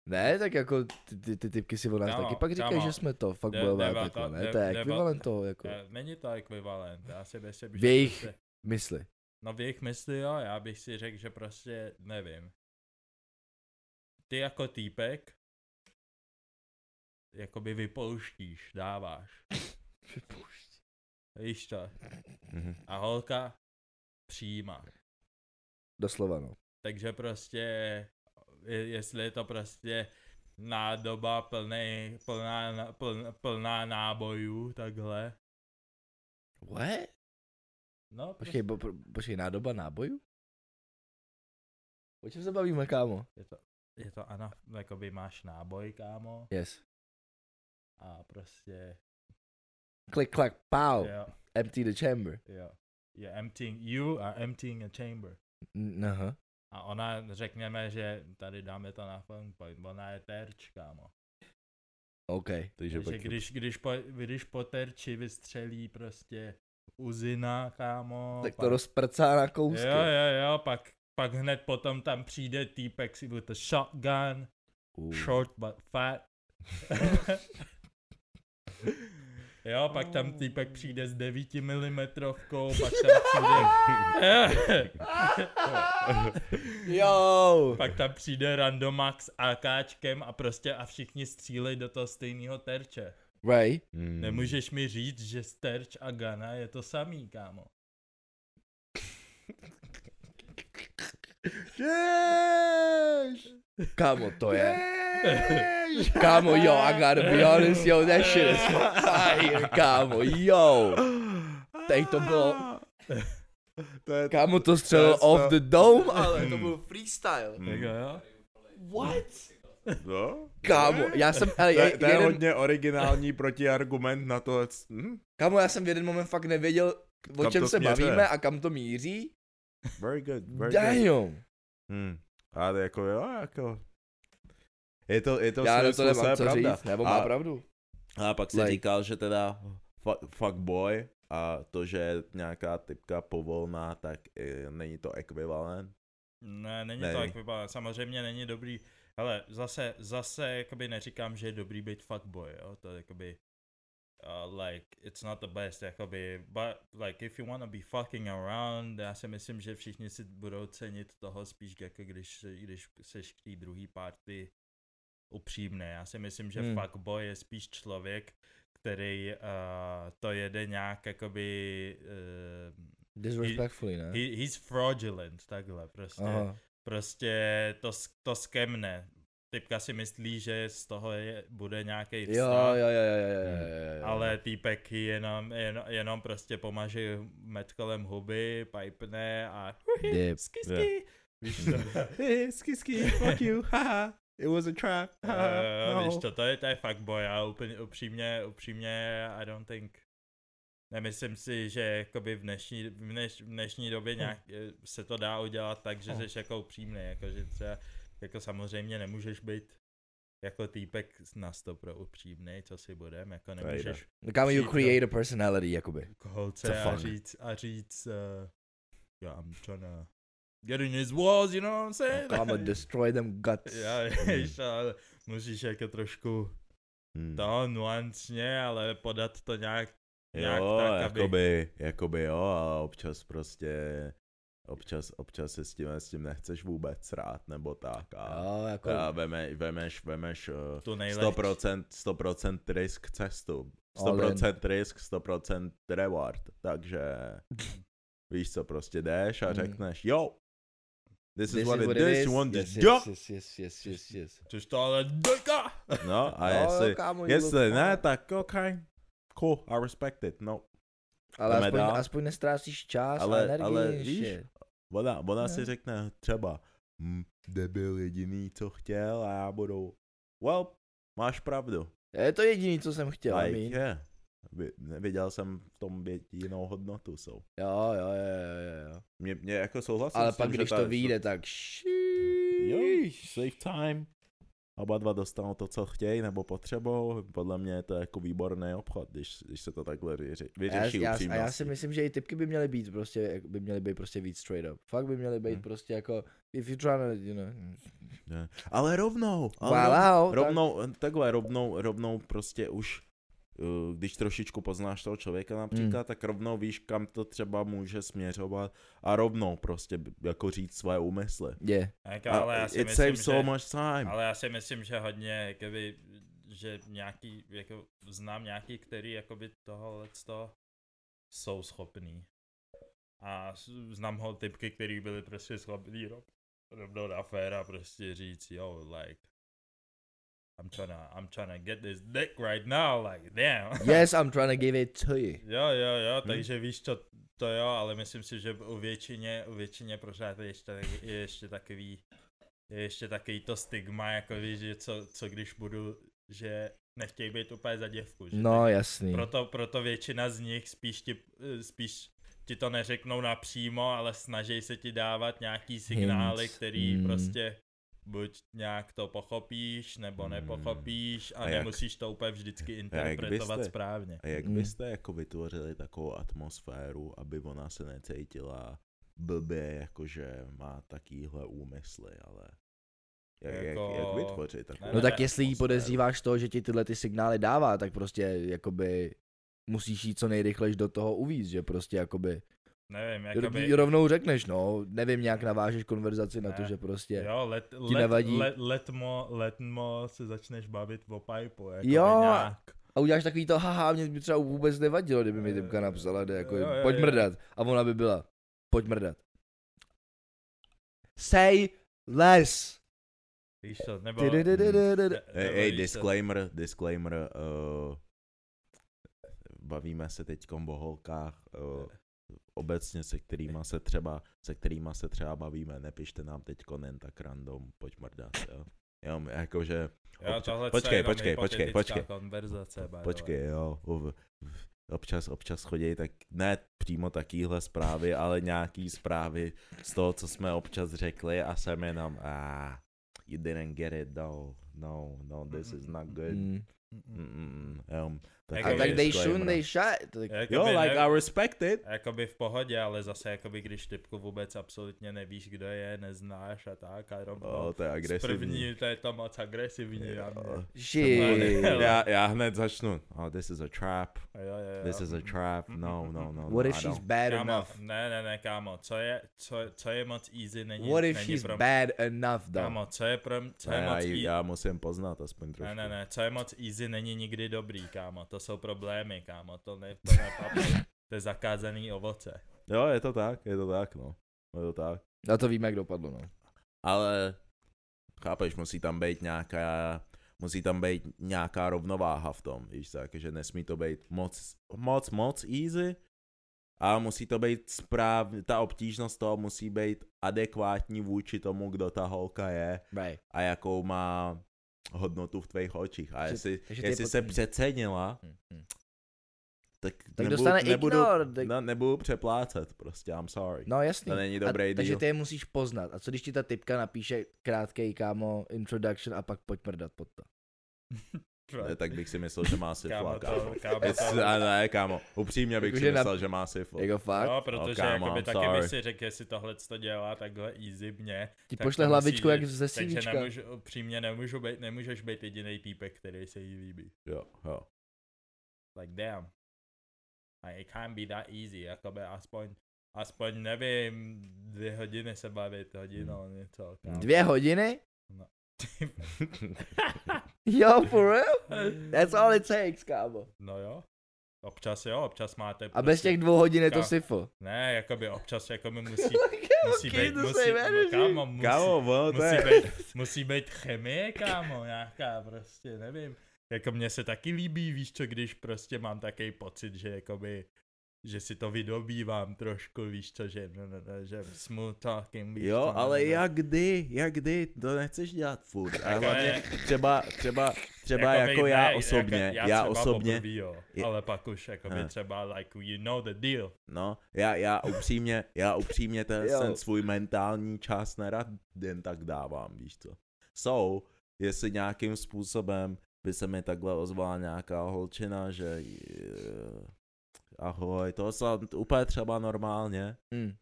Speaker 2: Ne, tak jako ty, ty, ty typky si o nás
Speaker 1: Kámo,
Speaker 2: taky pak říkají,
Speaker 1: kámo.
Speaker 2: že jsme to fakt
Speaker 1: Ne-
Speaker 2: bojové
Speaker 1: neba-
Speaker 2: peklo, ne?
Speaker 1: ne-
Speaker 2: To je
Speaker 1: neba-
Speaker 2: ekvivalent toho, jako,
Speaker 1: Eh, Není to ekvivalent, já si myslím, že...
Speaker 2: V jejich-
Speaker 1: prostě-
Speaker 2: mysli.
Speaker 1: No v jejich mysli jo, já bych si řekl, že prostě nevím. Ty jako týpek, jakoby vypouštíš, dáváš, víš to.
Speaker 3: Mhm.
Speaker 1: A holka přijímá.
Speaker 2: Doslova, no.
Speaker 1: Takže prostě, je- jestli je to prostě nádoba plnej, plná, na- pln, plná nábojů, takhle.
Speaker 2: What?
Speaker 1: No,
Speaker 2: Počkej, bo, po, počkej, nádoba nábojů? O čem se bavíme, kámo?
Speaker 1: je to, je to ana, jakoby máš náboj, kámo,
Speaker 2: Yes.
Speaker 1: a prostě,
Speaker 2: Click, clack, pow.
Speaker 1: jo,
Speaker 2: Empty the chamber.
Speaker 1: jo. Je emptying, you are emptying a chamber.
Speaker 2: N- Aha.
Speaker 1: A ona, řekněme, že tady dáme to na funk point, ona je terč, kámo.
Speaker 2: OK.
Speaker 3: Takže
Speaker 1: Takže
Speaker 3: pak
Speaker 1: když, když, po, když po terči vystřelí prostě uzina, kámo.
Speaker 2: Tak to
Speaker 1: pak-
Speaker 2: rozprcá na kousky.
Speaker 1: Jo, jo, jo, pak, pak hned potom tam přijde týpek si with a shotgun,
Speaker 3: Uh.
Speaker 1: short but fat. jo, pak tam týpek přijde s 9 mm, pak tam Eh! přijde...
Speaker 2: Jo!
Speaker 1: pak tam přijde randomak s AKčkem a prostě a všichni střílejí do toho stejného terče.
Speaker 2: Hmm. Ray?
Speaker 3: Mm.
Speaker 1: Nemůžeš mi říct, že Sterč a Gana je to samý, kámo.
Speaker 2: Jež! Kámo, to je. Kámo, jo, I gotta be honest, yo, that shit is fire, kámo, yo. Teď to bylo-
Speaker 3: To je
Speaker 2: Kámo, to střelil off the dome, ale to
Speaker 3: Hmm.
Speaker 2: byl freestyle.
Speaker 1: Tak jo?
Speaker 2: What?
Speaker 3: No?
Speaker 2: Kámo, já jsem, ale
Speaker 3: To je, to je
Speaker 2: jeden,
Speaker 3: hodně originální protiargument na to, c- hm?
Speaker 2: kámo, já jsem v jeden moment fakt nevěděl, o
Speaker 3: Kam
Speaker 2: čem
Speaker 3: to
Speaker 2: se
Speaker 3: směřuje?
Speaker 2: bavíme a kam to míří.
Speaker 3: Very good, very good.
Speaker 2: Damn.
Speaker 3: Hm. A to jako jo, jako... Je to, je to
Speaker 2: Já na to
Speaker 3: svým
Speaker 2: nemám co
Speaker 3: způsobem pravda.
Speaker 2: říct, nebo má
Speaker 3: a,
Speaker 2: pravdu.
Speaker 3: a pak si
Speaker 2: Like.
Speaker 3: říkal, že teda fuck, fuck boy a to, že je nějaká typka povolná, tak e, není to ekvivalent.
Speaker 1: Ne, není
Speaker 3: Ne.
Speaker 1: to tak vypadá. Samozřejmě není dobrý. Hele, zase, zase jakoby neříkám, že je dobrý být fuckboy, jo. To je jakoby, uh, like, it's not the best, jakoby, but, like, if you wanna be fucking around, já si myslím, že všichni si budou cenit toho spíš, jako když, když seš k té druhé party upřímné. Já si myslím, že
Speaker 2: Hmm.
Speaker 1: hmm. fuckboy je spíš člověk, který uh, to jede nějak, jakoby, uh,
Speaker 2: Disrespectfully, ne?
Speaker 1: he, he's fraudulent, takhle, prostě
Speaker 2: Aha.
Speaker 1: prostě to, s- to skemne. Typka si myslí, že z toho je, bude nějaký
Speaker 2: Jo, jo,
Speaker 1: vztah,
Speaker 2: jo, jo, jo, jo, jo, jo, jo.
Speaker 1: ale týpek jenom, jenom, jenom prostě pomaže metkolem huby, pipne a
Speaker 2: Dip.
Speaker 1: sky, sky. Víš to?
Speaker 3: Skisky, fuck you, haha. It was a trap.
Speaker 1: Eh,
Speaker 2: No.
Speaker 1: Víš to, to je, to je fakt boj a úplně, upřímně, upřímně, I don't think, nemyslím si, že jakoby v dnešní, v dneš, v dnešní době
Speaker 2: Hm.
Speaker 1: nějak eh, se to dá udělat tak, že jsi jako upřímný, jako že třeba, jako samozřejmě nemůžeš být jako týpek na 100 pro upřímný, co si budem, jako
Speaker 3: To jde.
Speaker 1: nemůžeš
Speaker 2: Kámo, you
Speaker 1: Přijde.
Speaker 2: create a personality, jakoby.
Speaker 1: k holce
Speaker 2: Co
Speaker 1: a
Speaker 2: fuck?
Speaker 1: říct, a říct, uh, yeah, I'm tryna get in his walls, you know what I'm saying?
Speaker 2: Kámo, destroy them guts.
Speaker 1: Já, víš, ale musíš jako trošku
Speaker 3: Hmm.
Speaker 1: to No, nuancně, ale podat to nějak, nějak
Speaker 3: Jo,
Speaker 1: tak, aby...
Speaker 3: jakoby, jakoby jo, a občas prostě Občas, občas se s tím, s tím nechceš vůbec srát, nebo tak. A,
Speaker 2: Jo, jako,
Speaker 3: a veme, vemeš, vemeš eh,
Speaker 1: To nejlepší.
Speaker 3: 100%, 100% risk cestu.
Speaker 2: All in.
Speaker 3: 100% risk, 100% reward. Takže víš co, prostě jdeš a
Speaker 2: Mm.
Speaker 3: řekneš, jo, this,
Speaker 2: this
Speaker 3: is what it is, you want
Speaker 2: yes,
Speaker 3: this
Speaker 2: yes,
Speaker 3: job.
Speaker 2: yes, yes, yes, yes, yes.
Speaker 1: Což to ale dojka!
Speaker 3: No a
Speaker 2: Jo, jo,
Speaker 3: jestli,
Speaker 2: kámo,
Speaker 3: jestli
Speaker 2: jdu-
Speaker 3: ne, tak ok, cool, I respect it, no.
Speaker 2: Ale
Speaker 3: jdeme
Speaker 2: aspoň,
Speaker 3: dál.
Speaker 2: aspoň nestrácíš čas ale, a
Speaker 3: Ale-
Speaker 2: energii.
Speaker 3: ale
Speaker 2: shit.
Speaker 3: víš, Ona, ona
Speaker 2: Ne.
Speaker 3: si řekne třeba, hm, debil jediný, co chtěl a já budu, well, máš pravdu.
Speaker 2: Je to jediný, co jsem chtěl like, mít.
Speaker 3: Like, yeah. Vy- Neviděl jsem v tom bě- jinou hodnotu, jsou.
Speaker 2: Jo, jo, jo, jo, jo, jo.
Speaker 3: Mě, mě jako souhlasím
Speaker 2: Ale
Speaker 3: s tím,
Speaker 2: pak,
Speaker 3: že
Speaker 2: když
Speaker 3: ta-
Speaker 2: to vyjde, tak
Speaker 3: Jo,
Speaker 2: šíš.
Speaker 3: save time. Oba dva dostanou to, co chtějí nebo potřebou. Podle mě je to jako výborný obchod, když, když se to takhle vyři-
Speaker 2: A
Speaker 3: vyřeší
Speaker 2: já, já, a já si
Speaker 3: upřímností.
Speaker 2: myslím, že i typky by měly být prostě, jak- by měly být prostě víc straight up. Fakt by měly být
Speaker 3: Hmm.
Speaker 2: prostě jako, if you try to, you know.
Speaker 3: Ne. Ale rovnou. Ale no,
Speaker 2: Wow,
Speaker 3: rovnou, rovnou takhle, rovnou, rovnou prostě už, uh, když trošičku poznáš toho člověka například,
Speaker 2: Hmm.
Speaker 3: tak rovnou víš, kam to třeba může směřovat a rovnou prostě b- jako říct své úmysly.
Speaker 2: Je.
Speaker 1: Tak,
Speaker 3: A
Speaker 1: ale já si
Speaker 3: it
Speaker 1: myslím,
Speaker 3: saves
Speaker 1: že...
Speaker 3: so much time.
Speaker 1: Ale já si myslím, že hodně, jakoby, že nějaký, jako, znám nějaký, který jakoby tohohle jsou schopný. A s- znám ho typky, který byli prostě schopný rob- rovnou na féra prostě říct, yo, like, I'm tryna, I'm tryna get this dick right now, like, damn.
Speaker 2: Yes, I'm trying to give it to you.
Speaker 1: Jo, jo, jo,
Speaker 2: Hm?
Speaker 1: takže víš, co to jo, ale myslím si, že u většině, u většině pořád je ještě, tak- je ještě takový, je ještě takový to stigma, jako víš, že co, co když budu, že nechtějí být úplně za děvku, že
Speaker 2: No,
Speaker 1: tak-
Speaker 2: jasný.
Speaker 1: proto, proto většina z nich spíš ti, eh, spíš ti to neřeknou napřímo, ale snaží se ti dávat nějaký signály,
Speaker 2: Hints.
Speaker 1: který
Speaker 2: Mm.
Speaker 1: prostě buď nějak to pochopíš, nebo
Speaker 2: Hmm.
Speaker 3: Mm.
Speaker 1: nepochopíš a,
Speaker 3: A jak-
Speaker 1: nemusíš to úplně vždycky
Speaker 3: byste-
Speaker 1: interpretovat správně.
Speaker 3: A jak
Speaker 2: Mm.
Speaker 3: byste jako vytvořili takovou atmosféru, aby ona se necítila blbě, jakože má takýhle úmysly, ale jak, jako... jak, jak
Speaker 1: Jako-
Speaker 3: vytvořit takovou
Speaker 2: No
Speaker 1: Ne,
Speaker 2: tak
Speaker 1: ne,
Speaker 2: jestli jí
Speaker 3: atmosféru?
Speaker 2: podezříváš to, že ti tyhle ty signály dává, tak prostě jakoby musíš jít co nejrychlejš do toho uvíz, že prostě jakoby,
Speaker 1: Nevím,
Speaker 2: jakoby...
Speaker 1: jakoby...
Speaker 2: rovnou řekneš, no, nevím, nějak navážeš konverzaci na to,
Speaker 1: Ne.
Speaker 2: že prostě, jo,
Speaker 1: Jo, let,
Speaker 2: ti
Speaker 1: let,
Speaker 2: nevadí.
Speaker 1: let, letmo, letmo se začneš bavit o pipu, jako
Speaker 2: Jo,
Speaker 1: nějak.
Speaker 2: a uděláš takový to, haha, mě by třeba vůbec nevadilo, kdyby mi typka napsala, jde jako,
Speaker 1: Eh, Jo, jo,
Speaker 2: pojď
Speaker 1: jo.
Speaker 2: mrdat, a ona by byla, pojď mrdat. Say less.
Speaker 1: Víš co, nebo...
Speaker 2: Tydydydydydydy.
Speaker 3: Ej,
Speaker 1: nebo
Speaker 3: ej,
Speaker 1: víš co,
Speaker 3: disclaimer, disclaimer, uh, bavíme se teď o holkách, uh, obecně se kterýma se třeba, se kterýma se třeba bavíme, nepište nám teď jen tak random, pojď mrdat, jo. Jenom jakože,
Speaker 1: Jo, tohle
Speaker 3: Počkej,
Speaker 1: je jenom
Speaker 3: počkej, počkej,
Speaker 1: hypotetická
Speaker 3: počkej.
Speaker 1: konverzace, by the way.
Speaker 3: Počkej, jo, v- v- občas, občas chodí tak, ne přímo takýhle zprávy, ale nějaký zprávy z toho, co jsme občas řekli a jsem jenom, ah, you didn't get it, no, no, no, this is not good.
Speaker 2: Mm.
Speaker 3: Mm, mm, mm, um,
Speaker 1: A
Speaker 2: A
Speaker 1: Jakoby
Speaker 2: tak they
Speaker 1: disclaimer.
Speaker 2: shoot, they shot. Tak,
Speaker 1: Jakoby
Speaker 3: Jo, like
Speaker 1: ne-
Speaker 3: I respect it.
Speaker 1: Jakoby v pohodě, ale zase jakoby když typku vůbec absolutně nevíš, kdo je, neznáš a tak a rovnou
Speaker 3: O, to je
Speaker 1: z
Speaker 3: agresivní.
Speaker 1: první, to je to moc agresivní na mě.
Speaker 3: Jo.
Speaker 2: shit.
Speaker 1: Hele.
Speaker 3: Já, já hned začnu. Oh, this is a trap.
Speaker 1: Jo, jo, jo.
Speaker 3: This is a trap. No, no, no.
Speaker 2: What
Speaker 3: no,
Speaker 2: if
Speaker 3: I
Speaker 2: she's
Speaker 3: don't.
Speaker 2: bad
Speaker 1: Kámo,
Speaker 2: enough?
Speaker 1: ne, ne, ne, kámo, co je, co, co je moc easy, není,
Speaker 2: What if
Speaker 1: není
Speaker 2: she's
Speaker 1: pro
Speaker 2: bad enough, though?
Speaker 1: Kámo, co je pro m- co
Speaker 3: Ne,
Speaker 1: je
Speaker 3: já,
Speaker 1: moc
Speaker 3: ji-
Speaker 1: easy,
Speaker 3: já musím poznat aspoň trošku.
Speaker 1: ne, ne, ne, co je moc easy, není nikdy dobrý, kámo, to jsou problémy, kámo, to ne, to nepapu, to je zakázaný ovoce.
Speaker 3: Jo, je to tak, je to tak, no. Je to tak.
Speaker 2: Na to víme, jak dopadlo, no.
Speaker 3: Ale chápeš, musí tam být nějaká, musí tam být nějaká rovnováha v tom, víš tak, že nesmí to být moc, moc, moc easy, a musí to být správ, ta obtížnost toho musí být adekvátní vůči tomu, kdo ta holka je
Speaker 2: Right.
Speaker 3: a jakou má hodnotu v tvých očích. A
Speaker 2: Že-
Speaker 3: jestli,
Speaker 2: takže ty je
Speaker 3: jestli se
Speaker 2: potřeba-
Speaker 3: přecenila,
Speaker 1: Hm,
Speaker 3: tak,
Speaker 2: Tak dostane
Speaker 3: nebudu,
Speaker 2: ignore, tak-
Speaker 3: no, nebudu přeplácet prostě, I'm sorry.
Speaker 2: No jasný.
Speaker 3: to není
Speaker 2: A,
Speaker 3: dobrý
Speaker 2: takže
Speaker 3: deal.
Speaker 2: ty je musíš poznat. A co když ti ta typka napíše krátkej kámo introduction a pak pojď mrdat pod to.
Speaker 3: Ne, tak bych si myslel, že má syfla,
Speaker 1: kámo,
Speaker 3: kámo.
Speaker 1: to, kámo,
Speaker 3: Jestli-
Speaker 1: to,
Speaker 3: A ne, kámo, upřímně bych si
Speaker 2: Jakože na-
Speaker 3: myslel, že má syfla.
Speaker 2: Jako fakt?
Speaker 1: No, protože
Speaker 3: kámo,
Speaker 1: jakoby
Speaker 3: I'm
Speaker 1: taky
Speaker 3: sorry.
Speaker 1: bych si řekl, jestli tohle to dělá takhle easy mě,
Speaker 2: ti
Speaker 1: tak
Speaker 2: pošle
Speaker 1: to
Speaker 2: hlavičku
Speaker 1: musí-
Speaker 2: jak ze
Speaker 1: takže
Speaker 2: CVčka.
Speaker 1: nemůžu, upřímně nemůžu být, nemůžeš být jediný týpek, který se jí líbí.
Speaker 3: Jo, jo.
Speaker 1: Like damn. Like, it can't be that easy, jakoby aspoň, aspoň nevím, dvě hodiny se bavit, hodinu něco. kámo.
Speaker 2: Dvě hodiny?
Speaker 1: No.
Speaker 2: jo, for real? That's all it takes, kámo.
Speaker 1: No jo. Občas jo, občas máte prostě-
Speaker 2: A bez těch dvou hodin je to
Speaker 1: Kámo.
Speaker 2: sifo.
Speaker 1: Ne, jakoby občas jakoby musí, musí
Speaker 2: keep
Speaker 1: být,
Speaker 2: the
Speaker 1: musí,
Speaker 2: same
Speaker 1: no,
Speaker 2: energy.
Speaker 1: kámo, musí,
Speaker 3: Kámo, ono to
Speaker 1: musí,
Speaker 3: je.
Speaker 1: být, musí být chemie, kámo, nějaká prostě, nevím. Jako mně se taky líbí, víš co, když prostě mám takový pocit, že jakoby, že si to vydobývám trošku, víš co, že, no, no, no, že smooth talking, víš
Speaker 3: Jo,
Speaker 1: co, no,
Speaker 3: ale
Speaker 1: no, no.
Speaker 3: jak kdy, jak kdy, to nechceš dělat furt. A
Speaker 1: Tak
Speaker 3: hlavně
Speaker 1: Jako ne.
Speaker 3: třeba, třeba, třeba
Speaker 1: Jakoby
Speaker 3: jako
Speaker 1: ne,
Speaker 3: já
Speaker 1: jako
Speaker 3: osobně,
Speaker 1: já,
Speaker 3: já
Speaker 1: třeba
Speaker 3: osobně,
Speaker 1: Poprvý, jo,
Speaker 3: Je-
Speaker 1: ale pak už jakoby
Speaker 3: Ne.
Speaker 1: třeba like you know the deal.
Speaker 3: no, já, já upřímně, já upřímně ten,
Speaker 2: Jo.
Speaker 3: ten svůj mentální čas nerad jen tak dávám, víš co. So, jestli nějakým způsobem by se mi takhle ozvala nějaká holčina, že eh, ahoj, to jsem t- úplně třeba normálně,
Speaker 2: Mm.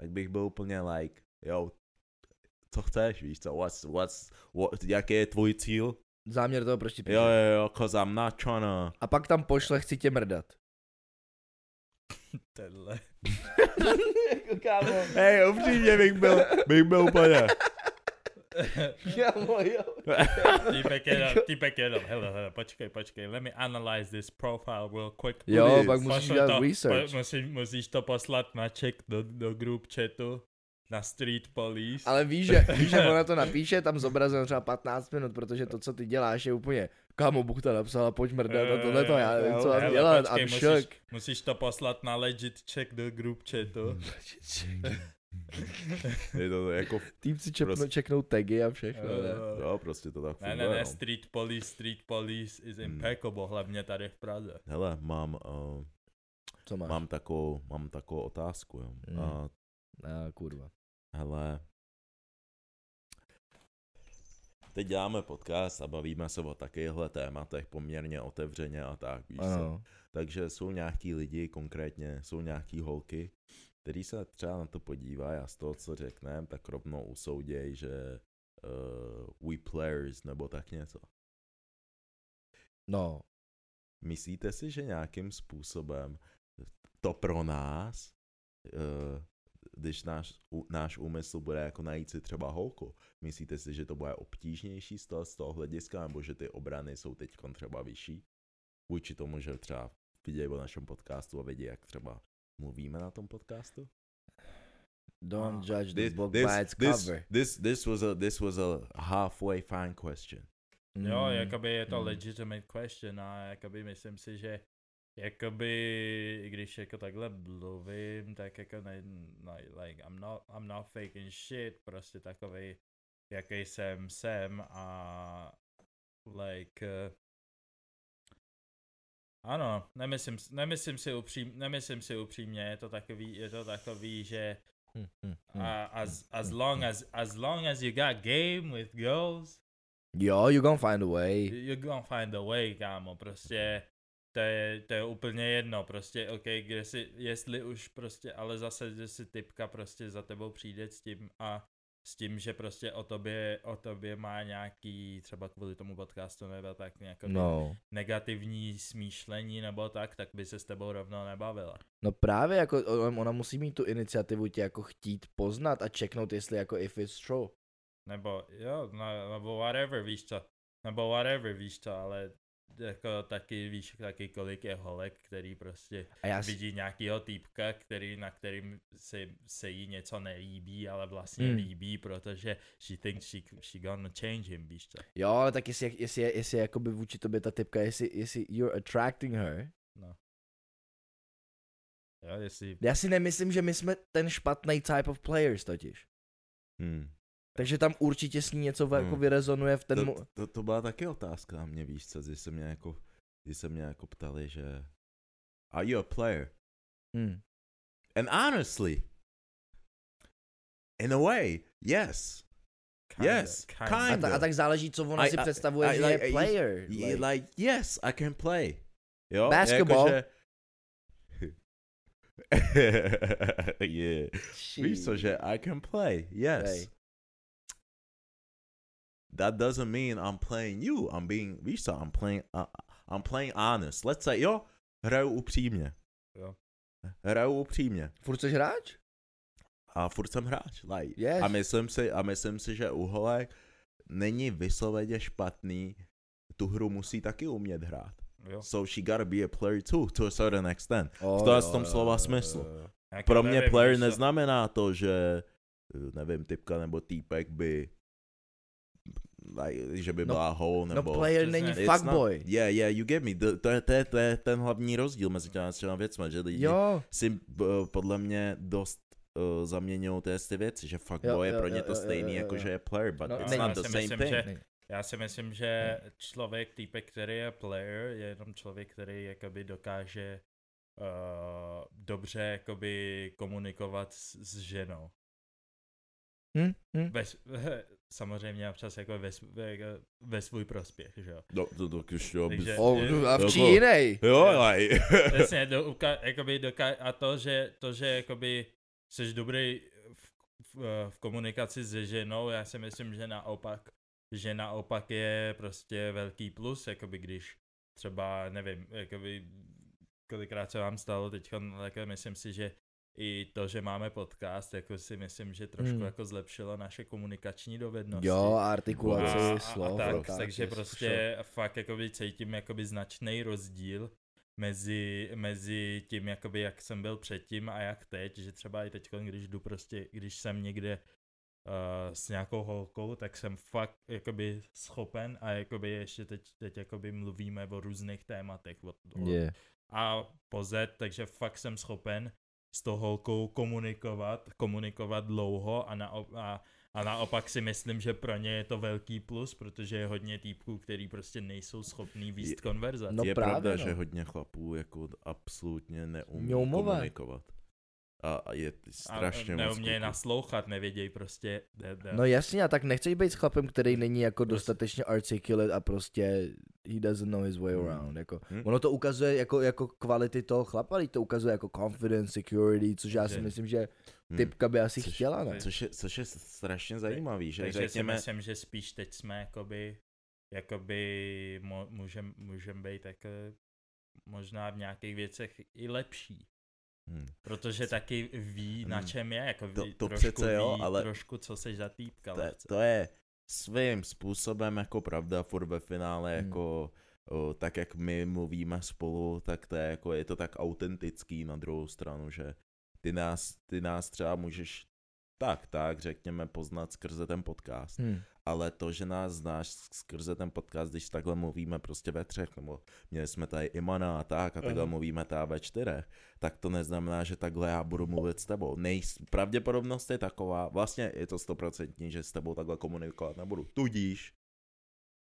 Speaker 3: tak bych byl úplně like, jo, co chceš, víš co, what's, what's, what, jaký je tvůj cíl,
Speaker 2: Záměr toho proč ti
Speaker 3: Jo,
Speaker 2: přijde.
Speaker 3: jo, jo, cause I'm not tryna.
Speaker 2: A pak tam pošle, chci tě mrdat.
Speaker 1: Tenhle.
Speaker 2: jako kámo.
Speaker 3: Hej, upřímně bych byl, bych byl úplně.
Speaker 2: Kámo, jo.
Speaker 1: Týpek jenom,
Speaker 2: Jako-
Speaker 1: týpek jenom, hele, hele, počkej, počkej, let me analyze this profile real quick.
Speaker 2: Jo,
Speaker 3: Nic.
Speaker 2: pak musíš
Speaker 1: Pošli
Speaker 2: dělat
Speaker 1: to-
Speaker 2: research.
Speaker 1: Po, musí, musíš to poslat na check do, do group chatu, na street police.
Speaker 2: Ale víš, že, víš, že ona to napíše, tam zobrazeno třeba 15 minut, protože to, co ty děláš, je úplně kámo, Bůh to napsal a pojď mrdat a no, tohle to, já nevím, co mám
Speaker 1: Eh, Hele,
Speaker 2: dělat,
Speaker 1: počkej,
Speaker 2: I'm
Speaker 1: musíš,
Speaker 2: shook.
Speaker 1: musíš to poslat na legit check do group chatu.
Speaker 3: Je to jako,
Speaker 2: Týpci čepnou,
Speaker 3: Prostě.
Speaker 2: čeknou tagy a všechno, ne?
Speaker 1: Eh,
Speaker 3: jo, prostě to tak
Speaker 1: Ne,
Speaker 3: funguje.
Speaker 1: ne, ne,
Speaker 3: no.
Speaker 1: street police, street police
Speaker 2: Hmm.
Speaker 1: is impeccable, hlavně tady v Praze.
Speaker 3: Hele, mám, uh,
Speaker 2: Co máš?
Speaker 3: mám takovou, mám takovou otázku, jo.
Speaker 2: Mm.
Speaker 3: Uh,
Speaker 2: A, kurva.
Speaker 3: hele, teď děláme podcast a bavíme se o takovýchhle tématech poměrně otevřeně a tak, víš co.
Speaker 2: Ano.
Speaker 3: Takže jsou nějaký lidi konkrétně, jsou nějaký holky, který se třeba na to podívá a z toho, co řekneme, tak rovnou usouděj, že uh, we players nebo tak něco.
Speaker 2: No,
Speaker 3: Myslíte si, že nějakým způsobem to pro nás, uh, když náš, u- náš úmysl bude jako najít si třeba holku, myslíte si, že to bude obtížnější z toho, z toho hlediska, nebo že ty obrany jsou teď třeba vyšší? Vůči tomu, že třeba vidějí o našem podcastu a vědí, jak třeba mluvíme na tom podcastu?
Speaker 2: don't
Speaker 1: Ah.
Speaker 2: judge the
Speaker 3: This,
Speaker 2: book
Speaker 3: this,
Speaker 2: by its
Speaker 3: this,
Speaker 2: cover.
Speaker 3: this, this, was a, this was a halfway fine question.
Speaker 1: Jo,
Speaker 2: Mm.
Speaker 1: jakoby je to
Speaker 2: Mm.
Speaker 1: legitimate question a jakoby myslím si, že jakoby, i když jako takhle mluvím, tak jako ne, no, like, I'm not, I'm not faking shit, prostě takovej, jaký jsem, jsem a like, eh, ano, nemyslím, s- nemyslím si upřím, nemyslím si upřímně, je to takový, je to takový, že
Speaker 2: Hm, hm, hm.
Speaker 1: a, as, as long as, as long as you got game with girls,
Speaker 2: Jo, you gonna find a way.
Speaker 1: You're gonna find a way, kámo, prostě to je, to je úplně jedno, prostě, ok, kde si, jestli už prostě, ale zase, že si typka prostě za tebou přijde s tím a s tím, že prostě o tobě, o tobě má nějaký, třeba kvůli tomu podcastu nebo tak nějaký
Speaker 2: No.
Speaker 1: negativní smýšlení nebo tak, tak by se s tebou rovno nebavila.
Speaker 2: No právě jako on- ona musí mít tu iniciativu tě jako chtít poznat a čeknout, jestli jako if it's true.
Speaker 1: Nebo jo, no, nebo whatever, víš co. Nebo whatever, víš co, ale jako taky víš, taky kolik je holek, který prostě
Speaker 2: A já si...
Speaker 1: vidí nějakýho týpka, který, na kterým se, se jí něco nelíbí, ale vlastně
Speaker 2: Hmm.
Speaker 1: mm. líbí, protože she thinks she, she gonna change him, víš co?
Speaker 2: Jo, ale tak jestli, jestli, jestli, jestli jakoby vůči tobě ta typka, jestli, jestli you're attracting her.
Speaker 1: Jo, jestli...
Speaker 2: Já si nemyslím, že my jsme ten špatný type of players totiž.
Speaker 3: Hmm.
Speaker 2: Takže tam určitě s ní něco v- jako
Speaker 3: Hmm.
Speaker 2: vyrezonuje v ten
Speaker 3: To,
Speaker 2: mu...
Speaker 3: to- to, to byla taky otázka na mě, víš co, když se mě jako, když se mě jako ptali, že are you a player?
Speaker 2: Hmm.
Speaker 3: And honestly, in a way, yes. Yes,
Speaker 2: A,
Speaker 3: kind.
Speaker 2: ta, a tak záleží, co ona
Speaker 3: I-
Speaker 2: si
Speaker 3: I-
Speaker 2: představuje,
Speaker 3: I
Speaker 2: že
Speaker 3: like-
Speaker 2: je
Speaker 3: I-
Speaker 2: player.
Speaker 3: Like, like yes, I can play. Jo,
Speaker 2: Basketball.
Speaker 3: Jakože... yeah. Víš co, že I can play, yes.
Speaker 2: Hej.
Speaker 3: That doesn't mean I'm playing you. I'm being, víš co, I'm playing, uh, I'm playing honest. Let's say, jo, hraju upřímně.
Speaker 1: Jo.
Speaker 3: hraju upřímně.
Speaker 2: Furt jsi hráč?
Speaker 3: A furt jsem hráč, like.
Speaker 2: Yes.
Speaker 3: A myslím si, a myslím si, že uholek není vysloveně špatný, tu hru musí taky umět hrát.
Speaker 1: Jo.
Speaker 3: So she gotta be a player too, to a certain extent.
Speaker 2: Oh,
Speaker 3: tomhle tom slova smyslu.
Speaker 1: Jak
Speaker 3: Pro
Speaker 1: já
Speaker 3: mě
Speaker 1: No nevím,
Speaker 3: player
Speaker 1: když jsem-
Speaker 3: neznamená to, že eh, nevím, typka nebo týpek by like, že by
Speaker 2: No-
Speaker 3: byla hole
Speaker 2: No
Speaker 3: nebo...
Speaker 2: player
Speaker 1: Přesně.
Speaker 2: není
Speaker 1: It's
Speaker 3: It's not-
Speaker 2: fuckboy.
Speaker 3: Yeah, yeah, you get me. To, to, je, to, je, to je ten hlavní rozdíl mezi těmi třema věcmi, že lidi
Speaker 2: Jo.
Speaker 3: si b- podle mě dost uh, zaměňují ty, ty věci, že
Speaker 2: Jo,
Speaker 3: fuckboy je
Speaker 2: jo,
Speaker 3: pro ně
Speaker 2: jo,
Speaker 3: to
Speaker 2: jo, jo,
Speaker 3: stejný,
Speaker 2: jo,
Speaker 3: jako
Speaker 2: jo.
Speaker 3: že je player, but
Speaker 2: No,
Speaker 3: it's
Speaker 2: ne,
Speaker 3: not
Speaker 2: já
Speaker 3: the
Speaker 1: si
Speaker 3: same
Speaker 1: myslím,
Speaker 3: thing.
Speaker 1: že-
Speaker 2: Ne.
Speaker 1: Já si myslím, že
Speaker 3: Hmm.
Speaker 1: člověk, týpek, který je player, je jenom člověk, který jakoby dokáže uh, dobře jakoby komunikovat s, s ženou.
Speaker 2: Hm? Hm?
Speaker 1: Ve, s- samozřejmě občas jako ve, s- ve, ve svůj prospěch, že jo.
Speaker 3: No, to, to, už jo,
Speaker 1: Takže-
Speaker 3: bys-
Speaker 2: Oh,
Speaker 1: je-
Speaker 2: a v
Speaker 3: jako-
Speaker 2: čí jinej?
Speaker 3: jo, like.
Speaker 1: Jasně, do, uka, jakoby doka, a to, že, to, že jakoby jsi dobrý v, v, eh, v komunikaci se ženou, já si myslím, že naopak, že naopak je prostě velký plus, jakoby když třeba, nevím, jakoby kolikrát se vám stalo teď, jako myslím si, že i to, že máme podcast, jako si myslím, že trošku
Speaker 2: Hmm.
Speaker 1: jako zlepšilo naše komunikační dovednosti.
Speaker 2: Jo, a
Speaker 3: A-
Speaker 2: artikulaci, slov.
Speaker 1: tak,
Speaker 2: lokáci,
Speaker 1: takže
Speaker 2: sure.
Speaker 1: prostě fakt jakoby cítím jakoby značný rozdíl mezi, mezi tím, jakoby, jak jsem byl předtím a jak teď, že třeba i teď, když jdu prostě, když jsem někde uh, s nějakou holkou, tak jsem fakt jakoby schopen a jakoby ještě teď, teď jakoby mluvíme o různých tématech, o, o
Speaker 2: Je.
Speaker 1: a pozet, takže fakt jsem schopen s tou holkou komunikovat, komunikovat dlouho a, naop- a, a naopak si myslím, že pro ně je to velký plus, protože je hodně týpků, který prostě nejsou schopný víst
Speaker 3: Je-
Speaker 1: konverzaci.
Speaker 2: No
Speaker 3: je
Speaker 2: právě,
Speaker 3: pravda,
Speaker 2: no.
Speaker 3: že hodně chlapů jako absolutně neumí
Speaker 2: Mňoumové.
Speaker 3: komunikovat. A, a je t- strašně
Speaker 1: a
Speaker 3: moc
Speaker 1: neumějí
Speaker 3: kluků.
Speaker 1: naslouchat, nevědějí prostě. Ne, ne.
Speaker 2: No jasně, a tak nechceš být s chlapem, který není jako
Speaker 1: Prostě.
Speaker 2: dostatečně articulate a prostě he doesn't know his way
Speaker 3: Hmm.
Speaker 2: around. Jako.
Speaker 3: Hmm.
Speaker 2: Ono to ukazuje jako, jako kvality toho chlapa, ale to ukazuje jako confidence, security, což já si
Speaker 1: Že-
Speaker 2: myslím, že
Speaker 3: Hmm.
Speaker 2: typka by asi
Speaker 3: Což-
Speaker 2: chtěla, ne?
Speaker 1: což-
Speaker 3: Což je, což je strašně zajímavý, že
Speaker 1: Takže si
Speaker 3: řekněme,
Speaker 1: myslím, že spíš teď jsme jakoby, jakoby mo- můžem, můžem být jako možná v nějakých věcech i lepší.
Speaker 3: Hmm.
Speaker 1: Protože taky ví, na
Speaker 3: Hmm.
Speaker 1: čem je, jako ví,
Speaker 3: To- to
Speaker 1: trošku
Speaker 3: přece jo,
Speaker 1: ví,
Speaker 3: ale-
Speaker 1: trošku, co seš za týpka.
Speaker 3: to, je-
Speaker 1: lehce.
Speaker 3: to je svým způsobem jako pravda, furt ve finále
Speaker 2: Hmm.
Speaker 3: jako o, tak jak my mluvíme spolu, tak to je jako, je to tak autentický na druhou stranu, že ty nás, ty nás třeba můžeš tak, tak, řekněme, poznat skrze ten podcast.
Speaker 2: Hmm.
Speaker 3: ale to, že nás znáš skrze ten podcast, když takhle mluvíme prostě ve třech, nebo měli jsme tady Imana a tak, a takhle
Speaker 1: Mhm.
Speaker 3: mluvíme tady ve čtyřech, tak to neznamená, že takhle já budu mluvit s tebou. Nej, pravděpodobnost je taková, vlastně je to stoprocentní, že s tebou takhle komunikovat nebudu. Tudíž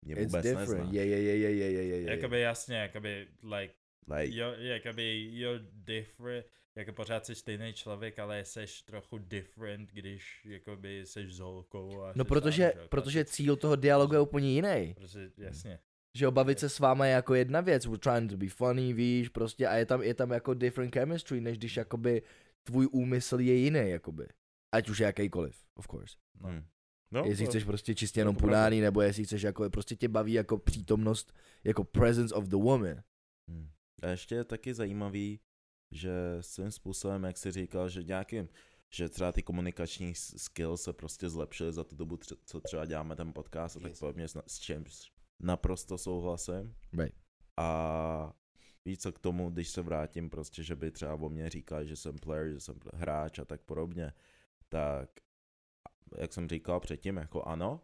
Speaker 3: mě
Speaker 2: It's
Speaker 3: vůbec nezná.
Speaker 2: different. Je, je, je, je, je, je, je, je.
Speaker 1: Jakoby jasně, jakoby, like,
Speaker 3: Like,
Speaker 1: you're, jakoby, you're different, jako pořád jsi stejný člověk, ale seš trochu different, když, jakoby, seš s holkou a
Speaker 2: No
Speaker 1: seš
Speaker 2: protože,
Speaker 1: sám, že jo,
Speaker 2: protože
Speaker 1: klasi-
Speaker 2: cíl toho dialogu je úplně jiný.
Speaker 1: Protože, jasně.
Speaker 2: Že obavit se s váma je jako jedna věc, we're trying to be funny, víš, prostě a je tam, je tam jako different chemistry, než když jakoby tvůj úmysl je jiný, jakoby. Ať už je jakýkoliv, of course.
Speaker 1: No.
Speaker 3: hm. no,
Speaker 2: Jestli
Speaker 3: to-
Speaker 2: chceš prostě čistě
Speaker 3: je
Speaker 2: jenom
Speaker 3: to pravda.
Speaker 2: punání, nebo jestli chceš jako, prostě tě baví jako přítomnost, jako presence of the woman.
Speaker 3: Hmm. A ještě je taky zajímavý, že svým způsobem, jak jsi říkal, že nějakým, že třeba ty komunikační s- skills se prostě zlepšily za tu dobu, tře- co třeba děláme ten podcast, a tak
Speaker 2: Yes.
Speaker 3: podobně, s, s čím naprosto souhlasím.
Speaker 2: Right.
Speaker 3: A víš co k tomu, když se vrátím prostě, že by třeba o mě říkal, že jsem player, že jsem pl- hráč a tak podobně, tak jak jsem říkal předtím, jako ano,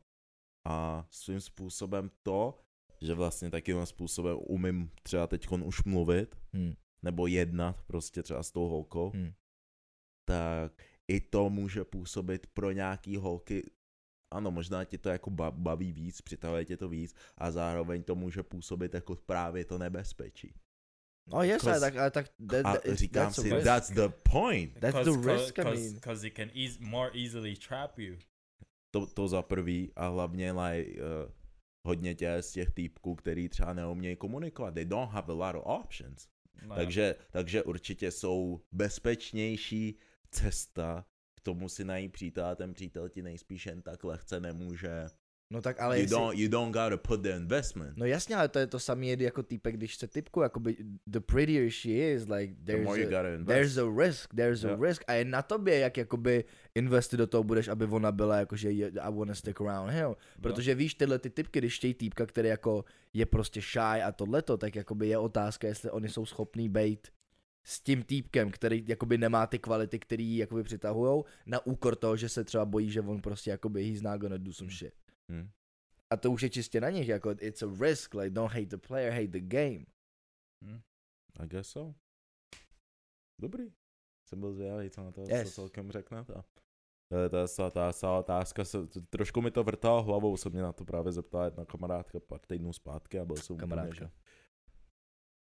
Speaker 3: a svým způsobem to, že vlastně takým způsobem umím třeba teď už mluvit,
Speaker 2: Hmm.
Speaker 3: nebo jednat prostě třeba s tou holkou,
Speaker 2: Hmm.
Speaker 3: tak i to může působit pro nějaký holky, ano, možná tě to jako ba- baví víc, přitahuje tě to víc a zároveň to může působit jako právě to nebezpečí.
Speaker 2: No yes, ale
Speaker 3: Because-
Speaker 2: tak, ale tak, that,
Speaker 3: A
Speaker 2: that, it's-
Speaker 3: říkám
Speaker 2: that's a
Speaker 3: si,
Speaker 2: risk.
Speaker 3: that's the point.
Speaker 2: That's the risk, I
Speaker 1: cause,
Speaker 2: mean.
Speaker 1: Cause it can eas more easily trap you.
Speaker 3: To, to za prvý a hlavně like, uh, hodně těch z těch týpků, který třeba neumějí komunikovat. They don't have a lot of options.
Speaker 1: No,
Speaker 3: Takže, takže určitě jsou bezpečnější cesta k tomu si najít přítela, ten přítel ti nejspíš jen tak lehce nemůže
Speaker 2: No tak ale
Speaker 3: you,
Speaker 2: jestli,
Speaker 3: don't, you don't gotta put the investment.
Speaker 2: No jasně, ale to je to samé jako týpek, když chce typku, jakoby the prettier she is, like
Speaker 3: the more
Speaker 2: there's
Speaker 3: you
Speaker 2: a,
Speaker 3: gotta invest.
Speaker 2: there's a risk, there's a
Speaker 3: Jo.
Speaker 2: risk a je na tobě, jak jakoby investy do toho budeš, aby ona byla jakože je- I wanna stick around him, protože víš tyhle ty typky, když chtějí týpka, který jako je prostě shy a tohleto, tak jakoby je otázka, jestli oni jsou schopní být s tím týpkem, který jakoby nemá ty kvality, který ji jakoby přitahujou, na úkor toho, že se třeba bojí, že on prostě jakoby he's not gonna do some shit.
Speaker 3: Hmm.
Speaker 2: A to už je čistě na nich, jako it's a risk, like don't hate the player, hate the game.
Speaker 3: I guess so. Dobrý. Jsem byl zvědavý, co na to
Speaker 2: Yes.
Speaker 3: yes. celkem řeknete. Eh, Ta, ta, ta, ta otázka, se, t- trošku mi to vrtalo hlavou, se mě na to právě zeptala jedna kamarádka pár týdnů zpátky a byl jsem úplně,
Speaker 2: Kamarádka.
Speaker 3: že-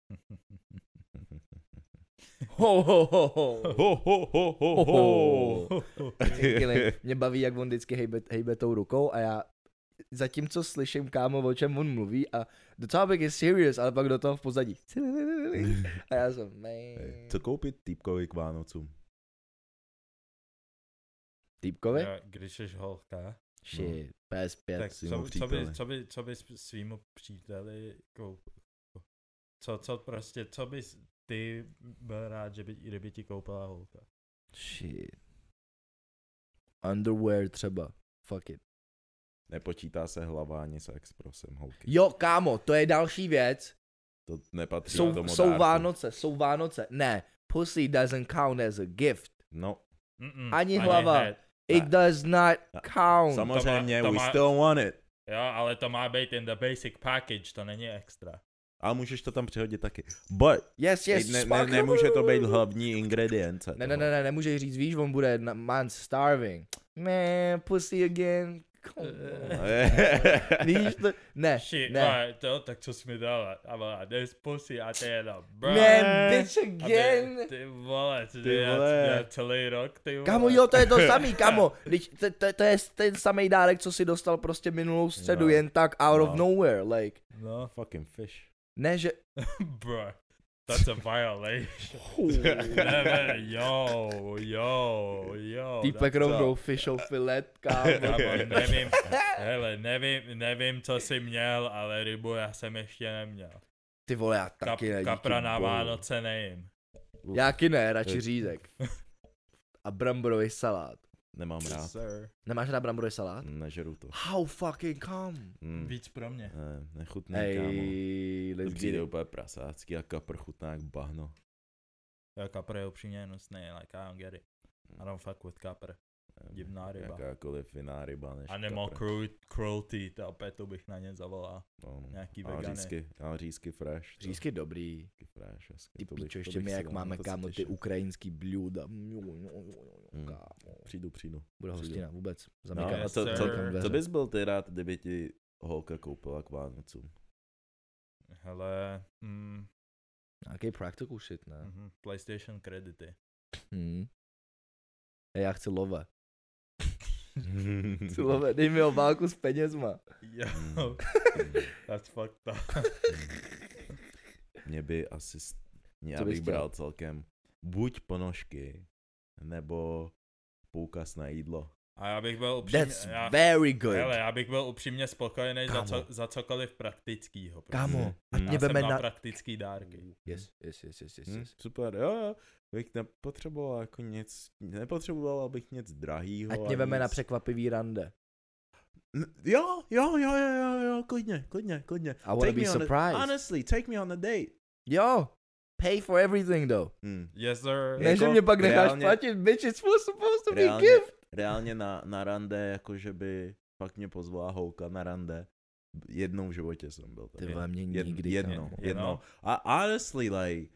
Speaker 2: Ho, ho, ho, ho.
Speaker 3: Ho, ho, ho, ho, ho.
Speaker 2: Killing. Mě baví, jak on vždycky hejbe, hejbe tou rukou a já zatímco slyším, kámo, o čem on mluví a the topic is serious, ale pak do toho v pozadí. A já jsem, man.
Speaker 3: Co koupit týpkovi k Vánocům?
Speaker 2: Týpkovi?
Speaker 1: Jo, Když jsi holka,
Speaker 2: Shit, PS5.
Speaker 1: no. tak
Speaker 3: svýmu
Speaker 1: co, by- co, by,
Speaker 3: příteli.
Speaker 1: co, by, co by svýmu příteli koupil? Co, co prostě, co bys ty byl rád, že by, kdyby ti koupila holka?
Speaker 2: Shit. Underwear třeba. Fuck it.
Speaker 3: Nepočítá se hlava ani sex, prosím, holky.
Speaker 2: Jo, kámo, to je další věc.
Speaker 3: To nepatří do
Speaker 2: Jsou,
Speaker 3: tomu
Speaker 2: jsou
Speaker 3: dárku.
Speaker 2: Vánoce, jsou Vánoce. Ne, pussy doesn't count as a gift.
Speaker 3: No,
Speaker 1: Mm-mm,
Speaker 2: Ani hlava.
Speaker 1: hned.
Speaker 2: It does not
Speaker 3: Ne.
Speaker 2: count.
Speaker 3: samozřejmě,
Speaker 1: to
Speaker 3: we
Speaker 1: má-
Speaker 3: still want it.
Speaker 1: Jo, ale to má být in the basic package, to není extra.
Speaker 3: A můžeš to tam přehodit taky. But
Speaker 2: yes, yes.
Speaker 3: ne, ne,
Speaker 2: spark-
Speaker 3: nemůže to být hlavní ingredience.
Speaker 2: Ne, ne, ne, ne, nemůžeš říct, víš, on bude na man's starving. Man, pussy again. Come on. Víš to? Ne,
Speaker 1: Eh. Shit,
Speaker 2: ne.
Speaker 1: ne. to, tak co jsi mi dala? A byla, there's pussy a ty jenom, bro.
Speaker 2: Ne, bitch
Speaker 1: A
Speaker 2: again.
Speaker 1: Ty, ty vole, ty,
Speaker 3: Ty
Speaker 1: ty
Speaker 3: vole.
Speaker 1: vole. Já, já celý rok, ty vole.
Speaker 2: Kamo, jo, to je to samý, kamo. Teď, to, to, to je ten samý dárek, co si dostal prostě minulou středu,
Speaker 3: No.
Speaker 2: jen tak out of
Speaker 3: No.
Speaker 2: nowhere, like.
Speaker 1: No,
Speaker 3: Fucking fish.
Speaker 2: Ne, že...
Speaker 1: bro. That's a violation. ne, ne, jo, jo, jo.
Speaker 2: Týpek
Speaker 1: that-
Speaker 2: rovnou fishou filet, kámo.
Speaker 1: Kamo, nevím, hele, nevím, nevím, co jsi měl, ale rybu já jsem ještě neměl.
Speaker 2: Ty vole, já
Speaker 1: Kap,
Speaker 2: taky ne, díky
Speaker 1: kapra na
Speaker 2: bohu.
Speaker 1: Vánoce nejím.
Speaker 2: Jáky ne, radši
Speaker 3: Eh.
Speaker 2: řízek. A bramborový salát.
Speaker 3: Nemám
Speaker 2: No.
Speaker 3: rád.
Speaker 1: Sir.
Speaker 2: Nemáš rád bramborový salát?
Speaker 3: Nežeru
Speaker 1: No.
Speaker 3: to.
Speaker 2: How fucking come?
Speaker 3: Mm.
Speaker 1: Víc pro mě.
Speaker 3: Ne, nechutný, kámo.
Speaker 2: Ej,
Speaker 3: To
Speaker 2: let's get
Speaker 3: přijde
Speaker 2: it.
Speaker 3: úplně prasácký a kapr chutná jak bahno.
Speaker 1: Jo, kapr je upřímně hnusný, like I don't get it. I don't fuck with kapr. Divná ryba.
Speaker 3: Jakákoliv jiná ryba než
Speaker 1: Animal
Speaker 3: kapr.
Speaker 1: cru- cruelty, to opět to bych na ně zavolal.
Speaker 3: No,
Speaker 2: Hmm.
Speaker 3: no.
Speaker 1: nějaký
Speaker 3: A
Speaker 1: vegany.
Speaker 3: řízky, a řízky fresh. to-
Speaker 2: Řízky dobrý.
Speaker 3: Řízky fresh, hezky.
Speaker 2: Ty
Speaker 3: to bych-
Speaker 2: píčo,
Speaker 3: to
Speaker 2: ještě
Speaker 3: bych
Speaker 2: my
Speaker 3: si
Speaker 2: jak
Speaker 3: dal,
Speaker 2: máme,
Speaker 3: to se
Speaker 2: kámo, ty
Speaker 3: těším.
Speaker 2: ukrajinský bljůda. Mňu, mňu, mňu, mňu,
Speaker 3: Mm.
Speaker 2: kámo.
Speaker 3: Přijdu, přijdu.
Speaker 2: Bude
Speaker 3: Přijdu.
Speaker 2: hostina, vůbec.
Speaker 3: No,
Speaker 2: Zamykám
Speaker 3: a
Speaker 1: Yes,
Speaker 3: co, co,
Speaker 1: sir.
Speaker 2: dveře.
Speaker 3: co bys byl ty rád, kdyby ti holka koupila k Vánocům?
Speaker 1: Hele, mm,
Speaker 2: Nějaký practical shit,
Speaker 3: Hm.
Speaker 2: ne?
Speaker 1: mhm, PlayStation kredity.
Speaker 2: Hmm. Ej, Já chci love. Chci love, dej mi obálku s penězma.
Speaker 1: Jo, that's fucked up.
Speaker 3: Mě by asi, s- já
Speaker 2: Co bys
Speaker 3: bych
Speaker 2: chtěl?
Speaker 3: bral celkem buď ponožky, nebo poukaz na jídlo.
Speaker 1: A já bych byl upřímně,
Speaker 2: That's
Speaker 1: já,
Speaker 2: very good.
Speaker 1: hele, já bych byl upřímně spokojený za,
Speaker 2: Kámo.
Speaker 1: co, za cokoliv praktickýho. prostě.
Speaker 2: Kámo,
Speaker 3: Hm.
Speaker 2: ať
Speaker 1: Já
Speaker 2: mě
Speaker 1: jsem
Speaker 2: veme
Speaker 1: na,
Speaker 2: na...
Speaker 1: praktický dárky.
Speaker 2: Yes, yes, yes, yes, yes,
Speaker 3: Hm,
Speaker 2: yes.
Speaker 3: super, jo, jo. Bych nepotřeboval jako nic, nepotřeboval bych nic drahýho.
Speaker 2: Ať mě
Speaker 3: ani
Speaker 2: veme na
Speaker 3: nic-
Speaker 2: překvapivý rande.
Speaker 3: N- Jo, jo, jo, jo, jo, jo, klidně, klidně, klidně.
Speaker 2: I wanna be
Speaker 3: On a,
Speaker 2: surprised.
Speaker 3: honestly, take me on a date.
Speaker 2: Jo, pay for everything though.
Speaker 3: Hm.
Speaker 1: Yes, sir.
Speaker 2: Ne,
Speaker 3: Jako
Speaker 2: že mě pak necháš
Speaker 3: reálně-
Speaker 2: platit, bitch, it's supposed to be
Speaker 3: reálně-
Speaker 2: gift.
Speaker 3: reálně na, na rande, jako že by fakt mě pozvala holka na rande. Jednou v životě jsem byl
Speaker 2: Ty
Speaker 3: tady.
Speaker 2: vole, mě
Speaker 3: Jed, Hmm.
Speaker 2: nikdy,
Speaker 3: jednou,
Speaker 2: kámo.
Speaker 3: jednou. A honestly, like,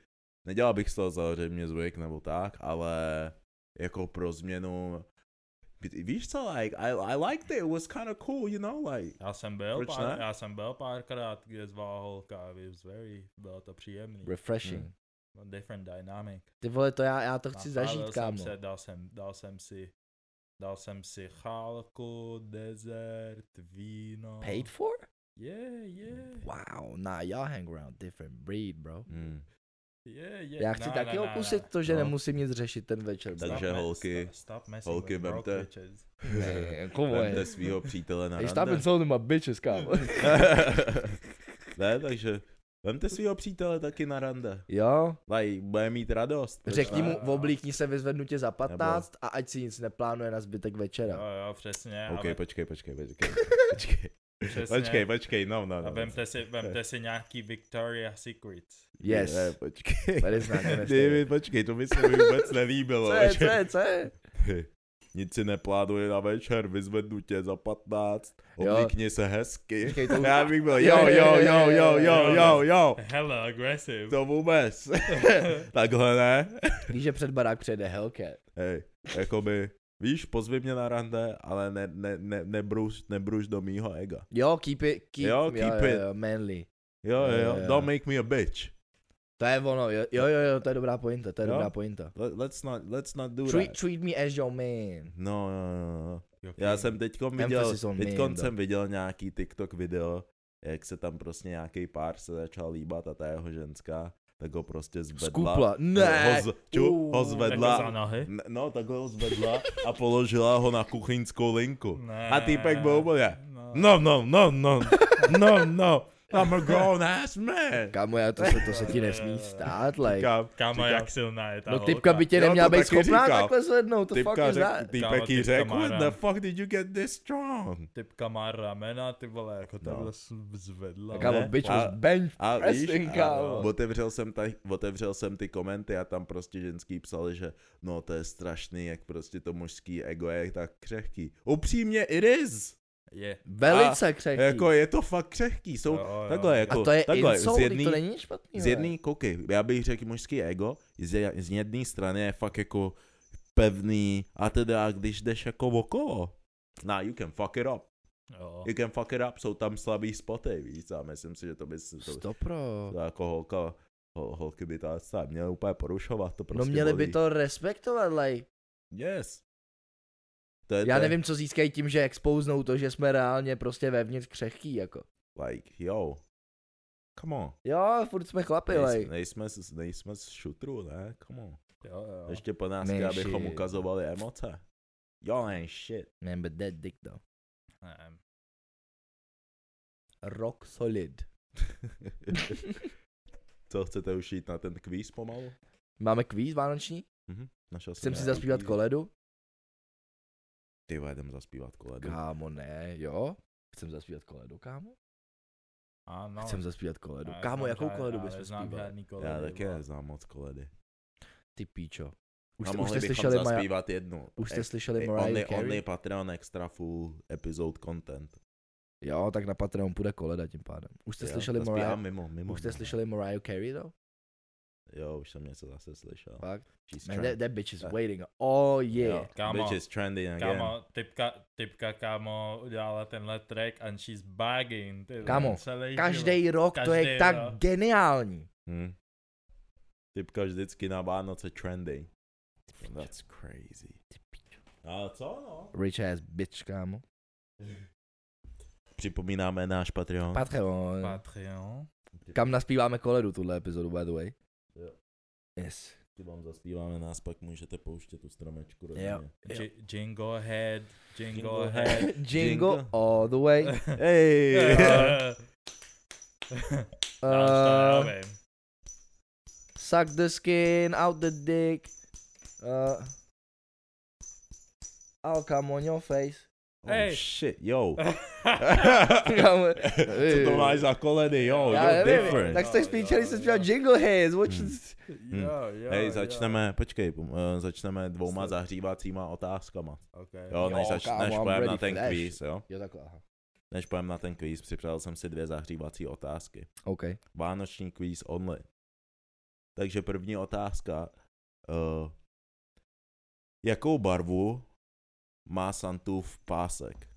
Speaker 3: nedělal bych z toho samozřejmě zvyk nebo tak, ale jako pro změnu, víš co, like, I, I liked it, it was kind of cool, you know, like,
Speaker 1: Já jsem byl,
Speaker 3: Proč
Speaker 1: pár,
Speaker 3: ne?
Speaker 1: já jsem byl párkrát, kde zvala holka, it was very, bylo to příjemný.
Speaker 2: Refreshing.
Speaker 3: Hmm.
Speaker 1: Different dynamic.
Speaker 2: Ty vole, to já, já to chci
Speaker 1: Nacházel
Speaker 2: zažít,
Speaker 1: jsem
Speaker 2: kámo.
Speaker 1: Se, dal, jsem, dal jsem si dal jsem si chálku, dezert, víno.
Speaker 2: Paid for?
Speaker 1: Yeah, yeah.
Speaker 2: Wow, nah, y'all hang around different breed, bro.
Speaker 3: mm,
Speaker 1: Je, je,
Speaker 2: Já chci
Speaker 1: na,
Speaker 2: taky
Speaker 1: na, na,
Speaker 2: okusit
Speaker 1: na.
Speaker 2: to, že
Speaker 3: No.
Speaker 2: nemusím nic řešit ten večer.
Speaker 1: Stop
Speaker 2: bro.
Speaker 3: Takže
Speaker 1: me-
Speaker 3: holky,
Speaker 1: sta- stop messing
Speaker 3: holky,
Speaker 1: with broke
Speaker 3: vemte.
Speaker 1: bitches.
Speaker 2: Ne, jako moje.
Speaker 3: Vemte svýho přítele na
Speaker 2: Hey, stop
Speaker 3: rande.
Speaker 2: insulting my bitches, kámo.
Speaker 3: ne, takže vemte svýho přítele taky na rande.
Speaker 2: Jo,
Speaker 3: Like, bude mít radost. Prostě. proč
Speaker 2: řekni
Speaker 3: ne?
Speaker 2: mu, oblíkni se vyzvednutě za 15 a ať si nic neplánuje na zbytek večera.
Speaker 1: Jo, jo, přesně.
Speaker 3: OK,
Speaker 1: a, ve-
Speaker 3: počkej, počkej, počkej. Počkej,
Speaker 1: přesně.
Speaker 3: počkej, počkej, no, no,
Speaker 1: A
Speaker 3: no.
Speaker 1: vemte si, vemte si nějaký Victoria's Secret.
Speaker 2: Yes.
Speaker 3: Ne, počkej.
Speaker 2: Tady znáte
Speaker 3: David, počkej, to by se mi vůbec nelíbilo.
Speaker 2: Co je,
Speaker 3: že-
Speaker 2: co je, co je?
Speaker 3: Nic si neplánuje na večer, vyzvednu tě za 15,
Speaker 2: Jo.
Speaker 3: oblíkni se hezky.
Speaker 2: Počkej, to už-
Speaker 3: Já bych byl,
Speaker 2: Jo,
Speaker 3: jo, jo,
Speaker 2: jo,
Speaker 3: jo,
Speaker 2: jo,
Speaker 3: jo, jo, jo, jo.
Speaker 1: Hella aggressive.
Speaker 3: To vůbec. Takhle ne.
Speaker 2: Víš, že před barák přijede Hellcat.
Speaker 3: Hej, jakoby, víš, pozvi mě na rande, ale ne, ne, ne, nebruž, nebruž do mýho ega.
Speaker 2: Jo, keep it, keep,
Speaker 3: Jo, keep it.
Speaker 2: jo, manly.
Speaker 3: Jo, jo,
Speaker 2: Jo,
Speaker 3: jo,
Speaker 2: jo.
Speaker 3: don't make me a bitch.
Speaker 2: To je ono, jo, jo, jo, jo to je dobrá pointa, to je
Speaker 3: Jo?
Speaker 2: dobrá pointa.
Speaker 3: Let, let's not, let's not do
Speaker 2: Treat,
Speaker 3: that.
Speaker 2: treat me as your man.
Speaker 3: No, no, no, no.
Speaker 1: Jo,
Speaker 3: Já jsem teďkon viděl,
Speaker 2: Emphasis on me,
Speaker 3: teďkon
Speaker 2: bro.
Speaker 3: jsem viděl nějaký TikTok video, jak se tam prostě nějaký pár se začal líbat a ta jeho ženská, tak ho prostě zvedla.
Speaker 2: Skupla, ne.
Speaker 3: Ho, z, ču, ho
Speaker 2: Uh.
Speaker 1: Jako za
Speaker 3: zvedla.
Speaker 1: nohy?
Speaker 3: N- No, tak ho zvedla a položila ho na kuchyňskou linku.
Speaker 1: Ne.
Speaker 3: No. A týpek byl úplně,
Speaker 1: No.
Speaker 3: no, no, no, no, no, no, I'm a grown ass man.
Speaker 2: Kámo, já to se, to se ti
Speaker 1: Jo, jo,
Speaker 2: nesmí
Speaker 1: jo.
Speaker 2: stát, like.
Speaker 3: Říkám,
Speaker 1: Kámo,
Speaker 3: říkám,
Speaker 1: jak silná je ta
Speaker 2: No
Speaker 1: holka.
Speaker 2: typka by tě
Speaker 3: Jo, to
Speaker 2: neměla být
Speaker 3: taky
Speaker 2: schopná
Speaker 3: říkal.
Speaker 2: takhle zvednout, to fuck
Speaker 3: typka
Speaker 2: is
Speaker 3: řek,
Speaker 2: that?
Speaker 1: Kámo,
Speaker 3: týpek jí
Speaker 1: typka
Speaker 3: řekl,
Speaker 1: má
Speaker 3: what
Speaker 1: rám.
Speaker 3: the fuck did you get this strong?
Speaker 1: Typka má ramena, ty vole,
Speaker 3: No.
Speaker 1: jako takhle s- zvedla.
Speaker 2: Kámo,
Speaker 3: ne?
Speaker 2: bitch
Speaker 3: A-
Speaker 2: was bench
Speaker 3: A víš,
Speaker 2: pressing,
Speaker 3: a
Speaker 2: kámo.
Speaker 3: otevřel, jsem ta, otevřel jsem ty komenty a tam prostě ženský psali, že no to je strašný, jak prostě to mužský ego je tak křehký. Upřímně it is!
Speaker 1: Je.
Speaker 2: Velice křehký.
Speaker 3: Jako je to fakt křehký, jsou
Speaker 1: Jo, jo.
Speaker 3: takhle
Speaker 2: a
Speaker 3: jako,
Speaker 2: to je
Speaker 3: takhle,
Speaker 2: insult,
Speaker 3: z
Speaker 2: vždyť
Speaker 3: jedný,
Speaker 2: to není špatný.
Speaker 3: z
Speaker 2: vole.
Speaker 3: jedný koky, já bych řekl mužský ego, z, je- z jedné strany je fakt jako pevný a teda když jdeš jako okolo, nah, you can fuck it up,
Speaker 1: Jo.
Speaker 3: you can fuck it up, jsou tam slabý spoty, víš, a myslím si, že to by, to,
Speaker 2: Stopro.
Speaker 3: To jako holka, hol, holky by to asi měly úplně porušovat, to prostě
Speaker 2: No měli
Speaker 3: bolí.
Speaker 2: by to respektovat, like.
Speaker 3: Yes. To je,
Speaker 2: Já
Speaker 3: to je-
Speaker 2: nevím, co získají tím, že expoznou to, že jsme reálně prostě vevnitř křehký, jako.
Speaker 3: Like, yo. Come on.
Speaker 2: Jo, furt jsme chlapi,
Speaker 3: Nejsme,
Speaker 2: like.
Speaker 3: nejsme, z- nejsme z šutru, ne? Come on.
Speaker 1: Jo, jo.
Speaker 2: No.
Speaker 3: Ještě po nás,
Speaker 2: Ne,
Speaker 3: chtějí, abychom
Speaker 2: shit.
Speaker 3: ukazovali emoce. Yo, man, shit.
Speaker 2: Ne, but that dick, though.
Speaker 1: Ne.
Speaker 2: Rock solid.
Speaker 3: co, chcete už jít na ten kvíz pomalu?
Speaker 2: Máme kvíz vánoční?
Speaker 3: Mhm. Našel jsem
Speaker 2: Chcem si
Speaker 3: nějaký
Speaker 2: zaspívat
Speaker 3: kvíz.
Speaker 2: koledu?
Speaker 3: Ty vole, jdem zaspívat koledu.
Speaker 2: Kámo, ne, jo. Chcem zaspívat koledu, kámo?
Speaker 3: No,
Speaker 1: Ano.
Speaker 2: Chcem zaspívat koledu.
Speaker 1: Já
Speaker 2: Kámo,
Speaker 1: neznám
Speaker 2: jakou
Speaker 1: žád-
Speaker 2: koledu
Speaker 1: já
Speaker 2: bychom
Speaker 1: neznám
Speaker 2: zpívali?
Speaker 1: žádný koledu.
Speaker 3: Já taky
Speaker 1: vole.
Speaker 3: neznám moc koledy.
Speaker 2: Ty píčo. Už,
Speaker 3: A
Speaker 2: jste-
Speaker 3: No,
Speaker 2: už
Speaker 3: mohli
Speaker 2: jste
Speaker 3: bychom
Speaker 2: slyšeli, Maja,
Speaker 3: zaspívat jednu.
Speaker 2: už jste
Speaker 3: Ex-
Speaker 2: slyšeli
Speaker 3: Hey, Only,
Speaker 2: Mariah
Speaker 3: only
Speaker 2: Carey?
Speaker 3: Patreon extra full episode content.
Speaker 2: Jo, tak na Patreon půjde koleda tím pádem. Už jste
Speaker 3: Jo,
Speaker 2: slyšeli
Speaker 3: to zpívám
Speaker 2: Mariah
Speaker 3: mimo, mimo.
Speaker 2: už jste
Speaker 3: mimo.
Speaker 2: slyšeli Mariah Carey, though?
Speaker 3: Jo, už jsem něco zase slyšel.
Speaker 2: Fakt?
Speaker 3: She's
Speaker 2: Man, that,
Speaker 3: trend-
Speaker 2: that bitch is
Speaker 3: Tak.
Speaker 2: waiting. Oh
Speaker 3: jo,
Speaker 2: yeah.
Speaker 1: Kámo,
Speaker 3: Bitch is trending again.
Speaker 1: Kámo, typka, typka, kámo, udělala tenhle track and she's bagging. Ty, vole,
Speaker 2: Kámo,
Speaker 1: celý život.
Speaker 2: Každý rok to je
Speaker 1: Každej
Speaker 2: tak
Speaker 1: rok.
Speaker 2: geniální.
Speaker 3: Hm. Typka vždycky na Vánoce trendy. That's crazy. A co no?
Speaker 2: Rich ass bitch, kámo.
Speaker 3: Připomínáme náš Patreon. Mm.
Speaker 2: Patreon.
Speaker 1: Patreon.
Speaker 2: Kam naspíváme koledu tuhle epizodu, by the way.
Speaker 3: Jo.
Speaker 2: Yes.
Speaker 3: Ty vám zaspíváme nás, pak můžete pouštět tu stromečku.
Speaker 2: Jo.
Speaker 3: rozhodně.
Speaker 1: J- jingle head, jingle
Speaker 3: Jingle
Speaker 1: head.
Speaker 2: Jingle
Speaker 3: Jingle.
Speaker 2: all the way. Uh,
Speaker 3: Hey!
Speaker 1: Já už
Speaker 3: Eh.
Speaker 1: to
Speaker 2: Uh,
Speaker 1: nevím.
Speaker 2: suck the skin out the dick. Uh, I'll come on your face.
Speaker 1: Hey.
Speaker 3: Oh shit, yo.
Speaker 2: Kámo,
Speaker 3: Co to máš za koledy, jo,
Speaker 2: já
Speaker 3: Oh, you're
Speaker 2: nevím,
Speaker 3: different. Oh,
Speaker 2: tak jste
Speaker 1: Jo,
Speaker 2: spíš
Speaker 1: jo,
Speaker 2: chtěli se
Speaker 1: jo.
Speaker 2: zpívat Jingle Heads, what you...
Speaker 3: Hmm.
Speaker 1: Jo, jo,
Speaker 3: Hej,
Speaker 1: jo.
Speaker 3: začneme, počkej, pom- eh, začneme dvouma
Speaker 1: Snad.
Speaker 3: zahřívacíma otázkama.
Speaker 1: Okay.
Speaker 3: Jo, než,
Speaker 2: Jo,
Speaker 3: zač,
Speaker 2: kámo,
Speaker 3: než
Speaker 2: I'm
Speaker 3: pojem
Speaker 2: ready
Speaker 3: na ten
Speaker 2: flash.
Speaker 3: kvíz, jo.
Speaker 2: Jo takhle, aha.
Speaker 3: Než pojem na ten kvíz, připravil jsem si dvě zahřívací otázky.
Speaker 2: OK.
Speaker 3: Vánoční kvíz only. Takže první otázka. Uh, jakou barvu má Santův pásek?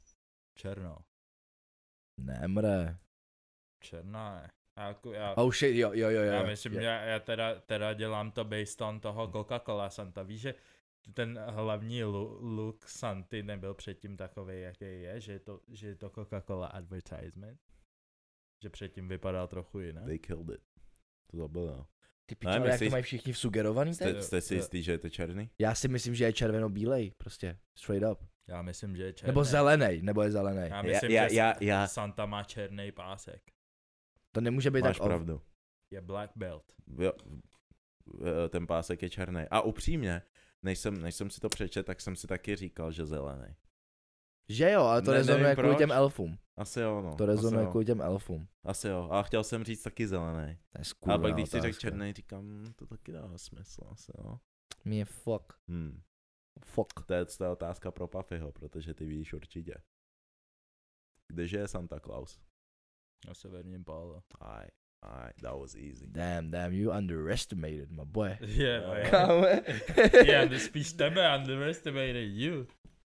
Speaker 1: Černo.
Speaker 2: Nemre.
Speaker 1: Černá je. Já, jako- já,
Speaker 2: Oh shit, jo, jo, jo, jo.
Speaker 1: já
Speaker 2: jo,
Speaker 1: myslím,
Speaker 2: jo.
Speaker 1: já, já teda, teda dělám to based on toho Coca-Cola Santa. Víš, že ten hlavní lu- look Santy nebyl předtím takový, jaký je, že je to, že je to Coca-Cola advertisement. Že předtím vypadal trochu jinak.
Speaker 3: They killed it. To to bylo. Ne,
Speaker 2: Ty píče, jak
Speaker 3: myslíš-
Speaker 2: to mají všichni vsugerovaný teď?
Speaker 3: Jste, jste si jistý, že je to černý?
Speaker 2: Já si myslím, že je červeno-bílej, prostě, straight up.
Speaker 1: Já myslím, že je černý.
Speaker 2: Nebo zelený, nebo je zelený.
Speaker 1: Já
Speaker 3: Já,
Speaker 1: myslím,
Speaker 3: já,
Speaker 1: že
Speaker 3: já, já,
Speaker 1: Santa má černý pásek.
Speaker 2: To nemůže být
Speaker 3: máš
Speaker 2: tak off.
Speaker 3: pravdu.
Speaker 1: Je black belt.
Speaker 3: Jo, eh, ten pásek je černý. A upřímně, než jsem, než jsem si to přečet, tak jsem si taky říkal, že zelený.
Speaker 2: Že jo, ale to
Speaker 3: Ne-
Speaker 2: ne, rezonuje
Speaker 3: nevím
Speaker 2: kvůli
Speaker 3: proč.
Speaker 2: těm elfům.
Speaker 3: Asi jo, no.
Speaker 2: To rezonuje jako-
Speaker 3: asi, jo.
Speaker 2: kvůli těm elfům.
Speaker 3: asi jo. A chtěl jsem říct taky zelený.
Speaker 2: To je
Speaker 3: A
Speaker 2: skurvená
Speaker 3: pak když si
Speaker 2: otázka.
Speaker 3: řekl černý, říkám, "Hm, to taky dává smysl, asi jo.
Speaker 2: Mě fuck,
Speaker 3: Hmm.
Speaker 2: fuck.
Speaker 3: To je, to je otázka pro Puffyho, protože ty víš určitě. Kdeže je Santa Claus?
Speaker 1: Na severním pále.
Speaker 3: Aj, aj, that was easy.
Speaker 2: Damn, damn, you underestimated, my boy.
Speaker 1: Je,
Speaker 3: Jo.
Speaker 1: yeah,
Speaker 2: Kámo.
Speaker 1: yeah, to spíš tebe underestimated you.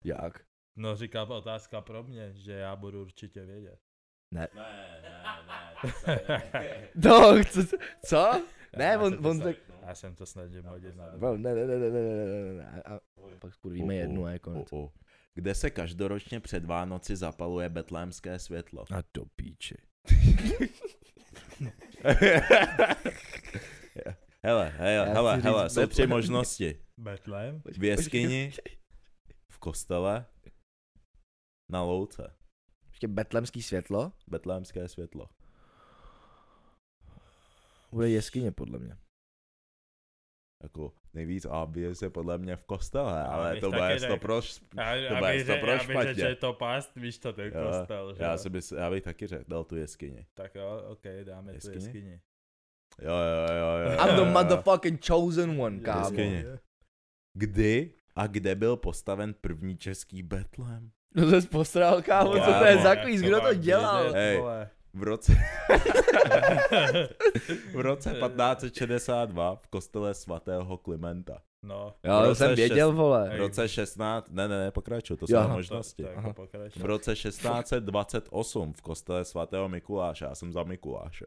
Speaker 2: Jak?
Speaker 1: No říká otázka pro mě, že já budu určitě vědět.
Speaker 3: Ne, ne, ne. No,
Speaker 2: Dog, co? co? Ne,
Speaker 1: Já
Speaker 2: on-
Speaker 1: jsem to
Speaker 2: on
Speaker 1: snad-
Speaker 2: tak-
Speaker 1: Já jsem to snadím hodit na
Speaker 2: Bro, ne, ne, ne, ne, ne, ne, ne, ne, ne. A, a pak skurvíme
Speaker 3: U, u,
Speaker 2: jednu a je konec.
Speaker 3: Uh, uh. Kde se každoročně před Vánoci zapaluje betlémské světlo?
Speaker 2: A do píči.
Speaker 3: hele, hele,
Speaker 2: Já
Speaker 3: hele,
Speaker 2: chci
Speaker 3: hele,
Speaker 2: říct
Speaker 3: jsou tři
Speaker 2: Betlém.
Speaker 3: možnosti.
Speaker 1: Betlem?
Speaker 3: V jeskyni, v kostele, na louce.
Speaker 2: Ještě betlemský světlo?
Speaker 3: Betlémské světlo.
Speaker 2: Bude jeskyně, podle mě.
Speaker 3: Jako nejvíc obvious je podle mě v kostele,
Speaker 1: Já
Speaker 3: ale
Speaker 1: bych
Speaker 3: to
Speaker 1: taky
Speaker 3: bude
Speaker 1: řekl.
Speaker 3: stopro...
Speaker 1: A,
Speaker 3: To
Speaker 1: a
Speaker 3: bude
Speaker 1: bych
Speaker 3: to
Speaker 1: řek-
Speaker 3: pro
Speaker 1: já bych řekl,
Speaker 3: špatně.
Speaker 1: že je to past, víš to, ten
Speaker 3: Jo,
Speaker 1: kostel, že?
Speaker 3: Já,
Speaker 1: jo?
Speaker 3: si bys, já bych taky řekl, dal tu jeskyni.
Speaker 1: Tak jo, ok, dáme tu
Speaker 3: Jeskyni?
Speaker 1: jeskyni.
Speaker 3: Jo, jo, jo, jo.
Speaker 2: I'm the
Speaker 3: jo, jo.
Speaker 2: motherfucking chosen one, kámo.
Speaker 3: Jeskyně. Kdy a kde byl postaven první český betlem?
Speaker 2: No to jsi posral, kámo, co to je
Speaker 3: Kámo,
Speaker 2: za kvíz, kdo to
Speaker 1: mám
Speaker 2: dělal?
Speaker 1: vědět,
Speaker 3: Hej.
Speaker 1: vole.
Speaker 3: V roce, v roce 1562 v kostele svatého Klimenta.
Speaker 1: No,
Speaker 2: Jo, to
Speaker 3: roce
Speaker 2: jsem věděl, vole.
Speaker 3: V
Speaker 1: Hej.
Speaker 3: roce 16... Ne, ne, ne, pokračuj, to
Speaker 2: Jo,
Speaker 3: jsou
Speaker 2: aha.
Speaker 3: no, možnosti.
Speaker 1: To, to
Speaker 2: Aha.
Speaker 1: jako pokračuje.
Speaker 3: V roce 1628 v kostele svatého Mikuláše, já jsem za Mikuláše.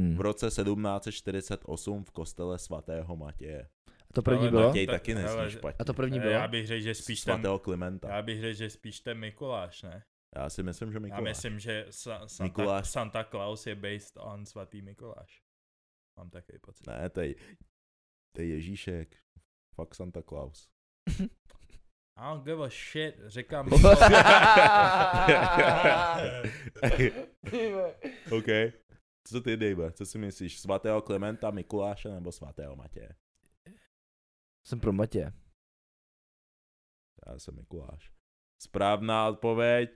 Speaker 2: Hm.
Speaker 3: V roce 1748 v kostele svatého Matěje.
Speaker 2: A to první
Speaker 1: Ale
Speaker 2: bylo?
Speaker 3: Matěj
Speaker 1: Tak-
Speaker 3: taky
Speaker 1: hele,
Speaker 3: nesmí špatně.
Speaker 2: A to první
Speaker 1: Eh,
Speaker 2: bylo?
Speaker 1: Já bych řekl, že spíš ten,
Speaker 3: Svatého Klimenta.
Speaker 1: já bych řekl, že spíš ten Mikuláš, ne?
Speaker 3: Já si myslím, že
Speaker 1: Já
Speaker 3: Mikuláš.
Speaker 1: myslím, že Sa- Santa,
Speaker 3: Mikuláš.
Speaker 1: Santa Claus je based on svatý Mikuláš. Mám takový pocit.
Speaker 3: Ne, to je, to je Ježíšek. Fuck Santa Claus.
Speaker 1: I don't give a shit, říkám
Speaker 3: No, OK. Co ty, Dave? Co si myslíš? Svatého Klementa, Mikuláše nebo svatého Matěje?
Speaker 2: Jsem pro Matě.
Speaker 3: Já jsem Mikuláš. Správná odpověď.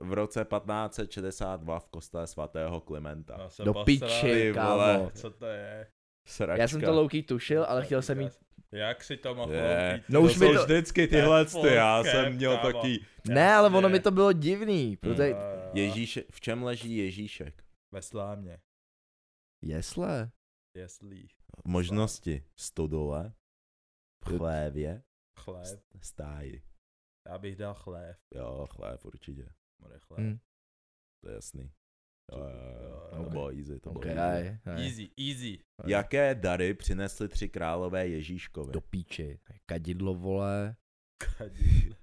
Speaker 3: V roce 1562 v kostele svatého Klimenta.
Speaker 1: No, jsem
Speaker 2: Do
Speaker 1: posral.
Speaker 2: piči,
Speaker 3: Ty vole.
Speaker 2: kámo.
Speaker 1: Co to je?
Speaker 3: Sračka.
Speaker 2: Já jsem to louký tušil, ale
Speaker 1: Tak
Speaker 2: chtěl jsem jít...
Speaker 1: Jak si to mohl
Speaker 3: Je.
Speaker 1: yeah.
Speaker 2: No
Speaker 3: to
Speaker 2: už mi
Speaker 3: jsou
Speaker 2: to-
Speaker 3: vždycky tyhle ty, já
Speaker 1: Apple
Speaker 3: jsem měl
Speaker 1: kámo.
Speaker 3: taký...
Speaker 2: Ne, ale ono mi to bylo divný,
Speaker 3: Hmm.
Speaker 2: protože...
Speaker 1: No,
Speaker 3: Ježíše, v čem leží Ježíšek?
Speaker 1: Ve slámě,
Speaker 2: Jesle.
Speaker 1: jestli
Speaker 3: Možnosti. Studole, v chlévě,
Speaker 1: chléb,
Speaker 3: s- stáji.
Speaker 1: já bych dal chléb,
Speaker 3: Jo, chlév určitě,
Speaker 1: bude chléb.
Speaker 3: Hmm,
Speaker 2: Hm.
Speaker 3: to je jasný. Jo, jo, jo,
Speaker 1: Jo,
Speaker 3: to bylo easy, to bylo
Speaker 2: Okay,
Speaker 3: easy.
Speaker 2: aj, aj.
Speaker 1: Easy, easy.
Speaker 3: Jaké dary přinesly tři králové Ježíškovi?
Speaker 2: Do píči. Kadidlo, vole.
Speaker 1: Kadidlo.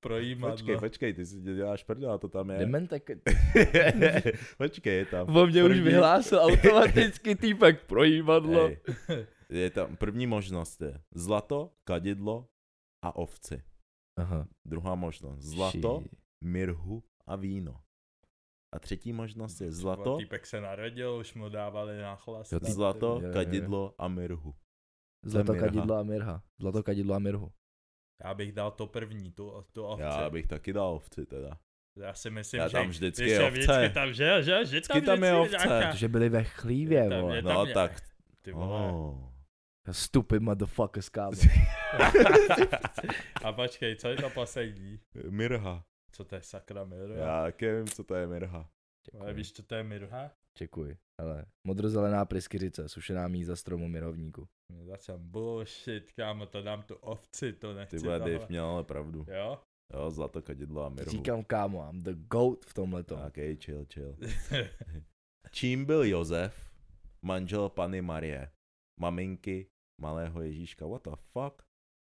Speaker 1: Projímadlo.
Speaker 3: Počkej, počkej, ty si děláš prdel, to tam je.
Speaker 2: Demente,
Speaker 3: počkej, je tam.
Speaker 2: Vo mě už
Speaker 3: První-
Speaker 2: vyhlásil automaticky týpek projímadlo.
Speaker 3: Ej, je tam první možnost je zlato, kadidlo a ovci.
Speaker 2: Aha.
Speaker 3: Druhá možnost zlato,
Speaker 2: Ší.
Speaker 3: mirhu a víno. A třetí možnost je zlato,
Speaker 1: Týpek se narodil, už mu dávali na chlas.
Speaker 2: Jo, ty-
Speaker 3: zlato,
Speaker 2: Jo, jo, jo.
Speaker 3: kadidlo a mirhu.
Speaker 2: Zlato
Speaker 3: Mirha.
Speaker 2: kadidlo a mirha. Zlato kadidlo a mirhu.
Speaker 1: Já bych dal to první, tu, tu ovci.
Speaker 3: Já bych taky dal ovci teda.
Speaker 1: já si myslím,
Speaker 3: Já
Speaker 1: že...
Speaker 3: tam vždycky
Speaker 1: když
Speaker 3: je ovce.
Speaker 1: Vždycky tam, že, že, že tam,
Speaker 3: Vždycky tam je
Speaker 1: vždycky
Speaker 3: ovce.
Speaker 1: nějaká-
Speaker 2: Protože byli ve
Speaker 1: Je
Speaker 2: chlívě,
Speaker 1: tam-
Speaker 2: vole.
Speaker 1: je
Speaker 3: No
Speaker 1: ně-
Speaker 3: tak,
Speaker 1: Ty vole.
Speaker 3: oh.
Speaker 2: Stupid motherfuckers, kámo.
Speaker 1: A počkej, co je to poslední?
Speaker 3: Mirha.
Speaker 1: Co to je sakra miru?
Speaker 3: Já taky nevím, co to je mirha.
Speaker 1: Ale víš, co to je mirha?
Speaker 2: Děkuji. Ale modrozelená pryskyřice, sušená míza stromu mirovníku.
Speaker 1: Mě Začal bullshit, kámo, to dám tu ovci, to nechci
Speaker 3: Ty vole,
Speaker 1: tohle.
Speaker 3: Dave měl ale pravdu.
Speaker 1: Jo?
Speaker 3: Jo, zlato kadidlo a mirhu.
Speaker 2: Říkám, kámo, I'm the goat v tomhle tom.
Speaker 3: Tak, okay, chill, chill. Čím byl Josef, manžel Pany Marie, maminky malého Ježíška? What the fuck?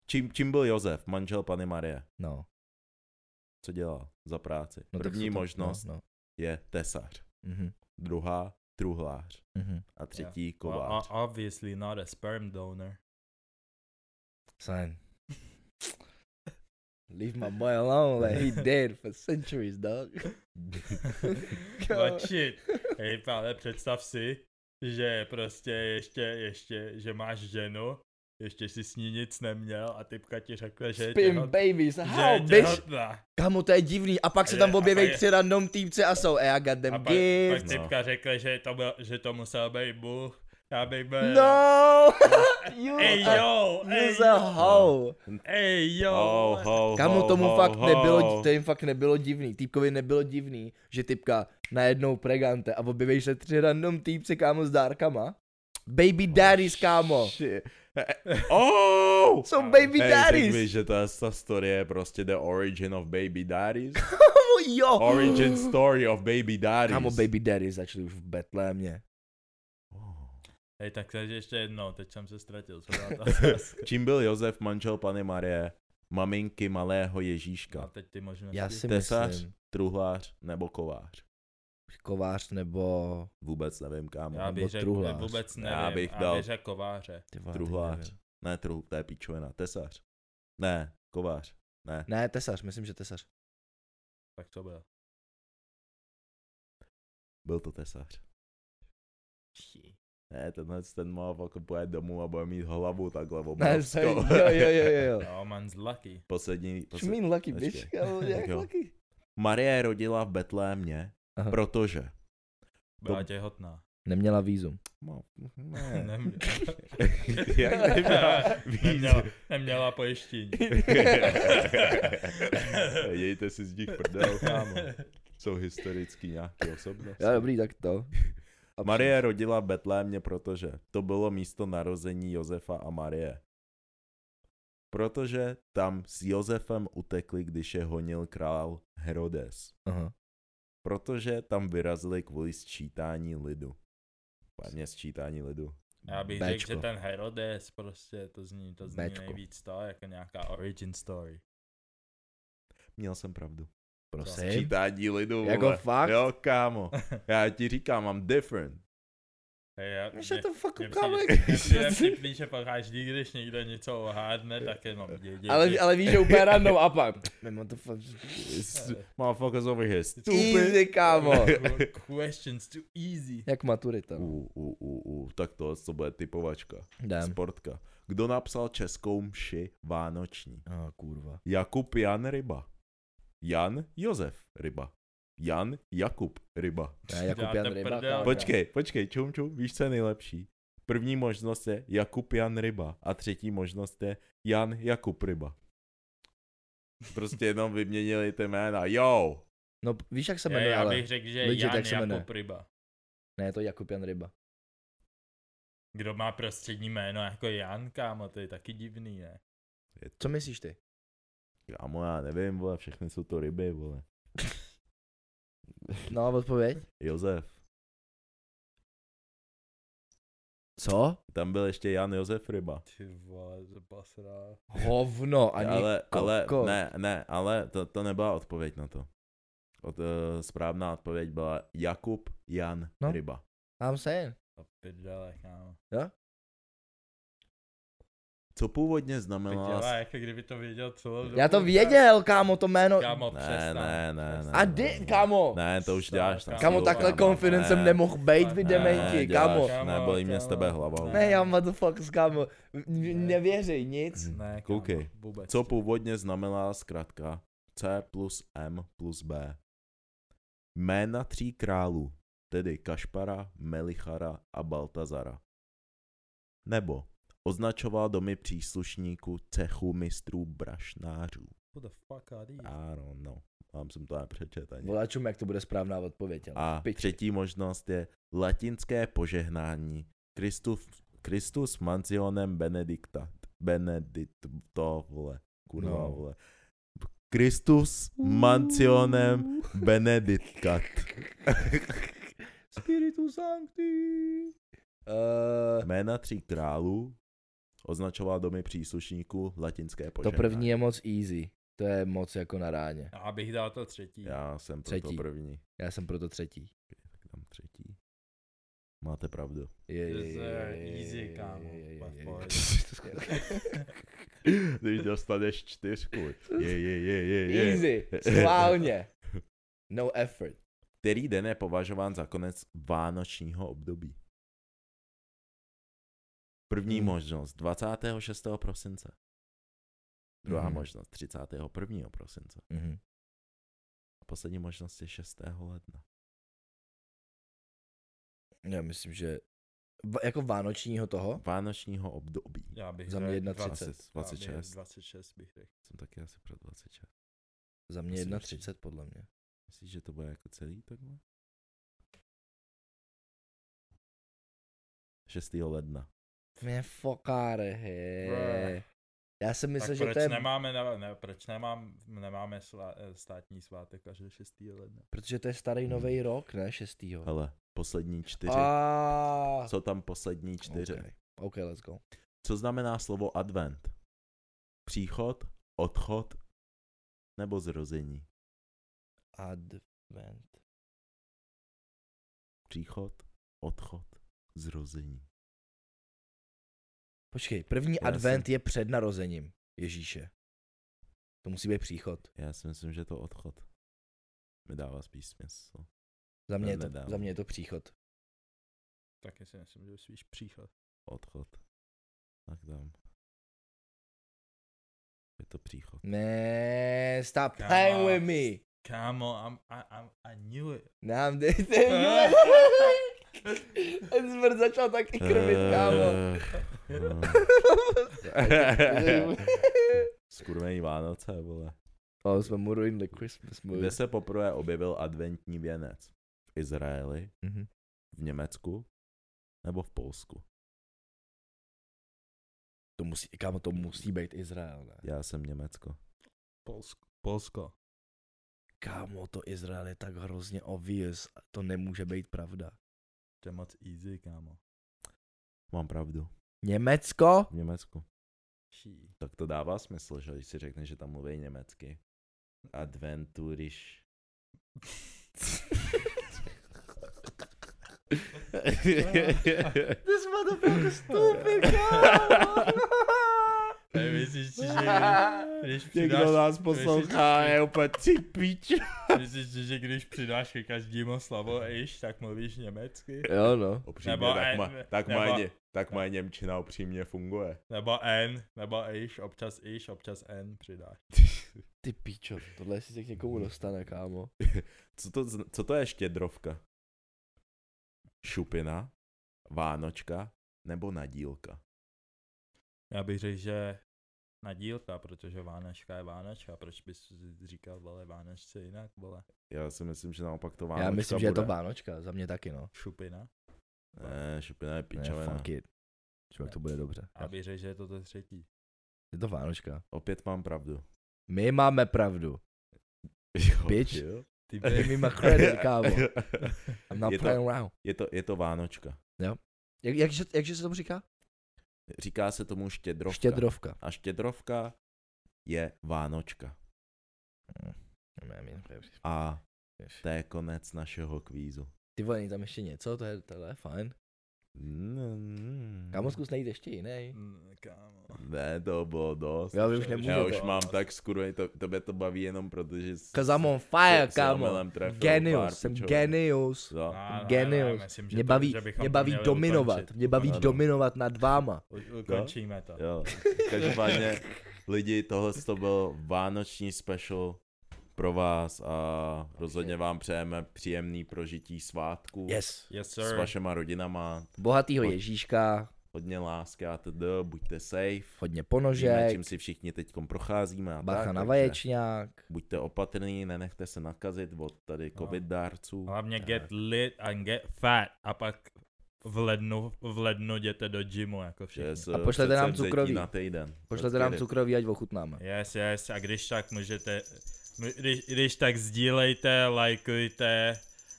Speaker 3: Čím, čím byl Josef, manžel Pany Marie?
Speaker 2: No.
Speaker 3: Co dělal za práci?
Speaker 2: no tak
Speaker 3: První
Speaker 2: jsou to-
Speaker 3: možnost
Speaker 2: No, no.
Speaker 3: je tesař.
Speaker 2: Mhm.
Speaker 3: Druhá truhlář
Speaker 2: Mhm.
Speaker 3: a třetí
Speaker 1: Well,
Speaker 3: kovář.
Speaker 1: o- obviously not a sperm donor.
Speaker 2: Son. Leave my boy alone. Like he dead for centuries, dog.
Speaker 1: But shit. Hej, ale představ si, že prostě ještě, ještě, že máš ženu, ještě si s ní nic neměl a typka ti řekla, že je
Speaker 2: Spin
Speaker 1: těhot,
Speaker 2: babies.
Speaker 1: že je
Speaker 2: How, bitch?
Speaker 1: těhotná.
Speaker 2: Kámo, to je divný. A pak se
Speaker 1: Je,
Speaker 2: tam
Speaker 1: a
Speaker 2: objeví
Speaker 1: pak je-
Speaker 2: tři random týpci a jsou, eh, I got
Speaker 1: A
Speaker 2: them
Speaker 1: pak,
Speaker 2: gifts.
Speaker 1: pak
Speaker 3: No.
Speaker 1: typka řekla, že to, byl, že to musel být Bůh. Já bych byl...
Speaker 2: No! you
Speaker 1: Ej
Speaker 2: a-
Speaker 1: jo, ej
Speaker 2: You's a
Speaker 1: jo,
Speaker 2: hoe.
Speaker 1: ej jo.
Speaker 3: Ho, ho,
Speaker 2: Kamu
Speaker 3: ho,
Speaker 2: tomu
Speaker 3: ho,
Speaker 2: fakt
Speaker 3: ho.
Speaker 2: nebylo, to jim fakt nebylo divný, týpkovi nebylo divný, že typka najednou pregante a objeví se tři random týpci kámo s dárkama. Baby daddies kámo,
Speaker 3: Shit. Oh!
Speaker 2: jsou baby
Speaker 3: Hej,
Speaker 2: daddies,
Speaker 3: tak víš, že ta, ta story je prostě the origin of baby daddies?
Speaker 2: kámo jo.
Speaker 3: Origin story of baby daddies.
Speaker 2: Kámo baby daddies začali už v Betlémě.
Speaker 3: Oh.
Speaker 1: Hej, tak takže ještě jednou, teď jsem se ztratil, co byla ta otázka?
Speaker 3: Čím byl Josef manžel Pany Marie? Maminky malého
Speaker 1: A
Speaker 3: Ježíška.
Speaker 1: teď ty možnosti.
Speaker 2: Já si
Speaker 3: Tesař?
Speaker 2: myslím,
Speaker 3: Truhlář nebo kovář?
Speaker 2: kovář nebo...
Speaker 3: Vůbec nevím, kámo.
Speaker 1: Já bych
Speaker 2: nebo
Speaker 1: řekl,
Speaker 2: truhlář.
Speaker 1: vůbec
Speaker 3: Já
Speaker 1: nevím,
Speaker 3: bych
Speaker 1: já
Speaker 3: dal-
Speaker 1: bych řekl kováře.
Speaker 2: Ty vole, teď
Speaker 3: Truhlář.
Speaker 2: nevím.
Speaker 3: Ne, truh, to je píčovina. Tesař. Ne, kovář. Ne.
Speaker 2: Ne, tesař, myslím, že tesař.
Speaker 1: Tak to bylo.
Speaker 3: Byl to tesař. Ne, tenhle ten má fakt pojede domů a bude mít hlavu takhle
Speaker 2: Ne,
Speaker 3: obrovskou.
Speaker 2: se, jo, jo, jo, jo. jo.
Speaker 1: No, man's lucky.
Speaker 3: Poslední,
Speaker 2: Čo
Speaker 3: poslední.
Speaker 2: mean lucky,
Speaker 3: počkej.
Speaker 2: bitch? Kámo, jak
Speaker 3: Tak jo.
Speaker 2: lucky?
Speaker 3: Marie rodila v Betlémě,
Speaker 2: Aha.
Speaker 3: protože...
Speaker 1: Byla
Speaker 3: Dob-
Speaker 1: těhotná.
Speaker 2: Neměla vízum.
Speaker 3: No,
Speaker 1: Neměla,
Speaker 3: Jak neměla
Speaker 1: neměla,
Speaker 3: víc?
Speaker 1: neměla pojištění.
Speaker 3: Dějte si z nich prdel, kámo. Jsou historicky nějaký osobnosti.
Speaker 2: Jo, dobrý, tak to. A
Speaker 3: Marie rodila v Betlémě, protože to bylo místo narození Josefa a Marie. Protože tam s Josefem utekli, když je honil král Herodes.
Speaker 2: Aha.
Speaker 3: Protože tam vyrazili kvůli sčítání lidu. Pádně sčítání lidu.
Speaker 1: Já bych řekl,
Speaker 2: Bčko.
Speaker 1: že ten Herodes prostě, to zní, to zní
Speaker 2: Bčko.
Speaker 1: nejvíc to, jako nějaká origin story.
Speaker 3: Měl jsem pravdu.
Speaker 1: prostě
Speaker 2: Prosím?
Speaker 3: Sčítání lidu,
Speaker 2: Jako
Speaker 3: vole.
Speaker 2: fakt?
Speaker 3: Jo, kámo. Já ti říkám, mám different.
Speaker 1: Hej, já,
Speaker 2: Víš, je
Speaker 1: mě-
Speaker 2: to fakt
Speaker 1: mě
Speaker 2: ukámek.
Speaker 1: přijde- mě přijde vtipný, že pak až nikdy, když někdo něco ohádne, tak jenom děti.
Speaker 2: Ale, ale víš, že úplně random a pak. Mimo to fakt...
Speaker 3: It's- Motherfuckers over here. Stupid.
Speaker 2: Easy, kámo.
Speaker 1: Questions too easy.
Speaker 2: Jak maturita.
Speaker 3: U, u, u, u. Tak to, co bude typovačka.
Speaker 2: Dám.
Speaker 3: Sportka. Kdo napsal českou mši vánoční?
Speaker 2: A kurva.
Speaker 3: Jakub Jan Ryba. Jan Josef Ryba. Jan Jakub Ryba.
Speaker 2: Ne, Jakub
Speaker 1: Děláte
Speaker 2: Jan Ryba.
Speaker 1: prdel.
Speaker 2: kámo.
Speaker 3: Počkej, počkej, čum čum, víš, co je nejlepší? První možnost je Jakub Jan Ryba a třetí možnost je Jan Jakub Ryba. Prostě jenom vyměnili ty jména. Jo!
Speaker 2: No p- víš, jak se
Speaker 1: Je,
Speaker 2: jmenuje,
Speaker 1: já
Speaker 2: ale...
Speaker 1: bych řekl, že
Speaker 2: Legit,
Speaker 1: Jan jako
Speaker 2: jak se jmenuje?
Speaker 1: Jakub Ryba.
Speaker 2: Ne, to je Jakub Jan Ryba.
Speaker 1: Kdo má prostřední jméno jako Jan, kámo, to je taky divný, ne?
Speaker 2: Co myslíš ty?
Speaker 3: Kámo, já nevím, vole, všechny jsou to ryby, vole.
Speaker 2: No a odpověď?
Speaker 3: Josef.
Speaker 2: Co?
Speaker 3: Tam byl ještě Jan Josef Ryba.
Speaker 1: Ty vole, to pasrá.
Speaker 2: Hovno, ani
Speaker 3: ale, ale,
Speaker 2: kokot.
Speaker 3: ne, ne, ale to, to nebyla odpověď na to. Od, uh, správná odpověď byla Jakub Jan
Speaker 2: No.
Speaker 3: no? Ryba.
Speaker 2: I'm saying.
Speaker 1: To No, prdele, kámo.
Speaker 3: Co původně
Speaker 1: To
Speaker 3: znamenala...
Speaker 1: dělá, jako kdyby to věděl celou dobu.
Speaker 2: No, Já to věděl, kámo, to jméno.
Speaker 1: Kámo,
Speaker 3: Ne,
Speaker 1: přestaň.
Speaker 3: ne, ne,
Speaker 1: přestaň.
Speaker 2: A
Speaker 3: ne,
Speaker 2: dy,
Speaker 3: ne.
Speaker 2: kámo.
Speaker 3: Ne, to už děláš na
Speaker 2: Kámo,
Speaker 3: sílu,
Speaker 2: takhle
Speaker 3: kámo,
Speaker 2: confident jsem
Speaker 3: ne.
Speaker 2: nemohl bejt, vy
Speaker 1: Ne,
Speaker 3: ne,
Speaker 2: dementi,
Speaker 3: děláš,
Speaker 2: kámo.
Speaker 3: Ne, bolí mě z tebe hlava.
Speaker 1: Ne.
Speaker 3: už.
Speaker 2: Ne, já motherfuckers, kámo. Nevěřej nic.
Speaker 1: Ne, kámo,
Speaker 3: Koukej,
Speaker 1: vůbec.
Speaker 3: Co původně znamenala zkratka C plus M plus B? Jména tří králů, tedy Kašpara, Melichara a Baltazara. Nebo označoval domy příslušníků cechu mistrů brašnářů.
Speaker 1: Who the fuck are these?
Speaker 3: I don't know. Vám no, jsem to nepřečet ani.
Speaker 2: Voláčům, jak to bude správná odpověď. ale
Speaker 3: A
Speaker 2: piči.
Speaker 3: třetí možnost je latinské požehnání. Kristus, Kristus mancionem benedictat. Benedit, to vole, kurva
Speaker 2: No.
Speaker 3: no. vole. Kristus mancionem
Speaker 2: Uuu.
Speaker 3: benedictat.
Speaker 2: Spiritu Sancti. Uh,
Speaker 3: Jména tří králů označoval domy příslušníků latinské
Speaker 2: to
Speaker 3: požehnání.
Speaker 2: první je moc easy. To je moc jako na ráně.
Speaker 1: Já bych dal to třetí.
Speaker 3: Já jsem pro
Speaker 2: Třetí.
Speaker 3: to první.
Speaker 2: Já jsem proto třetí.
Speaker 3: Tak dám třetí. Máte pravdu.
Speaker 2: Je,
Speaker 1: Yes, sir. Easy, kámo. Úplně v pohodě.
Speaker 3: Když dostaneš čtyřku. Je, je, je, je, je.
Speaker 2: Easy, schválně. No effort.
Speaker 3: Který den je považován za konec vánočního období? První
Speaker 2: Hmm.
Speaker 3: možnost 26. prosince. Druhá
Speaker 2: Mhm.
Speaker 3: možnost 31. prosince.
Speaker 2: Mhm.
Speaker 3: A poslední možnost je 6. ledna.
Speaker 2: Já myslím, že v, jako vánočního
Speaker 3: No.
Speaker 2: toho,
Speaker 3: Vánočního období.
Speaker 1: Já bych
Speaker 2: Za mě
Speaker 1: řekl
Speaker 2: 1,30.
Speaker 1: 20,
Speaker 3: Asi 26.
Speaker 1: 26 bych řekl.
Speaker 3: Jsem taky asi pro 26.
Speaker 2: za
Speaker 3: Myslím,
Speaker 2: mě
Speaker 3: že-
Speaker 2: 1,30 podle mě.
Speaker 3: Myslíš, že to bude jako celý takhle? 6. ledna.
Speaker 2: Mě fokáre, he.
Speaker 1: Brr.
Speaker 2: Já jsem
Speaker 1: Myslel, tak
Speaker 2: myslel, že
Speaker 1: proč,
Speaker 2: to je...
Speaker 1: nemáme, ne, ne, proč nemám, nemáme slá, eh, státní svátek až do 6. ledna?
Speaker 2: Protože to je starý
Speaker 3: Hmm.
Speaker 2: nový rok, ne? Šestýho.
Speaker 3: Hele, poslední čtyři.
Speaker 2: A...
Speaker 3: Jsou tam poslední čtyři.
Speaker 2: Okay. OK, let's go.
Speaker 3: Co znamená slovo advent? Příchod, odchod nebo zrození?
Speaker 2: Advent.
Speaker 3: Příchod, odchod, zrození.
Speaker 2: Počkej, první
Speaker 3: Já
Speaker 2: advent je před narozením Ježíše. To musí být příchod.
Speaker 3: Já si myslím, že to odchod mi dává spíš smysl.
Speaker 2: Za mě,
Speaker 3: To
Speaker 2: je to,
Speaker 3: nedám.
Speaker 2: za mě je to příchod.
Speaker 1: Taky si myslím, že spíš příchod.
Speaker 3: Odchod. Tak dám. Je to příchod.
Speaker 2: Ne, stop
Speaker 1: Come
Speaker 2: playing
Speaker 1: on.
Speaker 2: with me.
Speaker 1: Kámo, I'm, I, I'm, I knew it.
Speaker 2: Nám dej Ten smrt začal taky krvit, kámo.
Speaker 3: Eh, no. Skurvený Vánoce, vole.
Speaker 2: Ale jsme mu ruinli Christmas movie.
Speaker 3: Kde se poprvé objevil adventní věnec? V Izraeli,
Speaker 2: Mhm.
Speaker 3: v Německu nebo v Polsku?
Speaker 2: To musí, kámo, to musí být Izrael, ne?
Speaker 3: Já jsem Německo.
Speaker 1: Polsko. Polsko.
Speaker 2: Kámo, to Izrael je tak hrozně obvious, to nemůže být pravda.
Speaker 1: To je moc easy, kámo.
Speaker 3: Mám pravdu.
Speaker 2: Německo?
Speaker 3: V Německu.
Speaker 1: Ší.
Speaker 3: Tak to dává smysl, že když si řekne, že tam mluví německy. Adventuriš.
Speaker 2: This motherfucker stupid,
Speaker 1: Hey, myslíš si, že když
Speaker 3: Někdo
Speaker 1: přidáš,
Speaker 3: nás poslouchá, je úplně ty píč.
Speaker 1: myslíš si, že když přidáš ke každému slovo iš, tak mluvíš německy?
Speaker 2: Jo no.
Speaker 3: Upřímně,
Speaker 1: Nebo
Speaker 3: tak,
Speaker 1: en-
Speaker 3: má, tak, má,
Speaker 1: nebo-
Speaker 3: ně, tak má Němčina upřímně funguje.
Speaker 1: Nebo N, nebo iš, občas iš, občas N přidáš.
Speaker 2: Ty píčo, tohle si se k někomu dostane, kámo.
Speaker 3: Co to, zn- co to je štědrovka? Šupina, Vánočka nebo nadílka?
Speaker 1: Já bych řekl, že na dílka, protože Vánočka je Vánočka, proč bys říkal, vole, Vánočce jinak, vole,
Speaker 3: Já si myslím, že naopak to Vánočka
Speaker 2: Já myslím, že je to
Speaker 3: bude.
Speaker 2: Vánočka, za mě taky no.
Speaker 1: šupina.
Speaker 3: Ne, šupina je
Speaker 2: Ne,
Speaker 3: pičovina.
Speaker 2: fuck it. Člověk to bude dobře.
Speaker 1: A bych řekl, že je to to třetí.
Speaker 2: Je to Vánočka.
Speaker 3: Opět mám pravdu.
Speaker 2: My máme pravdu.
Speaker 3: Jo,
Speaker 2: Bitch.
Speaker 3: ty jo.
Speaker 1: Ty
Speaker 2: Give
Speaker 1: vole,
Speaker 2: me my credit, Jako kámo. I'm not
Speaker 3: Je to-
Speaker 2: playing around.
Speaker 3: je, to, je to Vánočka.
Speaker 2: Jak, jakže, jakže se tomu říká?
Speaker 3: Říká se tomu štědrovka.
Speaker 2: Štědrovka.
Speaker 3: A štědrovka je Vánočka. No, A to je konec našeho kvízu.
Speaker 2: Ty vole, není tam ještě něco, to je, tohle je fajn.
Speaker 3: Mm.
Speaker 2: Kámo, zkus najít ještě jiný.
Speaker 1: Mm, kámo.
Speaker 3: Ne, to bylo dost.
Speaker 2: Já už nemůžu.
Speaker 3: Já
Speaker 2: to-
Speaker 3: už mám tak skurvený, to, tebe to baví jenom protože jsi
Speaker 2: Cause I'm on
Speaker 3: s-
Speaker 2: fire,
Speaker 3: s
Speaker 2: kámo.
Speaker 3: omylem trefil pár
Speaker 2: Genius, jsem
Speaker 3: pičovin.
Speaker 2: genius.
Speaker 3: Jo.
Speaker 1: Ne, ne, ne,
Speaker 2: Genius.
Speaker 1: no, myslím, že
Speaker 2: Mě
Speaker 1: to-
Speaker 2: baví,
Speaker 1: že bychom
Speaker 2: mě
Speaker 1: to
Speaker 2: baví
Speaker 1: měli
Speaker 2: dominovat,
Speaker 1: ukončit. No,
Speaker 2: mě baví No?
Speaker 3: Ano.
Speaker 2: dominovat nad váma.
Speaker 1: U- Ukončíme to.
Speaker 3: Jo. Každopádně lidi, tohle to byl vánoční special pro vás a rozhodně vám přejeme příjemný prožití svátku
Speaker 2: Yes.
Speaker 1: Yes,
Speaker 3: s
Speaker 1: sir.
Speaker 3: vašema rodinama,
Speaker 2: Bohatýho
Speaker 3: Pojď.
Speaker 2: Ježíška,
Speaker 3: hodně lásky a td, buďte safe,
Speaker 2: hodně
Speaker 3: víme,
Speaker 2: ponožek,
Speaker 3: čím si všichni teď procházíme a
Speaker 2: bacha
Speaker 3: tak,
Speaker 2: na
Speaker 3: takže
Speaker 2: vaječňák.
Speaker 3: buďte opatrní, nenechte se nakazit od tady
Speaker 2: No.
Speaker 3: covid dárců.
Speaker 1: Hlavně get lit and get fat a pak v lednu, v lednu jděte do gymu jako všichni. Yes.
Speaker 3: Yes,
Speaker 2: A pošlete nám
Speaker 3: předsevzetí
Speaker 2: cukroví.
Speaker 3: Na týden.
Speaker 2: Pošlete
Speaker 3: Let's
Speaker 2: nám
Speaker 3: get it.
Speaker 2: cukroví, ať ochutnáme.
Speaker 1: yes, yes, a když tak můžete, m- když, když tak sdílejte, lajkujte,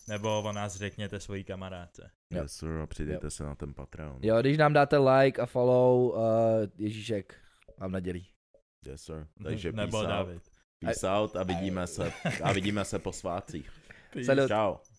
Speaker 1: nebo o nás řekněte svojí kamarádce.
Speaker 2: Jo.
Speaker 3: Yes, sir, a přidejte se na ten Patreon.
Speaker 2: Jo, když nám dáte like a follow, uh, Ježíšek vám nadělí.
Speaker 3: Yes, sir. Takže
Speaker 1: nebo
Speaker 3: peace out.
Speaker 1: David.
Speaker 3: Peace out a vidíme se, a vidíme se po svátcích.
Speaker 2: Salut.
Speaker 3: Čau.